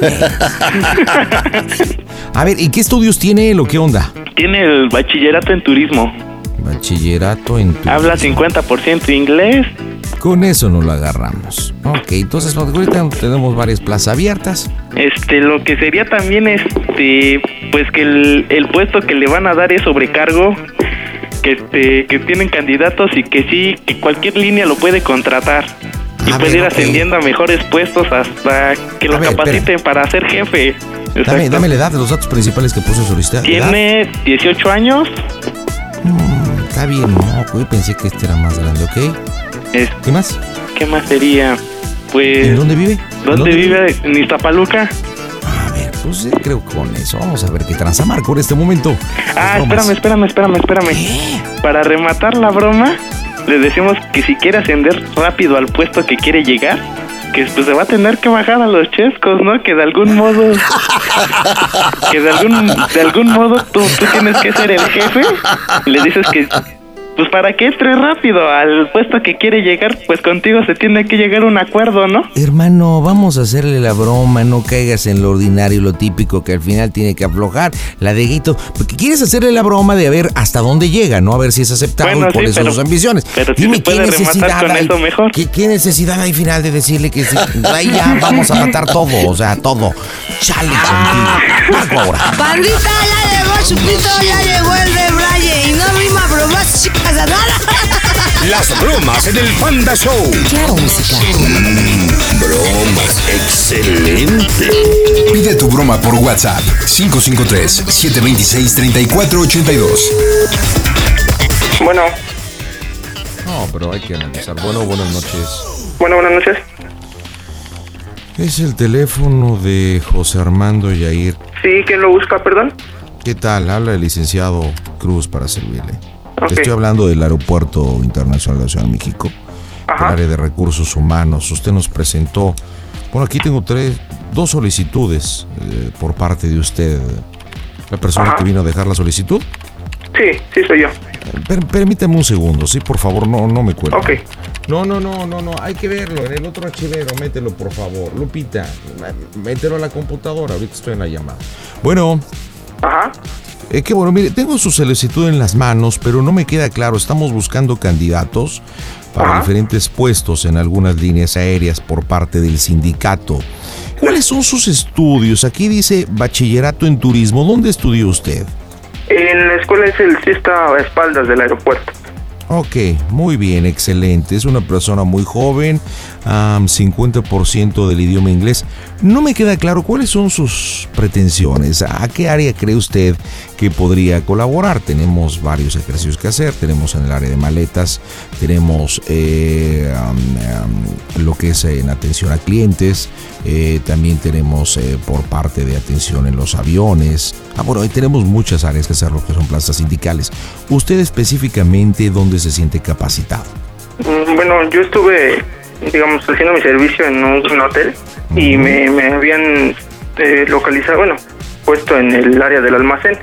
Speaker 2: a ver, ¿y qué estudios tiene él o qué onda?
Speaker 14: Tiene el bachillerato en turismo,
Speaker 2: Bachillerato en tu...
Speaker 14: habla 50% inglés,
Speaker 2: Con eso no lo agarramos. Ok, entonces ahorita tenemos varias plazas abiertas.
Speaker 14: este, lo que sería también este, pues que el, el puesto que le van a dar es sobrecargo, que este, que tienen candidatos y que sí, que cualquier línea lo puede contratar. Y
Speaker 2: A
Speaker 14: puede
Speaker 2: ver,
Speaker 14: ir
Speaker 2: Ah, ok.
Speaker 14: ascendiendo a mejores puestos hasta que lo
Speaker 2: ver,
Speaker 14: capaciten para ser jefe.
Speaker 2: Dame, dame la edad de los datos principales que puso en su lista. Edad.
Speaker 14: Tiene 18 años,
Speaker 2: mm, Está bien, no, güey, pensé que este era más grande, ¿ok?
Speaker 14: Es-
Speaker 2: ¿Qué más?
Speaker 14: ¿qué más sería? Pues...
Speaker 2: ¿En dónde vive?
Speaker 14: ¿Dónde,
Speaker 2: ¿Dónde
Speaker 14: vive? En Iztapaluca.
Speaker 2: Pues eh, creo que con eso. Vamos a ver qué tranza marco en este momento.
Speaker 14: Ah,
Speaker 2: bromas.
Speaker 14: espérame, espérame, espérame, espérame. Para rematar la broma, le decimos que si quiere ascender rápido al puesto que quiere llegar, que pues se va a tener que bajar a los chescos, ¿no? Que de algún modo, que de algún, de algún modo tú, tú tienes que ser el jefe. Le dices que, pues para que entre rápido al puesto que quiere llegar, pues contigo se tiene que llegar a un acuerdo, ¿no?
Speaker 2: Hermano, vamos a hacerle la broma, no caigas en lo ordinario, lo típico que al final tiene que aflojar, la de Guito, porque quieres hacerle la broma de a ver hasta dónde llega, ¿no? A ver si es aceptado
Speaker 14: Bueno,
Speaker 2: y cuáles
Speaker 14: sí,
Speaker 2: son
Speaker 14: pero-
Speaker 2: sus ambiciones.
Speaker 14: pero sí
Speaker 2: Dime qué
Speaker 14: se puede rematar
Speaker 2: necesidad
Speaker 14: con
Speaker 2: hay,
Speaker 14: eso mejor.
Speaker 2: ¿qué, qué necesidad hay final de decirle que sí? ahí ya vamos a matar todo, o sea, todo. Chale contigo. Marco ahora.
Speaker 7: Pandita, ya llegó Chupito, ya llegó el de Braille y no rima bromas chicas a nada.
Speaker 6: Las bromas en el Panda Show. Claro, música. bromas, excelente.
Speaker 1: Pide tu broma por WhatsApp 553-726-3482.
Speaker 5: Bueno,
Speaker 2: No, pero hay que analizar. Bueno, buenas noches.
Speaker 5: bueno, buenas noches.
Speaker 2: Es el teléfono de José Armando Yair.
Speaker 5: Sí, ¿quién lo busca, perdón?
Speaker 2: ¿Qué tal? Habla el licenciado Cruz para servirle.
Speaker 5: Ok.
Speaker 2: Estoy hablando del Aeropuerto Internacional de la Ciudad de México, el área de recursos humanos. Usted nos presentó, bueno, aquí tengo tres, dos solicitudes eh, por parte de usted. La persona
Speaker 5: Ajá.
Speaker 2: que vino a dejar la solicitud.
Speaker 5: Sí, sí, soy yo.
Speaker 2: Per- permítame un segundo, sí, por favor, no, no me cuelgue.
Speaker 5: Ok.
Speaker 2: No, no, no, no, no, hay que verlo. En el otro archivero, mételo, por favor. Lupita, mételo a la computadora. Ahorita estoy en la llamada. Bueno.
Speaker 5: Ajá.
Speaker 2: Eh, qué bueno, mire, tengo su solicitud en las manos, pero no me queda claro. Estamos buscando candidatos para diferentes puestos en algunas líneas aéreas por parte del sindicato. ¿Cuáles son sus estudios? Aquí dice bachillerato en turismo. ¿Dónde estudió usted?
Speaker 5: En la escuela es el sí está a espaldas del aeropuerto.
Speaker 2: Ok, muy bien, excelente. Es una persona muy joven, am, 50% del idioma inglés. No me queda claro cuáles son sus pretensiones. ¿A qué área cree usted que podría colaborar? Tenemos varios ejercicios que hacer. Tenemos en el área de maletas, tenemos eh, am, am, lo que es en atención a clientes, eh, también tenemos eh, por parte de atención en los aviones. Ah, bueno, ahí tenemos muchas áreas que hacer, lo que son plazas sindicales. ¿Usted específicamente dónde se siente capacitado?
Speaker 5: Mm, Bueno, yo estuve, digamos, haciendo mi servicio en un, un hotel y me, me habían eh, localizado, bueno, puesto en el área del almacén.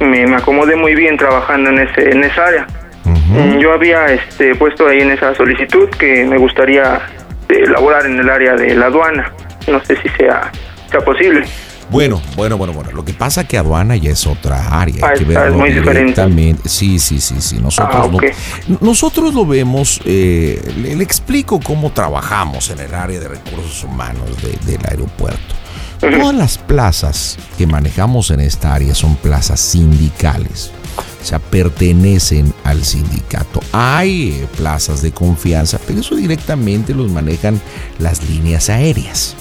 Speaker 5: Me, me acomodé muy bien trabajando en, ese, en esa área. Mm, Yo había este, puesto ahí en esa solicitud que me gustaría eh, laborar en el área de la aduana. No sé si sea, sea posible.
Speaker 2: Bueno, bueno, bueno, bueno. Lo que pasa que aduana ya es otra área.
Speaker 5: Ah,
Speaker 2: hay que
Speaker 5: está,
Speaker 2: verlo
Speaker 5: es muy diferente.
Speaker 2: directamente. Sí, sí, sí, sí. Nosotros,
Speaker 5: Ah, ok.
Speaker 2: lo, nosotros lo vemos. eh, le, le explico cómo trabajamos en el área de recursos humanos de- del aeropuerto. Todas las plazas que manejamos en esta área son plazas sindicales. O sea, pertenecen al sindicato. Hay eh, plazas de confianza, pero eso directamente los manejan las líneas aéreas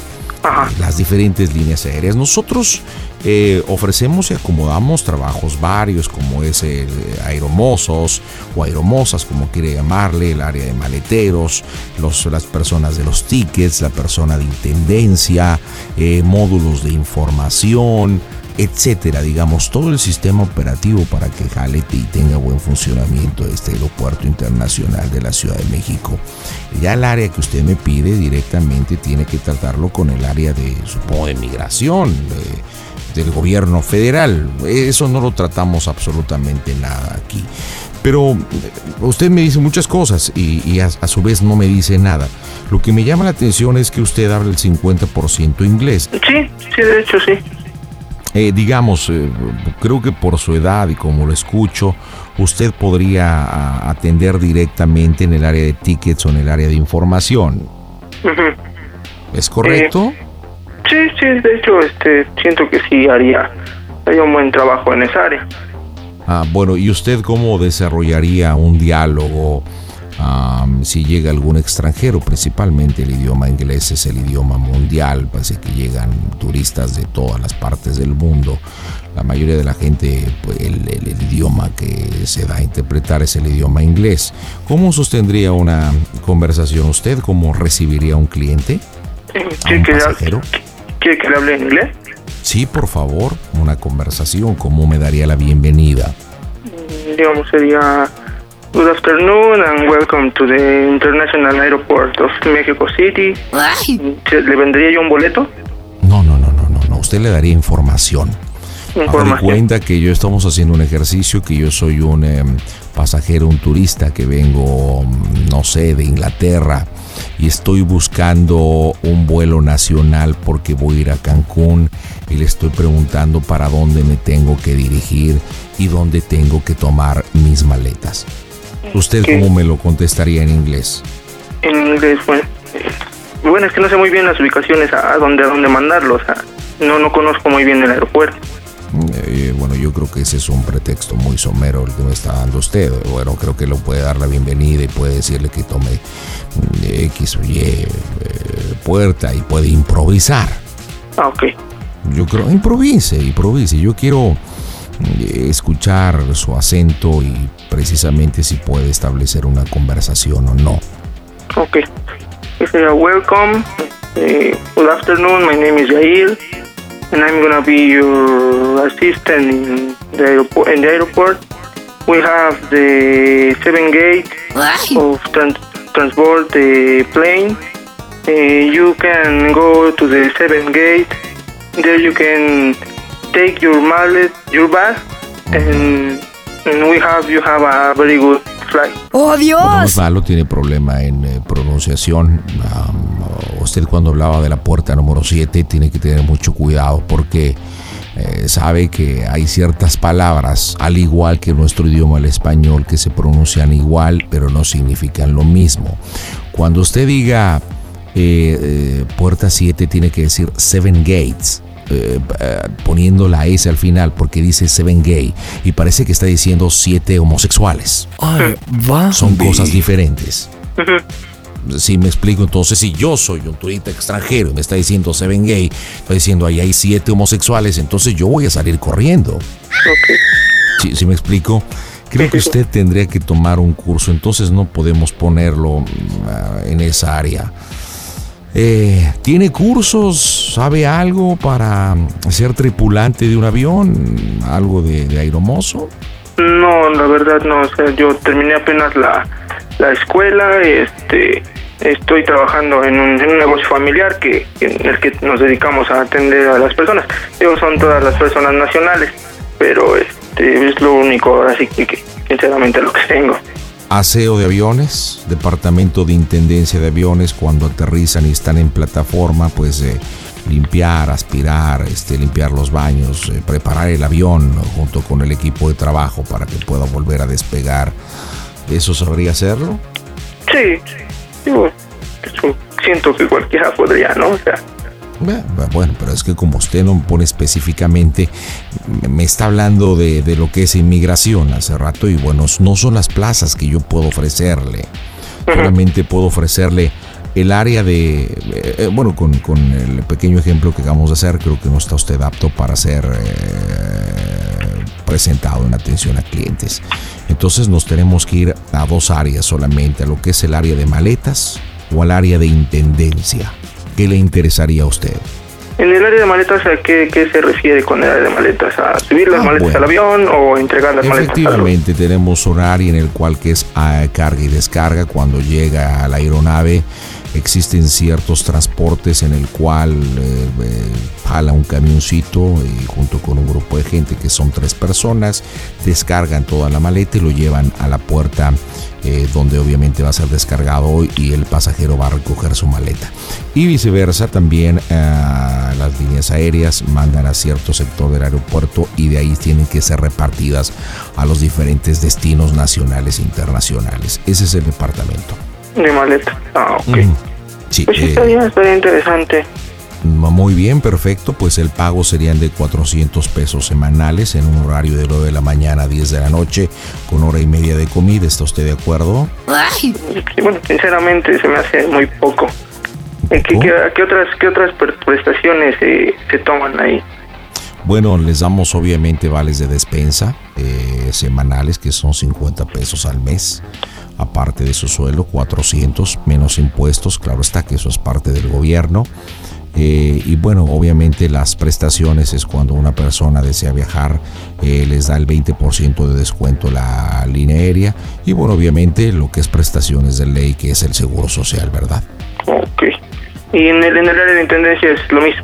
Speaker 2: las diferentes líneas aéreas. Nosotros eh, ofrecemos y acomodamos trabajos varios, como es el aeromozos o aeromosas, como quiere llamarle, el área de maleteros, los, las personas de los tickets, la persona de intendencia, eh, módulos de información etcétera, digamos, todo el sistema operativo para que jalete y tenga buen funcionamiento este aeropuerto internacional de la Ciudad de México. Ya el área que usted me pide directamente tiene que tratarlo con el área de, supongo, de migración, de- del gobierno federal. Eso no lo tratamos absolutamente nada aquí. Pero eh, usted me dice muchas cosas y, y a, a su vez no me dice nada. Lo que me llama la atención es que usted habla el 50% inglés.
Speaker 5: Sí, sí, de hecho sí.
Speaker 2: Eh, digamos, eh, creo que por su edad y como lo escucho, usted podría a- atender directamente en el área de tickets o en el área de información.
Speaker 5: Ujú. Eh,
Speaker 2: ¿Es correcto?
Speaker 5: Sí, sí, de hecho, este, siento que sí haría, haría un buen trabajo en esa área.
Speaker 2: Ah, bueno, ¿y usted cómo desarrollaría un diálogo am, si llega algún extranjero? Principalmente el idioma inglés es el idioma mundial, parece que llegan turistas de todas las partes del mundo. La mayoría de la gente, pues, el, el- el idioma que se da a interpretar es el idioma inglés. ¿Cómo sostendría una conversación usted? ¿Cómo recibiría a un cliente?
Speaker 5: ¿Quiere que, le hable-
Speaker 2: ¿Pasajero?
Speaker 5: quiere que le hable en inglés?
Speaker 2: Sí, por favor, una conversación. ¿Cómo me daría la bienvenida?
Speaker 5: Digamos, sería... Good afternoon and welcome to the International Airport of Mexico City. ¿Se- ¿Le vendría yo un boleto?
Speaker 2: No, usted le daría información. Haga de
Speaker 5: Información.
Speaker 2: cuenta que yo estamos haciendo un ejercicio, que yo soy un em, pasajero, un turista que vengo, mm, no sé, de Inglaterra y estoy buscando un vuelo nacional porque voy a ir a Cancún y le estoy preguntando para dónde me tengo que dirigir y dónde tengo que tomar mis maletas. ¿Usted cómo me lo contestaría en inglés?
Speaker 5: En inglés, bueno. eh, Bueno, es que no sé muy bien las ubicaciones, a a dónde, a dónde mandarlo, o sea, no, no conozco muy bien el aeropuerto.
Speaker 2: Eh, bueno, yo creo que ese es un pretexto muy somero el que me está dando usted. Bueno, creo que lo puede dar la bienvenida y puede decirle que tome mm, X o Y eh, puerta y puede improvisar.
Speaker 5: Ah, ok.
Speaker 2: Yo creo, improvise, improvise. Yo quiero eh, escuchar su acento y precisamente si puede establecer una conversación o no.
Speaker 5: Ok. If you are welcome. eh, good afternoon. My name is Yair, and I'm gonna be your assistant in the aeroport. In the airport, we have the seven gate of trans- transport the plane. Uh, you can go to the seven gate. There you can take your mallet, your bag, and, and we have you have a very good flight.
Speaker 16: ¡Oh,
Speaker 2: Bueno, no
Speaker 16: Dios!
Speaker 2: es malo, tiene problema en eh, pronunciación. Ah, Am, usted cuando hablaba de la puerta número 7 tiene que tener mucho cuidado porque eh, sabe que hay ciertas palabras, al igual que nuestro idioma, el español, que se pronuncian igual, pero no significan lo mismo. Cuando usted diga eh, eh, puerta 7, tiene que decir Seven Gates. eh, eh, poniendo la S al final porque dice Seven Gay y parece que está diciendo siete homosexuales. Son cosas diferentes. Si me explico, entonces si yo soy un turista extranjero y me está diciendo Seven Gay, está diciendo ahí hay siete homosexuales, entonces yo voy a salir corriendo. Si me explico, creo que usted tendría que tomar un curso, entonces no podemos ponerlo mm, ah, en esa área. Eh, ¿Tiene cursos? ¿Sabe algo para mm, ser tripulante de un avión? ¿Algo de, de aeromozo?
Speaker 5: No, la verdad no, o sea, yo terminé apenas la, la escuela, este, estoy trabajando en un, en un negocio familiar que en el que nos dedicamos a atender a las personas. Ellos son todas las personas nacionales, pero este es lo único, así que, que, sinceramente lo que tengo.
Speaker 2: Aseo de aviones, departamento de intendencia de aviones, cuando aterrizan y están en plataforma, pues eh, limpiar, aspirar, este, limpiar los baños, eh, preparar el avión ¿no? junto con el equipo de trabajo para que pueda volver a despegar. ¿Eso sabría hacerlo?
Speaker 5: Sí, digo, eso siento que cualquiera podría, ¿no? O sea,
Speaker 2: Bueno, Ah, Bueno, pero es que como usted no pone específicamente, m- me está hablando de, de lo que es inmigración hace rato y bueno, no son las plazas que yo puedo ofrecerle. Solamente puedo ofrecerle el área de, eh, eh, bueno, con, con el pequeño ejemplo que acabamos de hacer, creo que no está usted apto para ser eh, presentado en atención a clientes. Entonces nos tenemos que ir a dos áreas solamente, a lo que es el área de maletas o al área de intendencia. ¿Qué le interesaría a usted?
Speaker 5: en el área de maletas, ¿a qué, qué se refiere con el área de maletas? ¿A subir las maletas al avión o entregar las maletas al
Speaker 2: Efectivamente, tenemos un área en el cual que es ah, carga y descarga. Cuando llega a la aeronave, existen ciertos transportes en el cual eh, eh, jala un camioncito y junto con un grupo de gente que son tres personas, descargan toda la maleta y lo llevan a la puerta eh, donde obviamente va a ser descargado hoy y el pasajero va a recoger su maleta. Y viceversa, también ah, las líneas aéreas mandan a cierto sector del aeropuerto y de ahí tienen que ser repartidas a los diferentes destinos nacionales e internacionales. Ese es el departamento.
Speaker 5: De maleta. Ah, ok.
Speaker 2: Mm. Sí,
Speaker 5: Pues sí,
Speaker 2: eh,
Speaker 5: estaría, estaría interesante.
Speaker 2: Ma- Muy bien, perfecto. Pues el pago serían de 400 pesos semanales en un horario de 9 de la mañana a 10 de la noche con hora y media de comida. ¿Está usted de acuerdo?
Speaker 5: Sí, bueno, sinceramente se me hace muy poco. Eh, ¿Qué, qué,
Speaker 2: ¿Oh?
Speaker 5: qué otras, qué otras pre- prestaciones eh, se toman ahí?
Speaker 2: Bueno, les damos obviamente vales de despensa eh, semanales que son 50 pesos al mes. Aparte de su sueldo, 400 menos impuestos. Claro está que eso es parte del gobierno. Eh, y bueno, obviamente las prestaciones es cuando una persona desea viajar, eh, les da el 20% de descuento la línea aérea. Y bueno, obviamente lo que es prestaciones de ley, que es el seguro social, ¿verdad?
Speaker 5: Y en el, en el área de intendencia es lo mismo.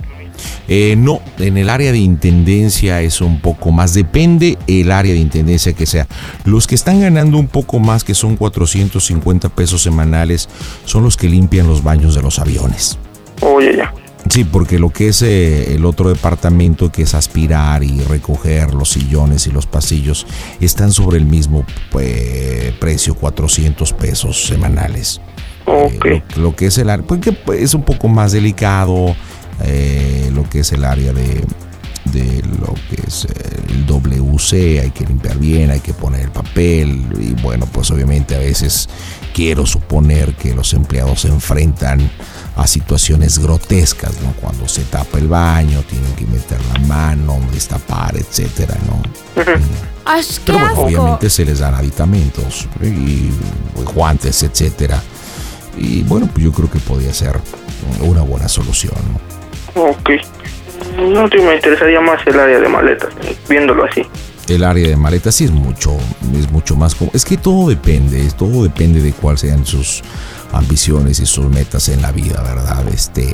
Speaker 2: Eh, no, en el área de intendencia es un poco más, depende el área de intendencia que sea. Los que están ganando un poco más, que son 450 pesos semanales, son los que limpian los baños de los aviones.
Speaker 5: Oye, ya.
Speaker 2: Sí, porque lo que es eh, el otro departamento que es aspirar y recoger los sillones y los pasillos están sobre el mismo eh, precio, 400 pesos semanales. Eh, lo, lo que es el área, porque es un poco más delicado eh, lo que es el área de, de lo que es eh, el WC, hay que limpiar bien, hay que poner el papel y bueno, pues obviamente a veces quiero suponer que los empleados se enfrentan a situaciones grotescas, ¿no? Cuando se tapa el baño, tienen que meter la mano, destapar, etcétera, ¿no?
Speaker 17: Ay, qué
Speaker 2: Pero bueno,
Speaker 17: asco.
Speaker 2: obviamente se les dan aditamentos y guantes, etcétera. Y bueno, pues yo creo que podría ser una buena solución. ¿no?
Speaker 5: Ok. No te me interesaría más el área de maletas, eh, viéndolo así.
Speaker 2: El área de maletas sí es mucho, es mucho más como. Es que todo depende, es- todo depende de cuáles sean sus ambiciones y sus metas en la vida, ¿verdad? Este,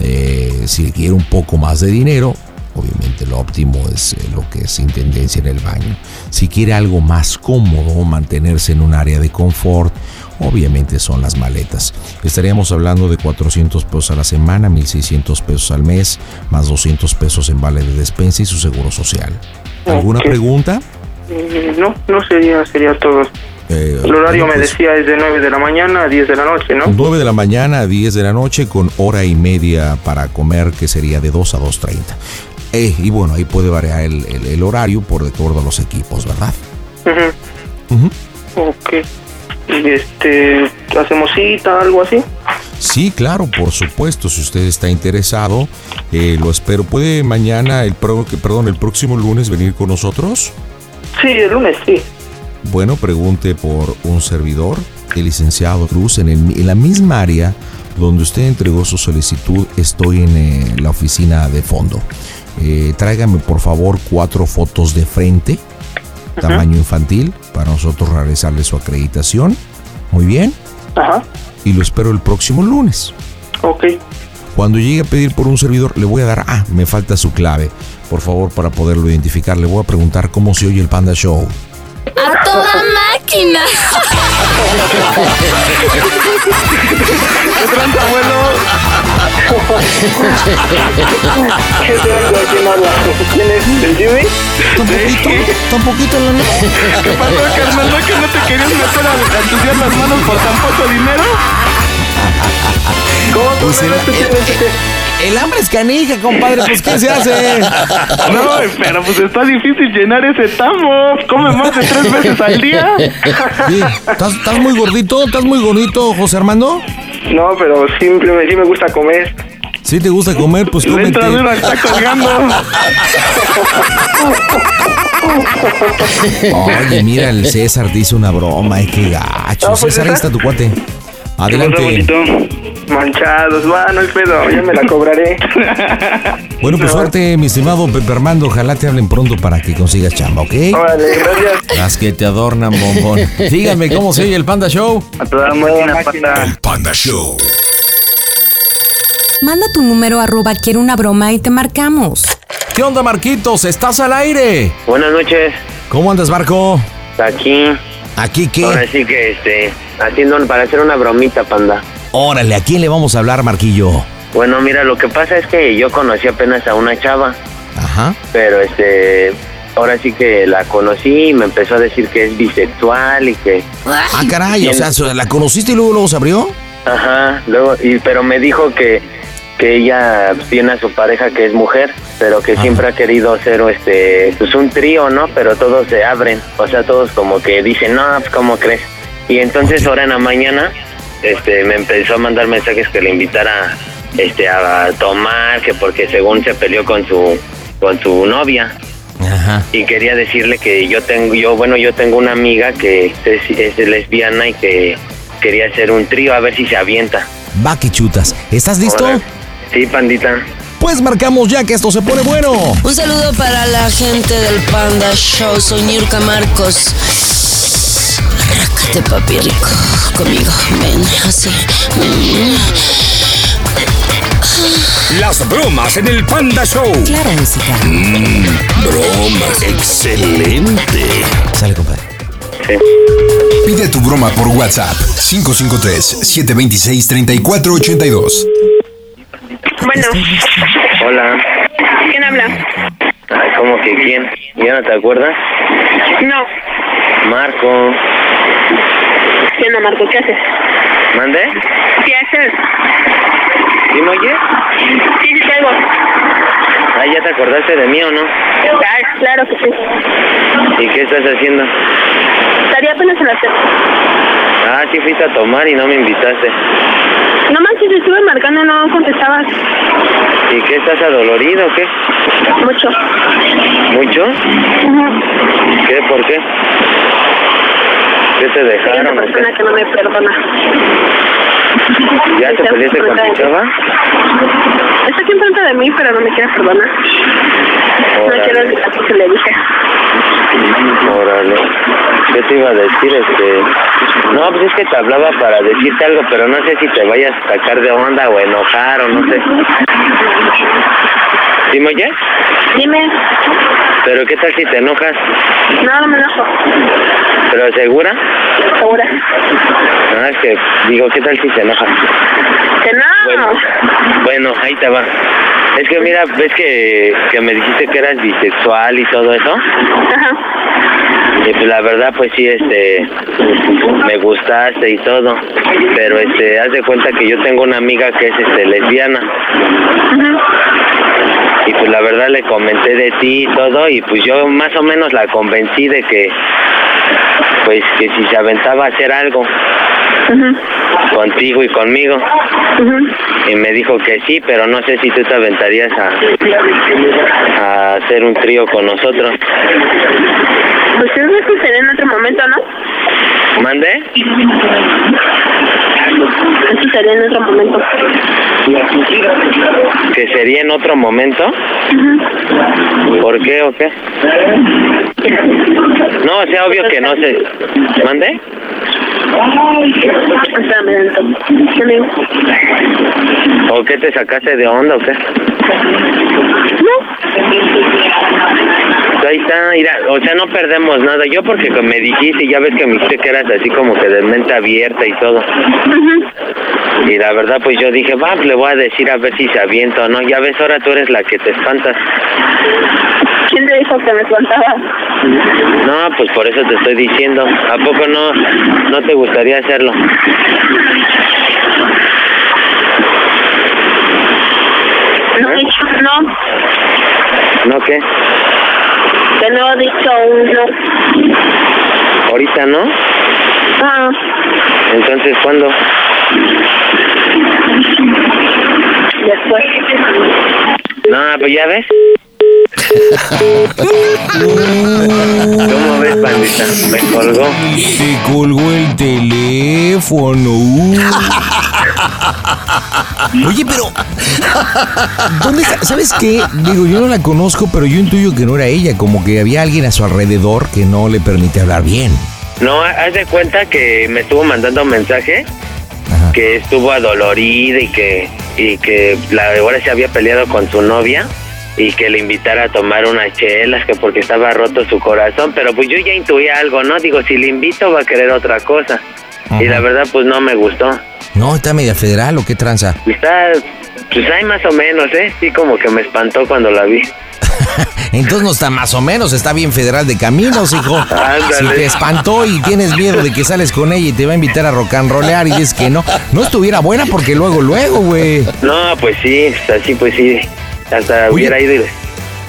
Speaker 2: eh, si quiere un poco más de dinero, obviamente lo óptimo es eh, lo que es intendencia en el baño. Si quiere algo más cómodo, mantenerse en un área de confort, obviamente son las maletas. Estaríamos hablando de 400 pesos a la semana, 1600 pesos al mes, más 200 pesos en vale de despensa y su seguro social. ¿Alguna
Speaker 5: Ok.
Speaker 2: pregunta?
Speaker 5: Mm, No, no sería, sería todo.
Speaker 2: Eh,
Speaker 5: El horario
Speaker 2: bueno,
Speaker 5: me
Speaker 2: pues,
Speaker 5: decía es de 9 de la mañana a 10 de la noche, ¿no?
Speaker 2: 9 de la mañana a 10 de la noche con hora y media para comer que sería de 2 a 2.30. Eh, y bueno, ahí puede variar el, el- el horario por de acuerdo a los equipos, ¿verdad?
Speaker 5: Ujú. Ok. Y este, ¿hacemos cita, algo así?
Speaker 2: Sí, claro, por supuesto, si usted está interesado, eh, lo espero. ¿Puede mañana, el pro- que- perdón, el próximo lunes venir con nosotros?
Speaker 5: Sí, el lunes sí.
Speaker 2: Bueno, pregunte por un servidor, el licenciado Cruz, en, el mi- en la misma área donde usted entregó su solicitud, estoy en eh, la oficina de fondo. Eh, tráigame por favor cuatro fotos de frente, tamaño infantil, para nosotros realizarle su acreditación. Muy bien. Y lo espero el próximo lunes.
Speaker 5: Ok.
Speaker 2: Cuando llegue a pedir por un servidor, le voy a dar, ah, me falta su clave, por favor, para poderlo identificar. Le voy a preguntar cómo se oye el Panda Show.
Speaker 9: A toda máquina. ¿Qué trampa, abuelo?
Speaker 5: ¿Qué te habla? ¿Quién habla? ¿Quién es? ¿El Jimmy?
Speaker 2: ¿Tampoquito? ¿Tampoquito la
Speaker 9: ¿Qué pasó, carnal? ¿No que no te querías meter a a ensuciar las manos por tan poco dinero?
Speaker 5: ¿Cómo
Speaker 9: pues el,
Speaker 2: el, hambre es canija, compadre. Pues, ¿qué se hace?
Speaker 14: No, pero pues está difícil llenar ese tamo. Come más de tres veces al día.
Speaker 2: Sí, ¿Estás, estás muy gordito? ¿Estás muy gordito, José Armando?
Speaker 5: No, pero siempre sí me gusta comer.
Speaker 2: ¿Sí te gusta comer? Pues
Speaker 5: Le
Speaker 2: cómete.
Speaker 5: entra duro al taco al gando.
Speaker 2: Oye, mira, el César te hizo una broma. Ay, qué gacho.
Speaker 5: Ah, pues,
Speaker 2: César, ahí está
Speaker 5: César.
Speaker 2: tu cuate. Adelante.
Speaker 5: Manchados, va, no hay pedo, yo me la cobraré.
Speaker 2: Bueno, pues suerte, mi estimado Pepe Armando. Ojalá te hablen pronto para que consigas chamba, ¿ok?
Speaker 5: Órale, gracias.
Speaker 2: Las que te adornan, bombón. Dígame, ¿cómo se oye el Panda Show?
Speaker 5: A toda máquina, panda.
Speaker 2: El Panda Show.
Speaker 18: Manda tu número arroba quiero una broma y te marcamos.
Speaker 2: ¿Qué onda, Marquitos? ¿Estás al aire?
Speaker 19: Buenas noches.
Speaker 2: ¿Cómo andas, Marco?
Speaker 19: Aquí.
Speaker 2: ¿Aquí qué?
Speaker 19: Ahora sí que, este, haciendo para hacer una bromita, panda.
Speaker 2: Órale, ¿a quién le vamos a hablar, Marquillo?
Speaker 19: Bueno, mira, lo que pasa es que yo conocí apenas a una chava,
Speaker 2: Ajá.
Speaker 19: pero este, ahora sí que la conocí y me empezó a decir que es bisexual y que,
Speaker 2: Ah, caray, o sea, ¿la conociste y luego, luego se abrió?
Speaker 19: ajá, luego, y, pero me dijo que, que ella tiene a su pareja que es mujer, pero que siempre ha querido hacer, este, pues un trío, ¿no? Pero todos se abren, o sea, todos como que dicen, no, pues, ¿cómo crees? Y entonces ahora en la mañana, este, me empezó a mandar mensajes que le invitara, este, a tomar, que porque según se peleó con su, con su novia
Speaker 2: Ajá.
Speaker 19: y quería decirle que yo tengo yo bueno yo tengo una amiga que es, es lesbiana y que quería hacer un trío a ver si se avienta
Speaker 2: Va que chutas. ¿Estás listo?
Speaker 19: Hola. sí pandita
Speaker 2: Pues marcamos ya que esto se pone bueno.
Speaker 7: Un saludo para la gente del Panda Show. Soy Nirka Marcos. Arrácate, papi rico. Conmigo, ven, así.
Speaker 9: Las bromas en el Panda Show.
Speaker 18: Claro, música.
Speaker 9: bromas. Excelente.
Speaker 2: Sale, compadre.
Speaker 1: Pide tu broma por WhatsApp 553-726-3482.
Speaker 12: Bueno,
Speaker 19: hola
Speaker 12: ¿quién habla?
Speaker 19: Ay, cómo que quién ya no te acuerdas
Speaker 12: No,
Speaker 19: Marco
Speaker 12: ¿quién no, Marco? ¿Qué haces?
Speaker 19: mande
Speaker 12: ¿Qué haces?
Speaker 19: ¿sí me oyes
Speaker 12: Sí, sí, te oigo.
Speaker 19: ah ya te acordaste de mí o no
Speaker 12: Ay, Ah, claro que sí.
Speaker 19: y qué estás haciendo
Speaker 12: Estaría apenas en la tercera.
Speaker 19: ah sí fuiste a tomar y no me invitaste
Speaker 12: No manches, estuve marcando, no contestabas
Speaker 19: y qué estás adolorido o qué
Speaker 12: mucho.
Speaker 19: mucho qué por qué qué te
Speaker 12: Soy una
Speaker 19: dejaron o qué?
Speaker 12: persona que no me perdona.
Speaker 19: ¿Ya te
Speaker 12: Está
Speaker 19: peleaste con
Speaker 12: enfrente
Speaker 19: tu
Speaker 12: de-
Speaker 19: chava?
Speaker 12: Está aquí enfrente de mí, pero no me quiere perdonar. No quiero olvidar lo que le dije.
Speaker 19: Órale. ¿Qué te iba a decir? Este... No, pues es que te hablaba para decirte algo, pero no sé si te vayas a sacar de onda o enojar o no sé. ¿Sí me oyes?
Speaker 12: Dime,
Speaker 19: Pero ¿qué tal si te enojas?
Speaker 12: no, no me enojo.
Speaker 19: ¿Pero segura?
Speaker 12: Segura.
Speaker 19: No, es Ah, que digo, ¿qué tal si te enojas?
Speaker 12: Que no.
Speaker 19: Bueno, ahí te va. Es que mira, ves que, que me dijiste que eras bisexual y todo eso. Y pues la verdad, pues sí, este, me gustaste y todo. Pero este, haz de cuenta que yo tengo una amiga que es este, lesbiana. Y pues la verdad le comenté de ti y todo. Y pues yo más o menos la convencí de que, pues que si se aventaba a hacer algo contigo y conmigo. Y me dijo que sí, pero no sé si tú te aventarías a, a hacer un trío con nosotros.
Speaker 12: Pues eso sería en otro momento, ¿no?
Speaker 19: ¿Mande?
Speaker 12: Eso sería en otro momento.
Speaker 19: ¿Que sería en otro momento? ¿Por qué o qué? No, o sea, obvio que no sé. ¿Mande?
Speaker 12: Espérame, tanto. ¿Qué me digo?
Speaker 19: ¿O qué te sacaste de onda o qué? Ahí está, mira, o sea, no perdemos nada. Yo porque me dijiste, ya ves que me dijiste que eras así como que de mente abierta y todo. Y la verdad, pues yo dije, va, le voy a decir a ver si se avienta o no. Ya ves, ahora tú eres la que te espantas.
Speaker 12: ¿Quién te dijo que me faltaba?
Speaker 19: No, pues por eso te estoy diciendo. ¿A poco no, no te gustaría hacerlo?
Speaker 12: No, he dicho no,
Speaker 19: ¿No qué?
Speaker 12: que no he dicho un no.
Speaker 19: ¿Ahorita no?
Speaker 12: Ah,
Speaker 19: Entonces, ¿cuándo?
Speaker 12: después.
Speaker 19: No, pues ya ves. ¿Cómo ves, pandita? Me colgó.
Speaker 2: Te colgó el teléfono. Oye, pero. ¿Dónde está? ¿Sabes qué? Digo, yo no la conozco, pero yo intuyo que no era ella. Como que había alguien a su alrededor que no le permite hablar bien.
Speaker 19: No, haz de cuenta que me estuvo mandando un mensaje que estuvo adolorida y que y que la ahora se había peleado con su novia y que le invitara a tomar unas chelas que porque estaba roto su corazón, pero pues yo ya intuía algo, ¿no? Digo, si le invito va a querer otra cosa. Y la verdad pues no me gustó.
Speaker 2: No, está media federal o qué tranza.
Speaker 19: Está pues hay más o menos, ¿eh? Sí como que me espantó cuando la vi.
Speaker 2: Entonces no está más o menos, está bien federal de caminos, hijo. Si te espantó y tienes miedo de que sales con ella y te va a invitar a rock and rollear y dices que no, no estuviera buena porque luego, luego, güey.
Speaker 19: No, pues sí, así pues sí. Hasta hubiera ido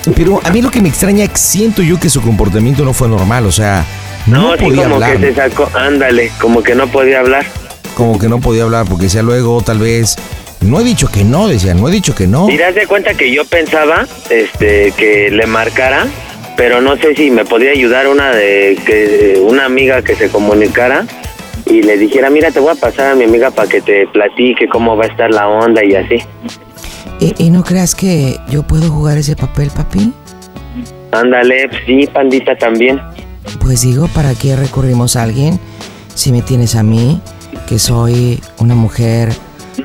Speaker 19: y-
Speaker 2: Pero a mí lo que me extraña es que siento yo que su comportamiento no fue normal, o sea, no,
Speaker 19: No, sí,
Speaker 2: podía
Speaker 19: como
Speaker 2: hablar.
Speaker 19: que se sacó, ándale, como que no podía hablar.
Speaker 2: Como que no podía hablar porque decía luego, tal vez. No he dicho que no, decía, no he dicho que no.
Speaker 19: Y das de cuenta que yo pensaba este que le marcara, pero no sé si me podía ayudar una de que eh, una amiga que se comunicara y le dijera, "Mira, te voy a pasar a mi amiga para que te platique cómo va a estar la onda y así."
Speaker 17: ¿Y, y no creas que yo puedo jugar ese papel, papi?
Speaker 19: Ándale, pues sí, pandita también.
Speaker 17: Pues digo, ¿para qué recurrimos a alguien si me tienes a mí, que soy una mujer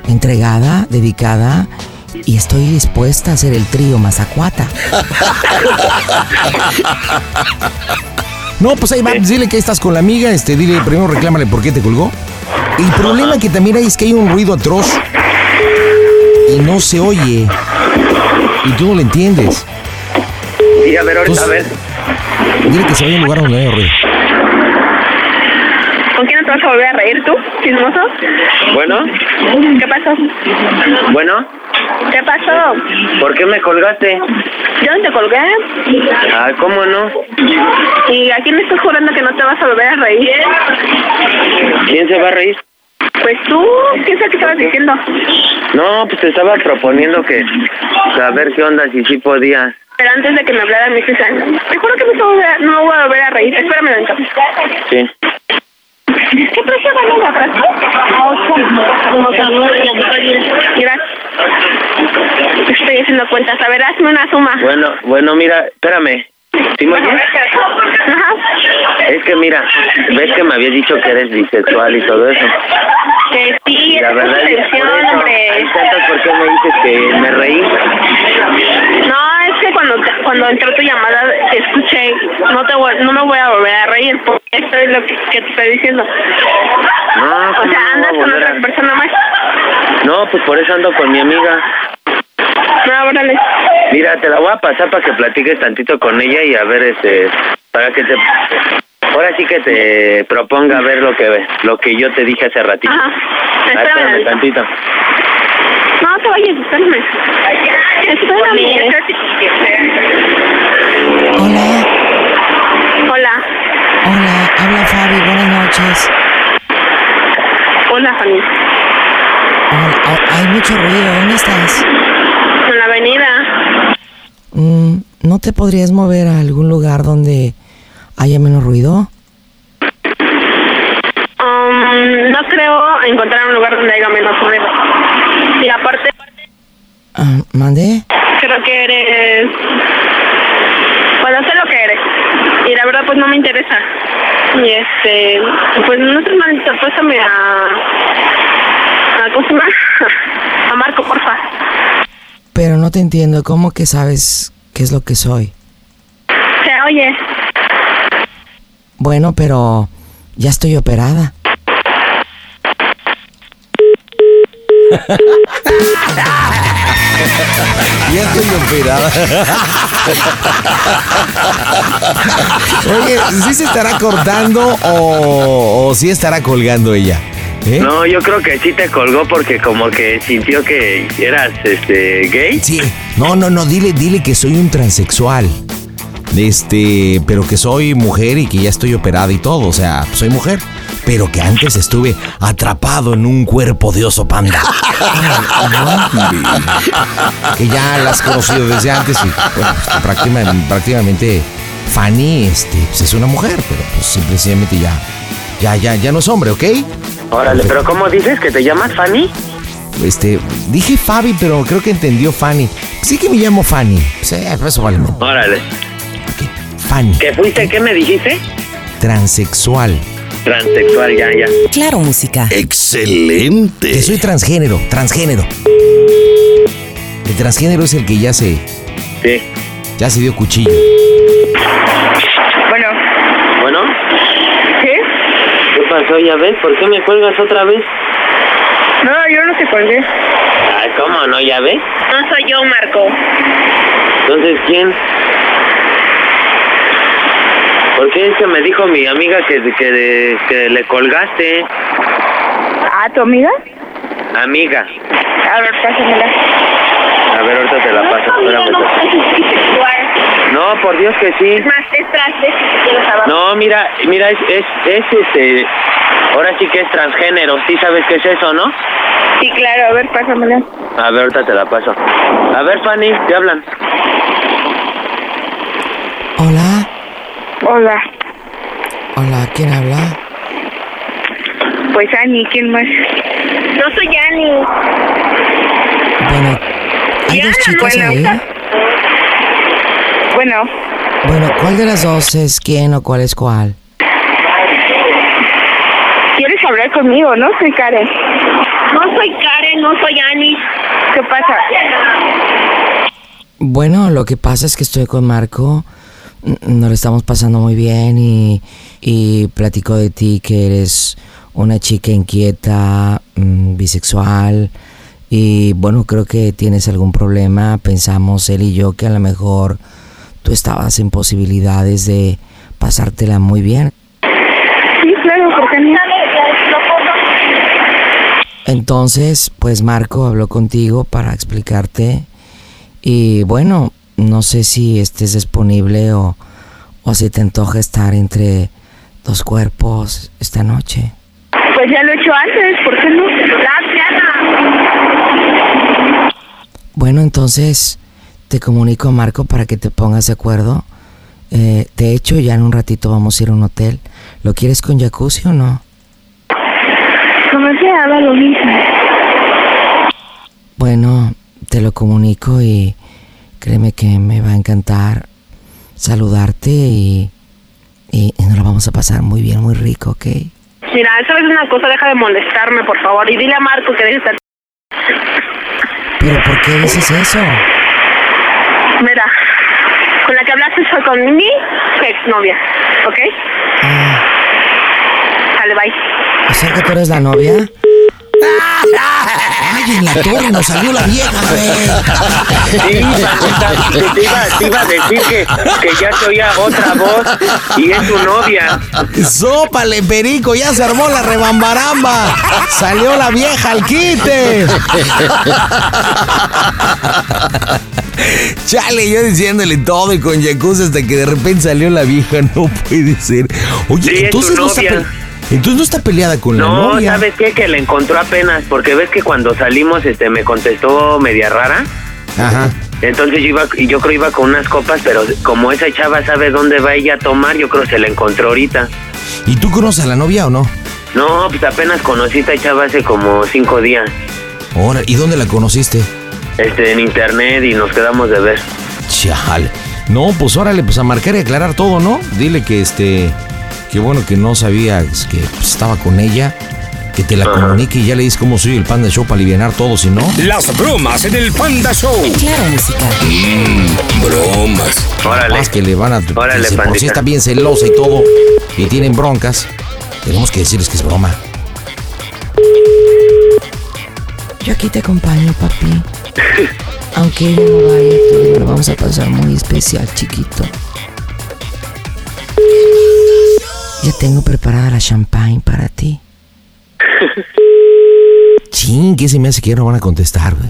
Speaker 17: entregada, dedicada y estoy dispuesta a hacer el trío Mazacuata?
Speaker 2: No, pues ahí va,
Speaker 19: eh.
Speaker 2: pues dile que ahí estás con la amiga, este, dile, primero reclámale por qué te colgó. El problema que también hay es que hay un ruido atroz y no se oye y tú no lo entiendes.
Speaker 19: Sí, a ver, ahorita, a ver.
Speaker 2: Dile que se vaya a un lugar donde no haya ruido.
Speaker 12: ¿Con quién no te vas a volver a reír tú, chismoso?
Speaker 19: Bueno,
Speaker 12: ¿Qué pasó?
Speaker 19: bueno,
Speaker 12: ¿Qué pasó?
Speaker 19: ¿por qué me colgaste?
Speaker 12: Yo no te colgué.
Speaker 19: Ah, ¿cómo no?
Speaker 12: ¿Y a quién le estás jurando que no te vas a volver a reír?
Speaker 19: ¿Quién se va a reír?
Speaker 12: Pues tú, ¿qué es lo que estabas diciendo?
Speaker 19: No, pues te estaba proponiendo que saber qué onda si sí podías.
Speaker 12: Pero antes de que me hablara mi Susan, te juro que me estaba volver- no me voy a volver a reír. Espérame un momento.
Speaker 19: Sí.
Speaker 12: ¿Qué precio vale la frase? Gracias. Estoy haciendo cuentas. A ver, hazme una suma.
Speaker 19: Bueno, bueno, mira, espérame. ¿Sí me oyes? Es que mira, ves que me habías dicho que eres bisexual y todo eso.
Speaker 12: Que sí,
Speaker 19: La
Speaker 12: es una
Speaker 19: verdad es que
Speaker 12: atención,
Speaker 19: por eso-
Speaker 12: hombre.
Speaker 19: ¿Por qué me dices que me reí?
Speaker 12: No, Ah, es que cuando, te- cuando cuando entró tu llamada te escuché, no te voy- no me voy a volver a reír porque esto es lo que, que te estoy diciendo.
Speaker 19: No,
Speaker 12: o
Speaker 19: ¿cómo
Speaker 12: sea,
Speaker 19: no
Speaker 12: andas
Speaker 19: voy a
Speaker 12: con
Speaker 19: volver a-
Speaker 12: otra persona más.
Speaker 19: No, pues por eso ando con mi amiga.
Speaker 12: No, Ah, órale.
Speaker 19: Mira, te la voy a pasar para que platiques tantito con ella y a ver, este, para que te, ahora sí que te proponga ver lo que, lo que yo te dije hace ratito. Ah,
Speaker 12: Espérame.
Speaker 19: Espérame tantito.
Speaker 12: No te vayas, espérame. Espérame. Hola.
Speaker 17: Hola, habla Fabi, buenas noches.
Speaker 12: Hola, Fanny.
Speaker 17: Hola, oh, hay mucho ruido, ¿dónde estás?
Speaker 12: En la avenida.
Speaker 17: Mm, ¿No te podrías mover a algún lugar donde haya menos ruido?
Speaker 12: Um, no creo encontrar un lugar donde haya menos ruido. Y aparte,
Speaker 17: Ah, ¿Mandé?
Speaker 12: creo que eres... Bueno, sé lo que eres. Y la verdad, pues no me interesa. Y este... Pues no te malito, pásame a... a ¿Cómo se llama? A Marco, porfa.
Speaker 17: Pero no te entiendo, ¿cómo que sabes qué es lo que soy?
Speaker 12: O sea, oye,
Speaker 17: Bueno, pero ya estoy operada.
Speaker 2: Ya estoy operada. Oye, ¿sí se estará cortando o, o sí estará colgando ella? ¿Eh?
Speaker 19: No, yo creo que sí te colgó porque como que sintió que eras, este, gay.
Speaker 2: Sí. No, no, no, dile, dile que soy un transexual. Este, pero que soy mujer y que ya estoy operada y todo, o sea, soy mujer, pero que antes estuve atrapado en un cuerpo de oso panda. que ya las has conocido desde antes y bueno, pues, práctima- prácticamente Fanny este, pues, es una mujer, pero pues simplemente ya, ya, ya, ya no es hombre, ¿ok?
Speaker 19: Órale, pero ¿cómo dices que te llamas Fanny?
Speaker 2: Este, dije Fabi, pero creo que entendió Fanny. Sí que me llamo Fanny. Pues, eh, eso vale. madre.
Speaker 19: Órale.
Speaker 2: Fanny,
Speaker 19: ¿Que fuiste, qué me dijiste?
Speaker 2: transexual.
Speaker 19: Transexual, ya, ya.
Speaker 20: Claro, música.
Speaker 2: Excelente. Que soy transgénero, transgénero. El transgénero es el que ya se.
Speaker 19: Sí.
Speaker 2: Ya se dio cuchillo.
Speaker 19: Bueno. ¿Bueno? ¿Qué? ¿Qué pasó? ¿Ya ves? ¿Por qué me cuelgas otra vez?
Speaker 12: No, yo no te colgué.
Speaker 19: Ay, ¿cómo no? ¿Ya ves?
Speaker 12: no soy yo, Marco.
Speaker 19: Entonces, ¿quién? Porque es que me dijo mi amiga que, que, que le colgaste.
Speaker 12: ¿A tu amiga?
Speaker 19: Amiga.
Speaker 12: A ver, pásamela.
Speaker 19: A ver, ahorita te la paso. espérame.
Speaker 12: No, es bisexual.
Speaker 19: No, por Dios que sí.
Speaker 12: Es más, es trans, es si quieres saber.
Speaker 19: No, mira, mira, es, es, es este... Ahora sí que es transgénero. Sí sabes qué es eso, ¿no?
Speaker 12: Sí, claro, a ver, pásamela.
Speaker 19: A ver, ahorita te la paso. A ver, Fanny, te hablan.
Speaker 17: Hola,
Speaker 8: Hola,
Speaker 17: hola, ¿quién habla?
Speaker 8: pues Ani, ¿quién más?
Speaker 12: No soy Ani.
Speaker 17: Bueno, ¿hay dos chicas ahí?
Speaker 8: Bueno,
Speaker 17: Bueno, ¿cuál de las dos es quién o cuál es cuál?
Speaker 8: ¿quieres hablar conmigo? No soy Karen.
Speaker 12: No soy Karen, no soy Ani.
Speaker 8: ¿Qué pasa?
Speaker 17: Bueno, lo que pasa es que estoy con Marco, n- nos lo estamos pasando muy bien y, y platico de ti que eres una chica inquieta, mm, bisexual y bueno, creo que tienes algún problema. Pensamos él y yo que a lo mejor tú estabas en posibilidades de pasártela muy bien.
Speaker 8: Sí, claro, ¿por qué no?
Speaker 17: Entonces, pues Marco habló contigo para explicarte y bueno, no sé si estés disponible o, o si te antoja estar entre dos cuerpos esta noche.
Speaker 8: Pues ya lo he hecho antes, ¿por qué no?
Speaker 17: Bueno, entonces te comunico Marco para que te pongas de acuerdo. Eh, de hecho, ya en un ratito vamos a ir a un hotel. ¿Lo quieres con jacuzzi o no?
Speaker 8: Como sea, da lo mismo.
Speaker 17: Bueno, te lo comunico y créeme que me va a encantar saludarte y, y, y nos lo vamos a pasar muy bien, muy rico, ¿ok?
Speaker 12: Mira, sabes una cosa, deja de molestarme, por favor, y dile a Marco que deje estar.
Speaker 17: Pero ¿por qué dices eso?
Speaker 12: Mira,
Speaker 21: con la que hablaste fue con mi exnovia, ¿ok? Sale, bye.
Speaker 17: O sea Ah, que tú eres la novia.
Speaker 22: Ay, en la torre nos salió la vieja,
Speaker 19: Sí, Paquita, que te, iba, te iba a decir que, que ya se oía otra voz y es tu novia.
Speaker 2: Sópale, perico, ya se armó la rebambaramba. Salió la vieja al quite. Chale, yo diciéndole todo y con Yakuza hasta que de repente salió la vieja, no puede ser. Oye,
Speaker 19: Sí, es tu
Speaker 2: entonces, no está
Speaker 19: novia.
Speaker 2: pe- entonces no está peleada con la
Speaker 19: No,
Speaker 2: novia.
Speaker 19: ¿sabes qué? Que la encontró apenas, porque ves que cuando salimos este me contestó media rara.
Speaker 2: Ajá.
Speaker 19: Entonces yo iba, y yo creo iba con unas copas, pero como esa chava sabe dónde va ella a tomar, yo creo se la encontró ahorita.
Speaker 2: ¿Y tú conoces a la novia o no?
Speaker 19: No, pues apenas conocí a esta chava hace como cinco días,
Speaker 2: Ahora, ¿y dónde la conociste?
Speaker 19: este, en internet y nos quedamos de ver.
Speaker 2: Chale. No, pues órale, pues a marcar y aclarar todo, ¿no? Dile que este. Que bueno que no sabía es que pues, estaba con ella. Que te la comunique y ya le dices cómo soy el panda show para aliviar todo, si no.
Speaker 9: Las bromas en el Panda Show.
Speaker 23: Claro, música.
Speaker 9: bromas.
Speaker 19: Órale.
Speaker 2: Mm, que le van a. que
Speaker 9: Órale,
Speaker 2: si por si
Speaker 9: pandita.
Speaker 2: está bien celosa y todo. Y tienen broncas. Tenemos que decirles que es broma.
Speaker 17: Yo aquí te acompaño, papi. Aunque ella no vaya, tú y yo lo vamos a pasar muy especial, chiquito. Ya tengo preparada la champagne para ti.
Speaker 2: Ching, que se me hace que ya no van a contestar, güey.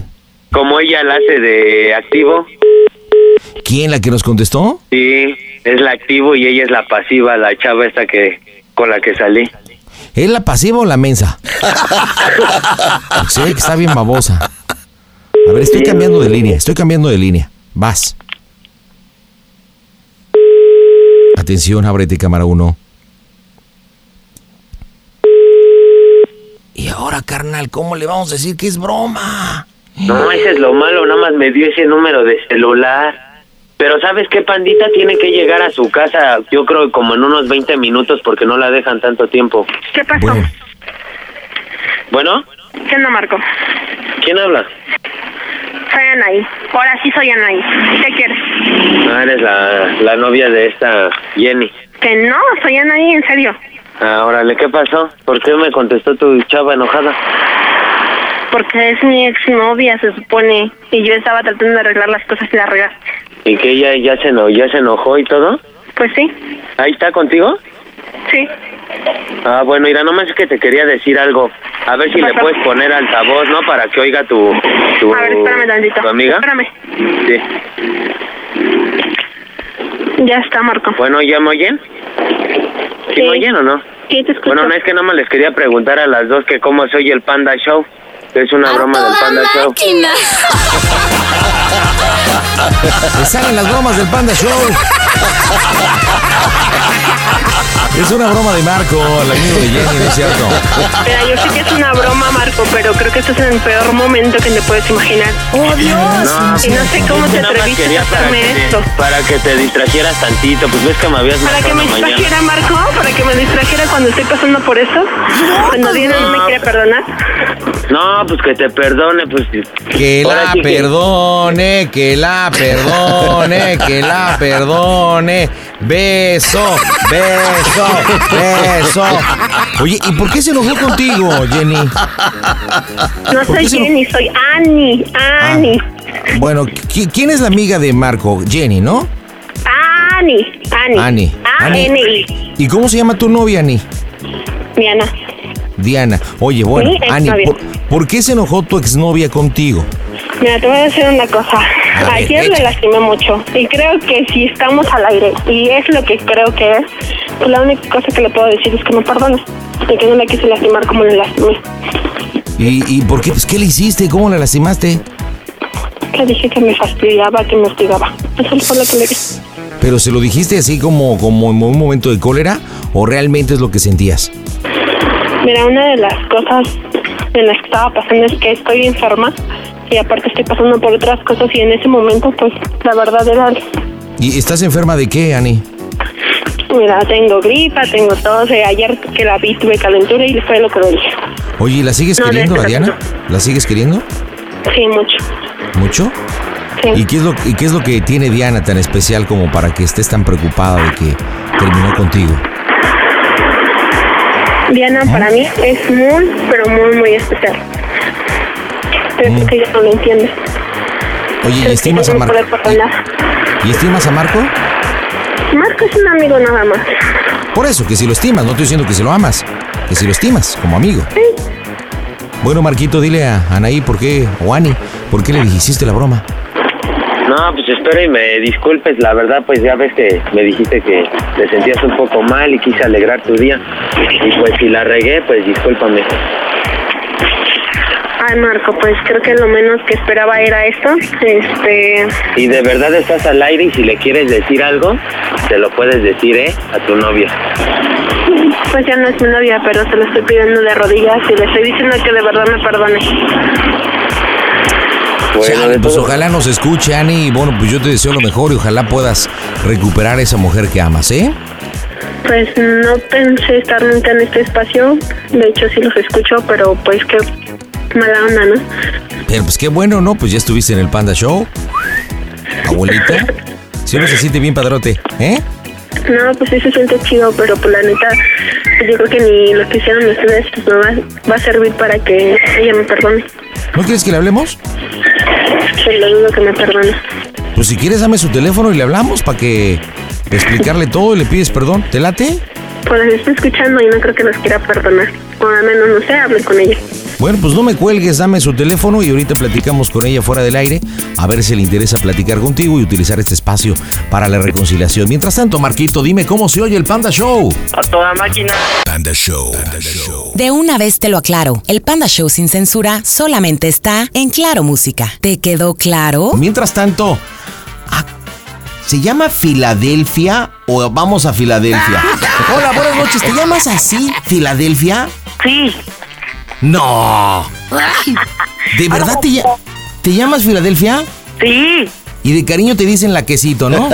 Speaker 19: Como ella la hace de activo,
Speaker 2: ¿Quién la que nos contestó?
Speaker 19: sí, es la activo y ella es la pasiva, la chava esta que con la que salí.
Speaker 2: ¿Es la pasiva o la mensa? Porque se ve que está bien babosa. A ver, estoy cambiando de línea, estoy cambiando de línea. Vas. Atención, ábrete cámara 1. Y ahora, carnal, ¿cómo le vamos a decir que es broma?
Speaker 19: No, ese es lo malo, nada más me dio ese número de celular. Pero ¿sabes qué, pandita? Tiene que llegar a su casa, yo creo como en unos 20 minutos porque no la dejan tanto tiempo.
Speaker 12: ¿Qué pasó?
Speaker 19: Bueno,
Speaker 12: ¿Qué no Marco?
Speaker 19: ¿quién habla?
Speaker 12: Soy Anaí. Ahora sí soy Anaí. ¿Qué quieres?
Speaker 19: Ah, eres la, la novia de esta Jenny.
Speaker 12: Que no, soy Anaí, en serio.
Speaker 19: Ah, órale, ¿qué pasó? ¿Por qué me contestó tu chava enojada?
Speaker 12: Porque es mi exnovia, se supone. Y yo estaba tratando de arreglar las cosas y la arreglar.
Speaker 19: ¿Y que ella ya se, eno- ya se enojó y todo?
Speaker 12: Pues sí,
Speaker 19: ¿Ahí está contigo?
Speaker 12: sí.
Speaker 19: Ah, bueno, mira, nomás es que te quería decir algo. A ver si le puedes poner altavoz, ¿no? Para que oiga tu... tu
Speaker 12: A ver, espérame tantito.
Speaker 19: ¿Tu amiga?
Speaker 12: Espérame.
Speaker 19: Sí.
Speaker 12: Ya está, Marco.
Speaker 19: Bueno, ¿ya me oyen? ¿Sí, me oyen o no?
Speaker 12: Sí, te escucho.
Speaker 19: Bueno, no es que nada más les quería preguntar a las dos que cómo soy el Panda Show. Es una broma del Panda Show.
Speaker 2: Se salen las bromas del Panda Show. Es una broma de Marco, el amigo de Jenny, ¿no es cierto?
Speaker 12: Mira, yo sé que es una broma, Marco, pero creo que este es el peor momento que te puedes imaginar. ¡Oh,
Speaker 19: No,
Speaker 12: y no sé cómo te
Speaker 19: nada más
Speaker 12: atreviste
Speaker 19: quería
Speaker 12: a
Speaker 19: para
Speaker 12: hacerme
Speaker 19: que,
Speaker 12: esto.
Speaker 19: para que te distrajeras tantito, pues ves que me habías
Speaker 12: Para
Speaker 19: marcado
Speaker 12: que me
Speaker 19: en la mañana.
Speaker 12: distrajera, Marco, para que me distrajera cuando estoy pasando por eso. Cuando Diana no me quiere perdonar.
Speaker 19: No, pues que te perdone, pues.
Speaker 2: Que
Speaker 19: Ahora
Speaker 2: la
Speaker 19: sí que-
Speaker 2: Ah, perdone, que la perdone, que la perdone. Beso, beso, beso. Oye, ¿y por qué se enojó contigo, Jenny?
Speaker 12: No
Speaker 2: ¿Por
Speaker 12: soy
Speaker 2: qué se
Speaker 12: Jenny, soy Annie, Annie,
Speaker 2: enojó? Bueno, ¿qui- ¿quién es la amiga de Marco? Jenny, ¿no?
Speaker 12: Annie, Annie.
Speaker 2: Ani.
Speaker 12: Ah, A-N-I.
Speaker 2: ¿Y cómo se llama tu novia, Ani?
Speaker 12: Diana.
Speaker 2: Diana. Oye, bueno,
Speaker 12: Sí,
Speaker 2: Ani,
Speaker 12: exnovia.
Speaker 2: ¿por, por qué se enojó tu exnovia contigo?
Speaker 12: Mira, te voy a decir una cosa.
Speaker 2: ver,
Speaker 12: Ayer le lastimé mucho y creo que si estamos al aire y es lo que creo que es, pues la única cosa que le puedo decir es que me perdone y que no la quise lastimar como le lastimé.
Speaker 2: ¿Y, y por qué? Pues, ¿Qué le hiciste? ¿Cómo la lastimaste?
Speaker 12: Le dije que me fastidiaba, que me hostigaba. Eso fue lo que le dije.
Speaker 2: ¿Pero se lo dijiste así como, como en un momento de cólera o realmente es lo que sentías?
Speaker 12: Mira, una de las cosas en las que estaba pasando es que estoy enferma y aparte estoy pasando por otras cosas y en ese momento, pues la verdad era,
Speaker 2: ¿Y estás enferma de qué, Ani?
Speaker 12: mira, tengo gripa, tengo todo. O sea, ayer que la vi tuve calentura y fue lo que le dije.
Speaker 2: Oye, ¿la sigues
Speaker 12: No, de este
Speaker 2: queriendo,
Speaker 12: eso
Speaker 2: a Diana? ¿La sigues queriendo?
Speaker 12: Sí, mucho.
Speaker 2: ¿Mucho?
Speaker 7: Sí.
Speaker 2: ¿Y qué, es lo, y qué es lo que tiene Diana tan especial como para que estés tan preocupada de que terminó contigo?
Speaker 7: Diana para mí es muy, pero muy, muy especial. Creo que ella no lo entiende.
Speaker 2: Oye, ¿y estimas a,
Speaker 7: No
Speaker 2: Mar-
Speaker 7: puede perdonar.
Speaker 2: ¿y estimas a Marco?
Speaker 7: Marco es un amigo nada más.
Speaker 2: Por eso, que si lo estimas, no estoy diciendo que si lo amas, que si lo estimas como amigo. Bueno, Marquito, dile a Anaí por qué, o Ani, por qué le dijiste la broma.
Speaker 19: No, pues espero y me disculpes, la verdad pues ya ves que me dijiste que te sentías un poco mal y quise alegrar tu día. Y pues si la regué, pues discúlpame.
Speaker 7: Ay, Marco, pues creo que lo menos que esperaba era esto. Este,
Speaker 19: Y de verdad estás al aire y si le quieres decir algo, te lo puedes decir, ¿eh? A tu novia.
Speaker 7: pues ya no es mi novia, pero se lo estoy pidiendo de rodillas y le estoy diciendo que de verdad me perdone.
Speaker 2: Chale, pues ojalá nos escuche, Ani, y bueno, pues yo te deseo lo mejor y ojalá puedas recuperar a esa mujer que amas, ¿eh?
Speaker 7: Pues no pensé estar nunca en este espacio. De hecho, sí los escucho, pero pues qué mala onda, ¿no?
Speaker 2: Pero pues qué bueno, ¿no? Pues ya estuviste en el Panda Show. Abuelita. Si uno se siente bien padrote, ¿eh?
Speaker 7: No, pues sí se siente chido, pero pues la neta, pues, yo creo que ni lo que hicieron ustedes pues, no va, va a servir para que ella me perdone.
Speaker 2: ¿No quieres que le hablemos?
Speaker 7: Pues lo dudo que me perdone.
Speaker 2: Pues si quieres, dame su teléfono y le hablamos para que explicarle todo y le pides perdón. ¿Te late?
Speaker 7: Pues las estoy escuchando y no creo que los quiera perdonar. O al menos, no sé, hable con ella.
Speaker 2: Bueno, pues no me cuelgues, dame su teléfono y ahorita platicamos con ella fuera del aire a ver si le interesa platicar contigo y utilizar este espacio para la reconciliación. Mientras tanto, Marquito, dime cómo se oye el Panda Show.
Speaker 24: A toda máquina.
Speaker 25: Panda Show.
Speaker 26: De una vez te lo aclaro, el Panda Show sin censura solamente está en Claro Música. ¿Te quedó claro?
Speaker 2: Mientras tanto, ah, ¿se llama Filadelfia o vamos a Filadelfia? Hola, buenas noches, ¿te llamas así, Filadelfia?
Speaker 7: Sí.
Speaker 2: No. ¿De verdad te, lla- te llamas Filadelfia?
Speaker 7: Sí.
Speaker 2: Y de cariño te dicen la quesito, ¿no?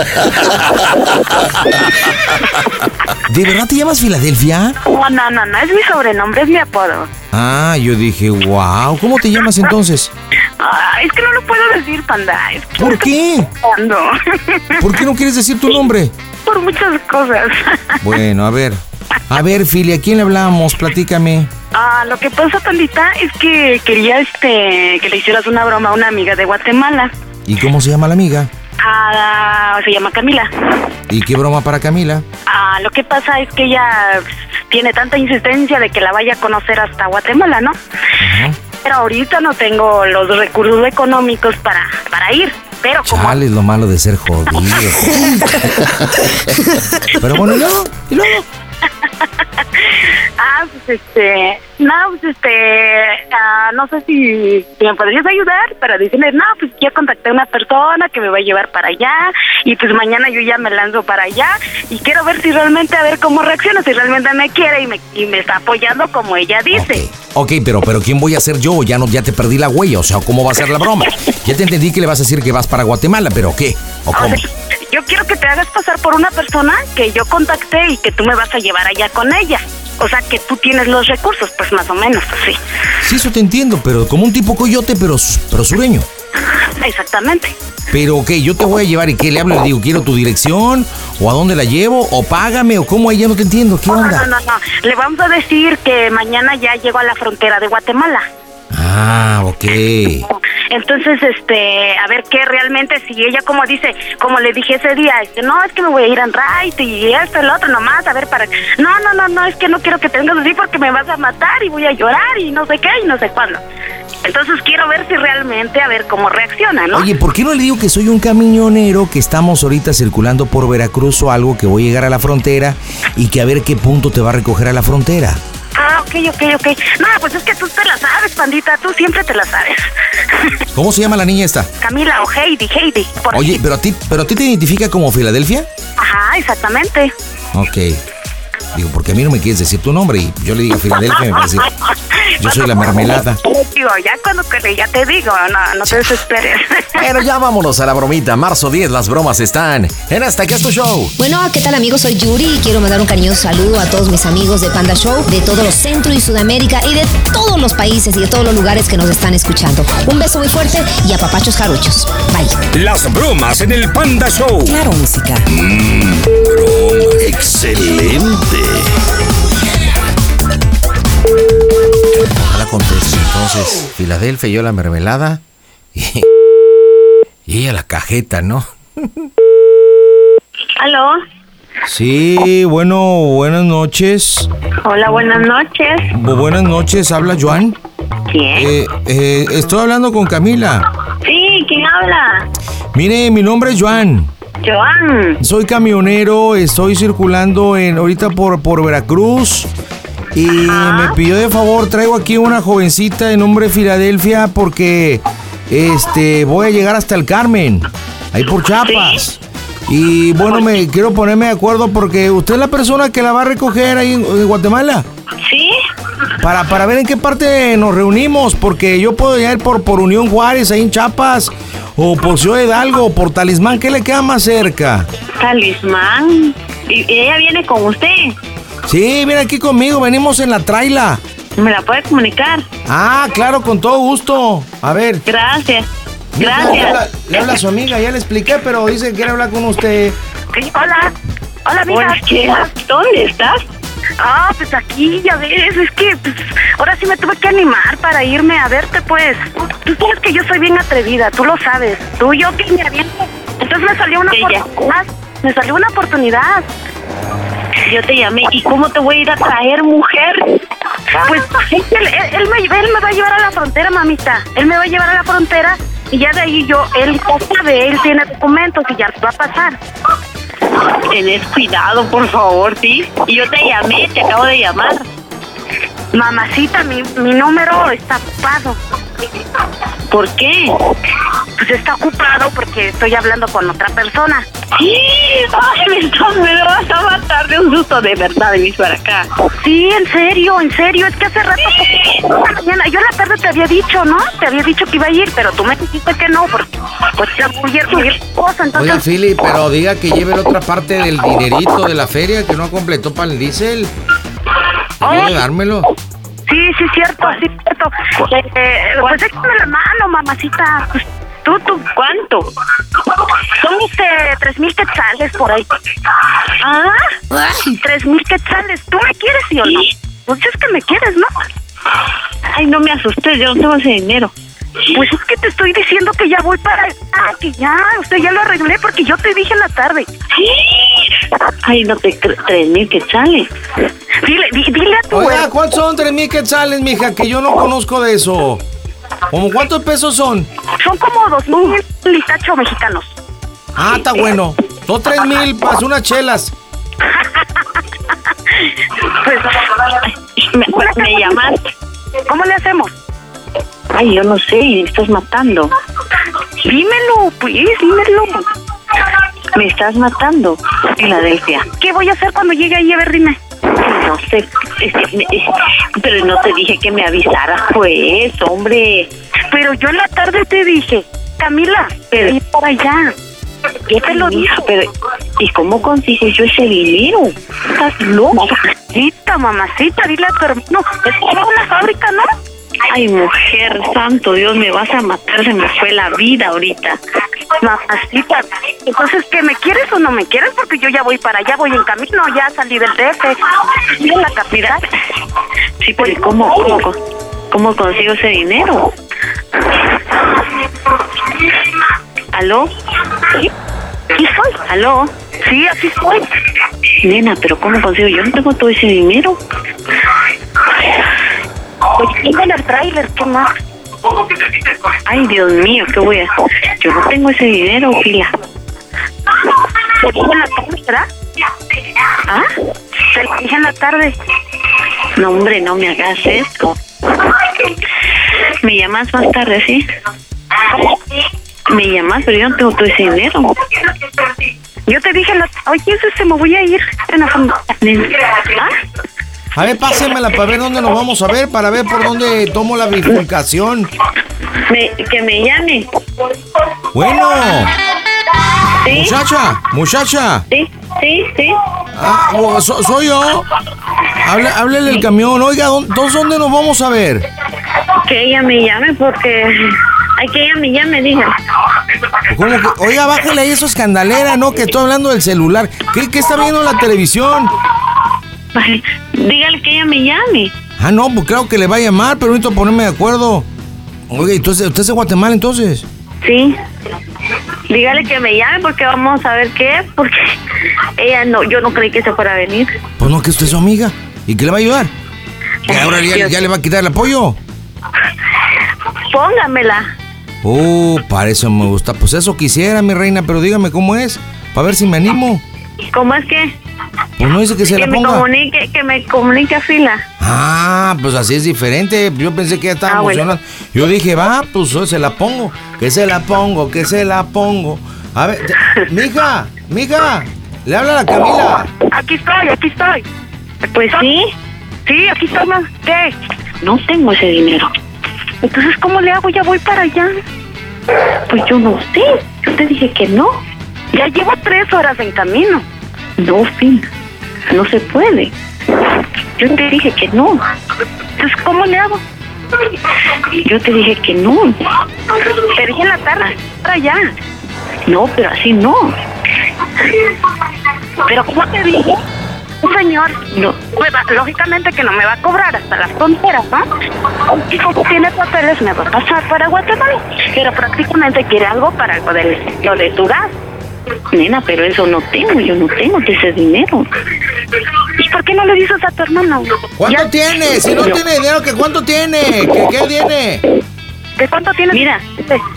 Speaker 2: ¿De verdad te llamas Filadelfia?
Speaker 7: No, Oh, no, no, no es mi sobrenombre, es mi apodo.
Speaker 2: Ah, yo dije, wow, ¿cómo te llamas entonces?
Speaker 7: Ay, Ah, es que no lo puedo decir, panda. Es que
Speaker 2: ¿Por qué?
Speaker 7: ando.
Speaker 2: ¿Por qué no quieres decir tu nombre?
Speaker 7: Por muchas cosas.
Speaker 2: Bueno, a ver. A ver, Fili, ¿a quién le hablamos? Platícame.
Speaker 7: Ah, lo que pasa, pandita, es que quería este que le hicieras una broma a una amiga de Guatemala.
Speaker 2: ¿Y cómo se llama la amiga?
Speaker 7: Ah, se llama Camila.
Speaker 2: ¿Y qué broma para Camila?
Speaker 7: Ah, lo que pasa es que ella tiene tanta insistencia de que la vaya a conocer hasta Guatemala, ¿no? Pero ahorita no tengo los recursos económicos para, para ir. Pero como
Speaker 2: Chale, es lo malo de ser jodido. Pero bueno, no. ¿Y luego?
Speaker 7: Ah, pues este, no, pues este, ah, no sé si, si me podrías ayudar para decirles, no, pues ya contacté a una persona que me va a llevar para allá y pues mañana yo ya me lanzo para allá y quiero ver si realmente, a ver cómo reacciona, si realmente me quiere y me, y me está apoyando como ella dice.
Speaker 2: Ok, pero, pero ¿quién voy a ser yo? Ya no, ya te perdí la huella, o sea, ¿cómo va a ser la broma? Ya te entendí que le vas a decir que vas para Guatemala, pero ¿qué? ¿O cómo?
Speaker 7: Yo quiero que te hagas pasar por una persona que yo contacté y que tú me vas a llevar allá con ella. O sea, que tú tienes los recursos, pues más o menos, así.
Speaker 2: Sí, eso te entiendo, pero como un tipo coyote, pero, su- pero sureño.
Speaker 7: Exactamente.
Speaker 2: Pero ok, yo te voy a llevar y qué le hablo, le digo, quiero tu dirección, o a dónde la llevo, o págame, o cómo ahí ya no te entiendo, ¿qué
Speaker 7: No,
Speaker 2: onda?
Speaker 7: no, no. Le vamos a decir que mañana ya llego a la frontera de Guatemala.
Speaker 2: Ah, ok.
Speaker 7: Entonces, este, a ver qué realmente, si ella como dice, como le dije ese día, este, no, es que me voy a ir en right y esto, el otro, nomás, a ver para... No, no, no, no, es que no quiero que te vengas así porque me vas a matar y voy a llorar y no sé qué y no sé cuándo. Entonces quiero ver si realmente, a ver cómo reacciona, ¿no?
Speaker 2: Oye, ¿por qué no le digo que soy un camionero que estamos ahorita circulando por Veracruz o algo que voy a llegar a la frontera y que a ver qué punto te va a recoger a la frontera?
Speaker 7: Ah, ok, ok, ok. No, pues es que tú te la sabes, pandita, tú siempre te la sabes.
Speaker 2: ¿Cómo se llama la niña esta?
Speaker 7: Camila o Heidi, Heidi. por-
Speaker 2: Oye, pero a ti, pero a ti te identifica como Filadelfia?
Speaker 7: Ajá, exactamente.
Speaker 2: Ok. Digo, porque a mí no me quieres decir tu nombre y yo le digo Filadelfia, me va a decir,
Speaker 5: Yo soy la mermelada.
Speaker 7: Digo, ya cuando quede, ya te digo, no, no te desesperes.
Speaker 5: Pero ya vámonos a la bromita. Marzo 10, las bromas están en Hasta que es tu show.
Speaker 16: Bueno, ¿qué tal amigos? Soy Yuri y quiero mandar un cariñoso saludo a todos mis amigos de Panda Show, de todos los centro y Sudamérica y de todos los países y de todos los lugares que nos están escuchando. Un beso muy fuerte y a papachos jaruchos. Bye.
Speaker 27: Las bromas en el Panda Show.
Speaker 28: Claro, música.
Speaker 27: broma. Excelente.
Speaker 5: La contesto. Entonces, Filadelfia, yo la mermelada y, y ella la cajeta, ¿no?
Speaker 7: ¿Aló?
Speaker 2: Sí, bueno, buenas noches.
Speaker 7: Hola, buenas noches.
Speaker 2: Bu- buenas noches, habla Joan. Eh,
Speaker 7: ¿Quién?
Speaker 2: estoy hablando con Camila.
Speaker 7: Sí, ¿quién habla?
Speaker 2: Mire, mi nombre es Joan.
Speaker 7: Joan.
Speaker 2: Soy camionero, estoy circulando en ahorita por, por Veracruz. Y me pidió de favor, traigo aquí una jovencita de nombre Filadelfia porque este voy a llegar hasta el Carmen, ahí por Chiapas. Y bueno, me quiero ponerme de acuerdo porque usted es la persona que la va a recoger ahí en, en Guatemala.
Speaker 7: Sí.
Speaker 2: Para, para ver en qué parte nos reunimos, porque yo puedo ir por, por Unión Juárez, ahí en Chiapas, o por Ciudad Hidalgo, o por Talismán, ¿qué le queda más cerca?
Speaker 7: Talismán. ¿Y y ella viene con usted?
Speaker 2: Sí, viene aquí conmigo, venimos en la traila.
Speaker 7: ¿Me la puede comunicar?
Speaker 2: Ah, claro, con todo gusto. A ver.
Speaker 7: Gracias.
Speaker 2: Mira,
Speaker 7: Gracias.
Speaker 2: Le habla, le habla a su amiga, ya le expliqué, pero dice que quiere hablar con usted.
Speaker 7: Hola. Hola,
Speaker 2: Hola, ¿qué?
Speaker 7: ¿Dónde estás? Ah, pues aquí, ya ves, es que pues, ahora sí me tuve que animar para irme a verte, pues. Tú sabes que yo soy bien atrevida, tú lo sabes. Tú, yo que me aviento. Entonces me salió una oportunidad. Me salió una oportunidad. Yo te llamé, ¿y cómo te voy a ir a traer, mujer? Pues él, él- él me, él me va a llevar a la frontera, mamita. Él me va a llevar a la frontera y ya de ahí yo, él ya sabe, él tiene documentos y ya va a pasar. Tenés cuidado, por favor, sí. Y yo te llamé, te acabo de llamar. Mamacita, mi, mi número está ocupado. ¿Por qué? Pues está ocupado porque estoy hablando con otra persona. Sí, ay, me, estás- me vas a matar de un susto de verdad, mis para acá. Sí, en serio, en serio, es que hace rato, esta mañana, yo en la tarde te había dicho, ¿no? Te había dicho que iba a ir, pero tú me dijiste que no, porque pues ya muy, muy cosa, entonces...
Speaker 5: Oiga, Philly, pero diga que lleve la otra parte del dinerito de la feria que no completó para el diésel. ¿Puede dármelo?
Speaker 7: Sí, sí, cierto, sí, cierto. Eh, eh, pues échame la mano, mamacita. Pues, ¿Tú, tú, cuánto? Son este, tres mil quetzales por ahí. ¿Ah? Tres mil quetzales. ¿Tú me quieres, sí o no? Pues es que me quieres, ¿no? Ay, no me asustes, yo no tengo ese dinero. Pues es que te estoy diciendo que ya voy para... Ah, que ya, usted ya lo arreglé porque yo te dije en la tarde. Ay, no te creo, tres mil quetzales. Dile, di- dile a tu...
Speaker 2: Oiga, ¿cuántos son tres mil quetzales, mija? Que yo no conozco de eso. ¿Cómo cuántos pesos son?
Speaker 7: Son como dos mil litacho mexicanos.
Speaker 2: Ah, está bueno. Dos tres mil para unas chelas.
Speaker 7: Pues, me, me llamaste. ¿Cómo le hacemos? Ay, yo no sé, me estás matando. Dímelo, pues, dímelo. Me estás matando, Filadelfia. ¿Qué voy a hacer cuando llegue ahí? A ver, dime. No sé, es que me- es- pero no te dije que me avisaras, pues, hombre. Pero yo en la tarde te dije, Camila, pero para allá. ¿Qué te lo dije? Pero, ¿y cómo consigo yo ese dinero? Estás loca. Mamacita, mamacita, dile a tu hermano. Es que era una fábrica, ¿no? Ay, mujer, santo Dios, me vas a matar, se me fue la vida ahorita. Mamacita, entonces, ¿que me quieres o no me quieres? Porque yo ya voy para allá, voy en camino, ya salí del DF, estoy en la capital. Sí, pero Pues, ¿cómo, cómo, cómo consigo ese dinero? ¿Aló? ¿Aquí soy? ¿Aló? Sí, aquí soy. Nena, pero ¿cómo consigo? Yo no tengo todo ese dinero. Oye, tengo en el tráiler, ¿qué más? Ay, Dios mío, ¿qué voy a hacer? Yo no tengo ese dinero, Fila. ¿Te dije en la tarde, verdad? ¿Ah? Te lo dije en la tarde. No, hombre, no me hagas esto. Me llamas más tarde, ¿sí? Me llamas, pero yo no tengo todo ese dinero. Yo te dije, la... oye, eso se me voy a ir en la fam- ¿Ah?
Speaker 2: A ver, pásenmela para ver dónde nos vamos a ver, para ver por dónde tomo la bifurcación.
Speaker 7: Me- que me llame.
Speaker 2: Bueno,
Speaker 7: ¿Sí?
Speaker 2: muchacha, muchacha.
Speaker 7: Sí, sí, sí.
Speaker 2: Ah, o- so- soy yo. Habla- háblele el camión. Oiga, ¿dó- entonces, ¿dónde nos vamos a ver?
Speaker 7: Que ella me llame porque... Ay, que ella me llame, dije.
Speaker 2: ¿Cómo que? Oiga, bájale ahí eso escandalera, ¿no? Que estoy hablando del celular. ¿Qué, qué está viendo la televisión?
Speaker 7: Ay, Dígale que ella me llame.
Speaker 2: Ah, no, pues claro que le va a llamar, pero necesito ponerme de acuerdo. Oiga, entonces, ¿usted es de Guatemala entonces?
Speaker 7: Sí. Dígale que me llame porque vamos a ver qué es, porque ella no, yo no creí que se fuera a venir.
Speaker 2: Pues no, que usted es su amiga. ¿Y qué le va a ayudar? ¿Que ahora ya, ya le va a quitar el apoyo?
Speaker 7: Póngamela.
Speaker 2: Oh, para eso me gusta. Pues eso quisiera, mi reina, pero dígame cómo es. Para ver si me animo.
Speaker 7: ¿Cómo es que?
Speaker 2: Pues no dice que se
Speaker 7: que
Speaker 2: la
Speaker 7: me
Speaker 2: ponga.
Speaker 7: comunique, que me comunique a fila.
Speaker 2: Ah, pues así es diferente. Yo pensé que ya estaba
Speaker 7: Ah, bueno.
Speaker 2: emocionada. Yo dije, va, pues oh, se la pongo. Que se la pongo, que se la pongo. A ver, te- mija, mija, le habla la Camila.
Speaker 7: Aquí estoy, aquí estoy. Pues sí. Sí, aquí estoy. ma. ¿Qué? No tengo ese dinero. Entonces, ¿cómo le hago? Ya voy para allá. Pues yo no sé. Yo te dije que no. Ya llevo tres horas en camino. No, fin. No se puede. Yo te dije que no. Entonces, Pues, ¿cómo le hago? Yo te dije que no. Te dije en la tarde, para allá. No, pero así no. Pero ¿cómo te dije? Un señor, no, pues, va- lógicamente que no me va a cobrar hasta las tonteras, ¿no? Y como tiene papeles, me va a pasar para Guatemala. Pero prácticamente quiere algo para lo del- lo de tu gas. Nena, pero eso no tengo, yo no tengo de ese dinero. ¿Y Pues, por qué no le dices a tu hermano?
Speaker 2: ¿Cuánto tiene? Si no
Speaker 7: Yo-
Speaker 2: tiene dinero, ¿qué cuánto tiene? ¿Qué, qué tiene?
Speaker 7: ¿De cuánto tienes? Mira,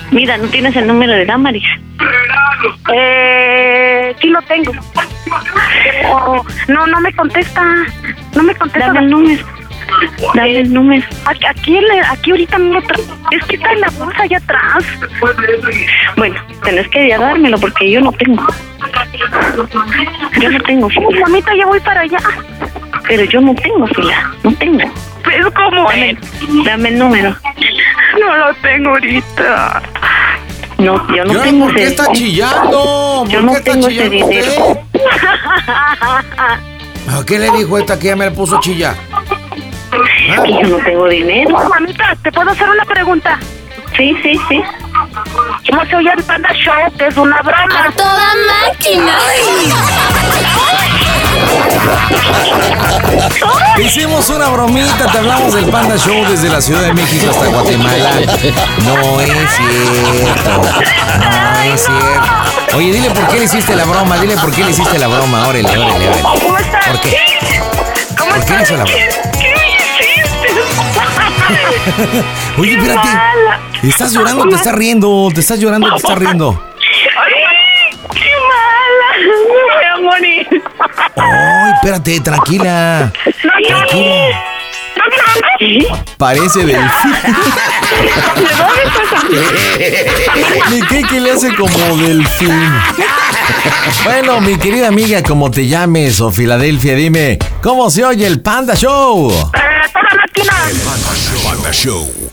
Speaker 7: mira, no tienes el número de Damaris. Eh, sí lo tengo. Oh, no, no me contesta. No me contesta. Dame el número. Dame el número. Aquí, aquí, en la- aquí ahorita no lo tra- Es que está en la bolsa allá atrás. Bueno, tenés que ya dármelo porque yo no tengo. Yo no tengo fila. Mamita, ya voy para allá. Pero yo no tengo fila. No tengo. ¿Pero cómo? Dame, dame el número. No lo tengo ahorita. No, yo no
Speaker 2: ¿Y ahora
Speaker 7: tengo
Speaker 2: por qué
Speaker 7: ese-
Speaker 2: está chillando?
Speaker 7: Yo
Speaker 2: ¿Por
Speaker 7: no
Speaker 2: qué está
Speaker 7: tengo ese
Speaker 2: chillando
Speaker 7: dinero.
Speaker 2: usted? ¿Eh? ¿A ¿Qué le dijo esta que ya me la puso a chillar?
Speaker 7: Que yo no tengo dinero. Mamita, ¿te puedo hacer una pregunta? Sí, sí, sí. ¿Cómo se oye el Panda Show? Que es una broma. A toda máquina.
Speaker 2: Te Hicimos una bromita, te hablamos del Panda Show desde la Ciudad de México hasta Guatemala. No es cierto. No es cierto. Oye, dile por qué le hiciste la broma, dile por qué le hiciste la broma. Órale, órale, órale.
Speaker 7: ¿Cómo estás?
Speaker 2: ¿Por qué? ¿Por qué le hizo la broma? Oye, espérate. ¿Estás llorando o te estás riendo? ¿Te estás llorando o te estás riendo?
Speaker 7: ¡Qué mala! Me voy a morir.
Speaker 2: Ay, espérate, tranquila. Tranquila. Parece delfín. Mi Kiki le hace como delfín. Bueno, mi querida amiga, como te llames o Filadelfia, dime, ¿cómo se oye el Panda Show?
Speaker 1: Panda Show.